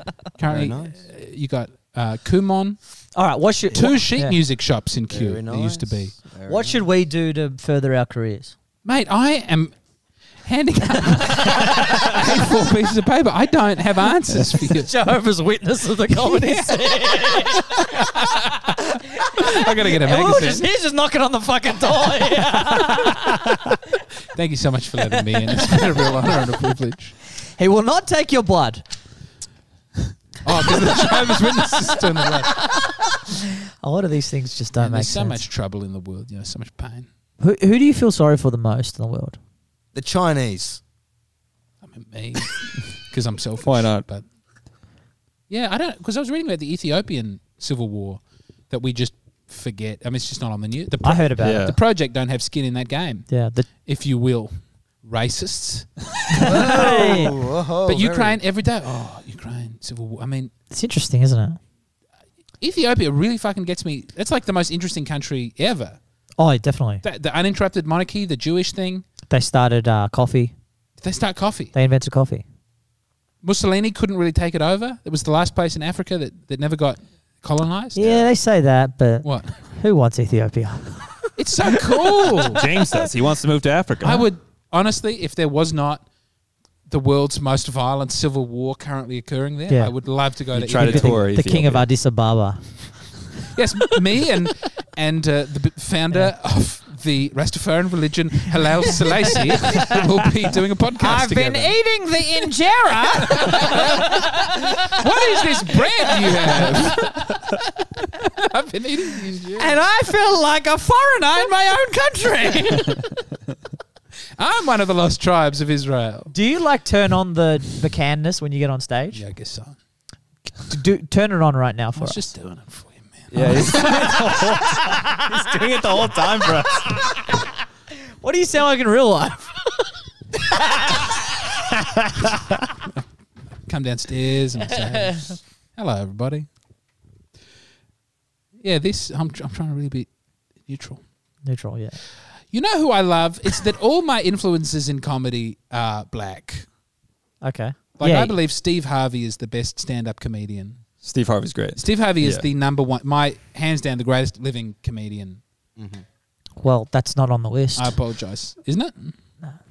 Speaker 2: Currently, uh, you got uh, Kumon,
Speaker 5: All right, what should
Speaker 2: two
Speaker 5: what-
Speaker 2: sheet
Speaker 5: yeah.
Speaker 2: music shops in Kew.
Speaker 7: Very
Speaker 2: There used to be,
Speaker 7: nice. Very
Speaker 5: What should we do to further our careers?
Speaker 2: mate. I am handing out four pieces of paper. I don't have answers for you.
Speaker 5: Jehovah's Witness of the comedy scene.
Speaker 2: I gotta get a
Speaker 5: We're all just,
Speaker 2: magazine.
Speaker 5: he's just knocking on the fucking door.
Speaker 2: Thank you so much for letting me in. It's been a real honor and a privilege.
Speaker 5: He will not take your blood.
Speaker 2: Oh, because the Jehovah's Witnesses doing the work.
Speaker 5: A lot of these things just don't
Speaker 2: And
Speaker 5: make
Speaker 2: there's so
Speaker 5: sense.
Speaker 2: much trouble in the world. You know, so much pain.
Speaker 5: Who, who do you feel sorry for the most in the world?
Speaker 7: The Chinese.
Speaker 2: I mean, me, because I'm selfish.
Speaker 3: Why not?
Speaker 2: But yeah, I don't. Because I was reading about the Ethiopian civil war that we just forget. I mean, it's just not on the news. The, pro-
Speaker 5: I heard about
Speaker 3: Yeah.
Speaker 5: it.
Speaker 2: the project don't have skin in that game,
Speaker 5: Yeah, the,
Speaker 2: if you will. Racists,
Speaker 5: Hey.
Speaker 7: Whoa,
Speaker 2: but
Speaker 7: Oh, very-
Speaker 2: Ukraine every day. Oh, Ukraine civil war. I mean,
Speaker 5: it's interesting, isn't it?
Speaker 2: Ethiopia really fucking gets me. It's like the most interesting country ever.
Speaker 5: Oh, definitely.
Speaker 2: The, the uninterrupted monarchy, the Jewish thing.
Speaker 5: They started uh, coffee.
Speaker 2: They start coffee.
Speaker 5: They invented coffee.
Speaker 2: Mussolini couldn't really take it over. It was the last place in Africa that, that never got colonized.
Speaker 5: Yeah, they say that, but
Speaker 2: What?
Speaker 5: who wants Ethiopia?
Speaker 2: It's so cool.
Speaker 3: James does. He wants to move to Africa.
Speaker 2: I would honestly, if there was not the world's most violent civil war currently occurring there,
Speaker 5: Yeah.
Speaker 2: I would love to go
Speaker 3: You
Speaker 2: to
Speaker 3: try to
Speaker 2: Ethiopia.
Speaker 3: tour
Speaker 5: the king of
Speaker 3: Ethiopia.
Speaker 5: Addis Ababa.
Speaker 2: Yes, me and and uh, the b- founder of the Rastafarian religion, Halal Selassie, will be doing a podcast. together.
Speaker 5: eating the injera.
Speaker 2: What is this bread you have? I've been eating these. yeah.
Speaker 5: and I feel like a foreigner in my own country.
Speaker 2: I'm one of the lost tribes of Israel.
Speaker 5: Do you like turn on the the canness when you get on stage?
Speaker 2: Yeah, I guess so.
Speaker 5: D- Do, turn it on right now
Speaker 2: I
Speaker 5: for
Speaker 2: was
Speaker 5: us.
Speaker 2: just doing it for you, man.
Speaker 3: Yeah, he's, he's doing it the whole time for us.
Speaker 5: What do you sound like in real life?
Speaker 2: come downstairs and say, "Hello, everybody." Yeah, this I'm, tr- I'm trying to really be neutral.
Speaker 5: Neutral, yeah.
Speaker 2: You know who I love? It's that all my influences in comedy are black.
Speaker 5: Okay.
Speaker 2: Like
Speaker 5: yeah,
Speaker 2: I believe Steve Harvey is the best stand-up comedian.
Speaker 3: Steve Harvey's great.
Speaker 2: Steve Harvey is
Speaker 3: Yeah.
Speaker 2: the number one, my hands down, the greatest living comedian.
Speaker 5: Well, that's not on the list.
Speaker 2: I apologize, isn't it?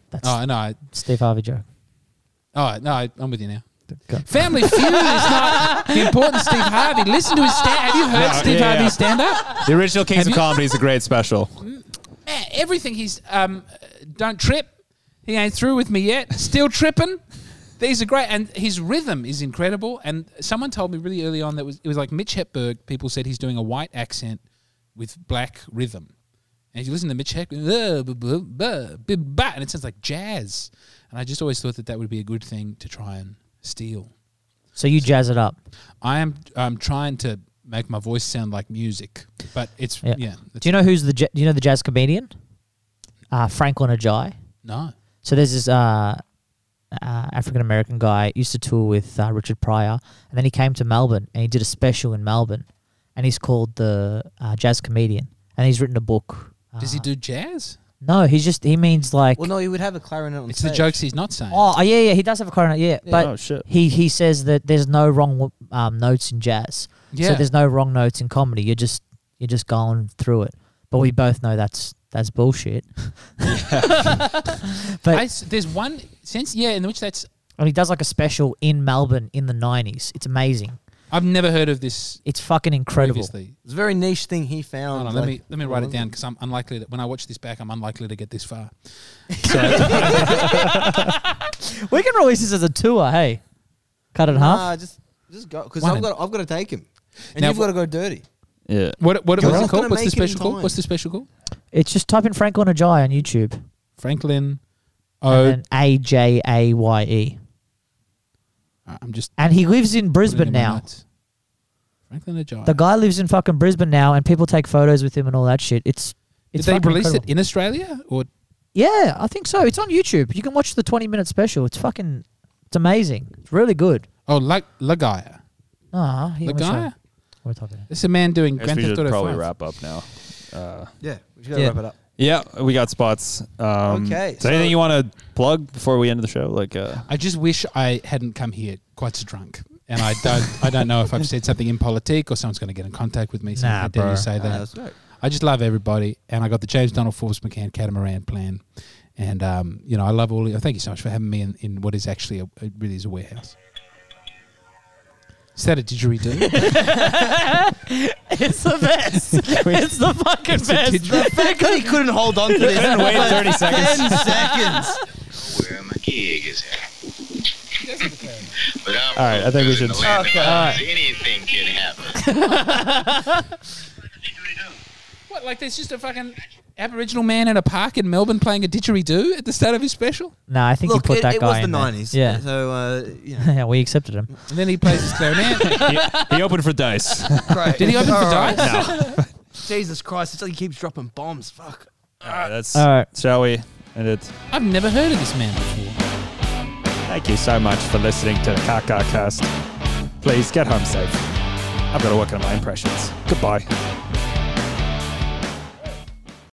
Speaker 5: that's
Speaker 2: Oh no, I,
Speaker 5: Steve Harvey joke.
Speaker 2: oh no, I, I'm with you now.
Speaker 5: Go.
Speaker 2: Family Feud is not the important Steve Harvey. Listen to his stand. Have you heard
Speaker 3: No,
Speaker 2: Steve
Speaker 3: yeah,
Speaker 2: Harvey
Speaker 3: yeah.
Speaker 2: stand up?
Speaker 3: The original Kings
Speaker 2: Have
Speaker 3: of
Speaker 2: you-
Speaker 3: Comedy is a great special.
Speaker 2: Man, everything he's um, uh, don't trip. He ain't through with me yet. Still tripping. These are great, and his rhythm is incredible. And someone told me really early on that was it was like Mitch Hepburn. People said he's doing a white accent with black rhythm. And if you listen to Mitch Hepburn, "Uh, buh, buh, buh, buh, bah," and it sounds like jazz. And I just always thought that that would be a good thing to try and steal.
Speaker 5: So you jazz it up.
Speaker 2: I am I'm trying to make my voice sound like music, but it's
Speaker 5: Yeah.
Speaker 2: yeah. it's,
Speaker 5: Do you know who's the ja- do you know the jazz comedian? Uh, Franklin Ajay.
Speaker 2: no.
Speaker 5: So there's this uh, uh, African American guy used to tour with uh, Richard Pryor, and then he came to Melbourne and he did a special in Melbourne, and he's called the uh, jazz comedian, and he's written a book.
Speaker 2: Does
Speaker 5: uh,
Speaker 2: he do jazz?
Speaker 5: No, he's just he means like.
Speaker 7: Well, no, he would have a clarinet on
Speaker 2: It's
Speaker 7: stage.
Speaker 2: the jokes he's not saying.
Speaker 5: Oh yeah, yeah, he does have a coronet, yeah, but
Speaker 3: oh shit.
Speaker 5: he he says that there's no wrong um, notes in jazz. So
Speaker 2: yeah.
Speaker 5: there's no wrong notes in comedy. You're just you're just going through it. But we both know that's that's bullshit. but
Speaker 2: I s there's one sense, yeah, in which that's
Speaker 5: and he does like a special in Melbourne in the '90s. It's amazing.
Speaker 2: I've never heard of this
Speaker 5: It's fucking incredible.
Speaker 2: previously.
Speaker 7: It's a very niche thing he found.
Speaker 2: Hold on, let
Speaker 7: like-
Speaker 2: me let me write it down because I'm unlikely that when I watch this back, I'm unlikely to get this far.
Speaker 5: We can release this as a tour. Hey, cut it in half.
Speaker 7: Nah, just just go because
Speaker 2: Why
Speaker 7: I've
Speaker 2: not?
Speaker 7: got I've got to take him, and
Speaker 2: Now,
Speaker 7: you've got to go dirty.
Speaker 3: Yeah.
Speaker 2: What what
Speaker 7: You're
Speaker 2: what's it
Speaker 7: not
Speaker 2: called?
Speaker 7: gonna
Speaker 2: What's
Speaker 7: make it
Speaker 2: the
Speaker 7: in
Speaker 2: special called?
Speaker 7: time.
Speaker 2: What's the special called?
Speaker 5: It's just type in Franklin Ajay on YouTube
Speaker 2: Franklin. Oh,
Speaker 5: and then A J A Y E.
Speaker 2: I'm just
Speaker 5: And he lives in
Speaker 2: putting
Speaker 5: Brisbane
Speaker 2: in my
Speaker 5: now.
Speaker 2: notes. Franklin Ajay.
Speaker 5: The guy lives in fucking Brisbane now, and people take photos with him and all that shit. It's
Speaker 2: Did
Speaker 5: it's
Speaker 2: they
Speaker 5: fucking
Speaker 2: release
Speaker 5: incredible.
Speaker 2: it in Australia or
Speaker 5: Yeah, I think so. It's on YouTube. You can watch the 20 minute special. It's fucking, it's amazing. It's really good.
Speaker 2: oh La- Lagaya?
Speaker 5: Ah, here, let me show you.
Speaker 2: Lagaya.
Speaker 5: We're talking about.
Speaker 2: This is a man doing
Speaker 3: I guess
Speaker 2: Grand
Speaker 3: we
Speaker 2: Theft
Speaker 3: should
Speaker 2: Auto
Speaker 3: probably
Speaker 2: 5.
Speaker 3: wrap up now. Uh,
Speaker 7: Yeah, we just got to
Speaker 5: Yeah.
Speaker 7: wrap it up.
Speaker 3: yeah, we got spots. Um,
Speaker 7: Okay,
Speaker 3: Is
Speaker 7: so-
Speaker 3: there anything you want to plug before we end the show? Like, uh,
Speaker 2: I just wish I hadn't come here quite so drunk and I don't I don't know if I've said something impolitic or someone's going to get in contact with me. So
Speaker 5: Nah,
Speaker 2: how dare
Speaker 5: bro.
Speaker 2: you say
Speaker 8: Ah,
Speaker 2: that?
Speaker 8: that's right.
Speaker 2: I just love everybody, and I got the James Donald Forbes McCann catamaran plan, and um, you know I love all. Thank you so much for having me in, in what is actually a, it really is a warehouse. Is that a didgeridoo?
Speaker 5: it's the best. it's the fucking best.
Speaker 9: The fact that he couldn't hold on to this
Speaker 3: Couldn't wait
Speaker 9: for
Speaker 3: 30 seconds.
Speaker 9: Ten seconds.
Speaker 10: where my gig is at. but I'm
Speaker 3: All right, I think we should-
Speaker 10: Okay.
Speaker 9: Okay.
Speaker 10: Anything can happen.
Speaker 2: what like there's just a fucking Aboriginal man in a park in Melbourne playing a didgeridoo at the start of his special,
Speaker 5: No, I think
Speaker 6: Look,
Speaker 5: you put
Speaker 6: it,
Speaker 5: that
Speaker 6: it
Speaker 5: guy
Speaker 6: was the
Speaker 5: in there.
Speaker 6: nineties.
Speaker 5: Yeah.
Speaker 6: So uh, you know,
Speaker 5: yeah, we accepted him.
Speaker 2: and then he plays his clarinet.
Speaker 3: he, he opened for dice.
Speaker 9: Great.
Speaker 2: Did he open for
Speaker 6: All right.
Speaker 2: dice?
Speaker 6: Jesus Christ, it's like he keeps dropping bombs. Fuck.
Speaker 3: Alright, that's,
Speaker 5: All right.
Speaker 3: Shall we end it?
Speaker 2: I've never heard of this man before.
Speaker 3: Thank you so much for listening to the Kaka Cast. Please get home safe. I've got to work on my impressions. Goodbye.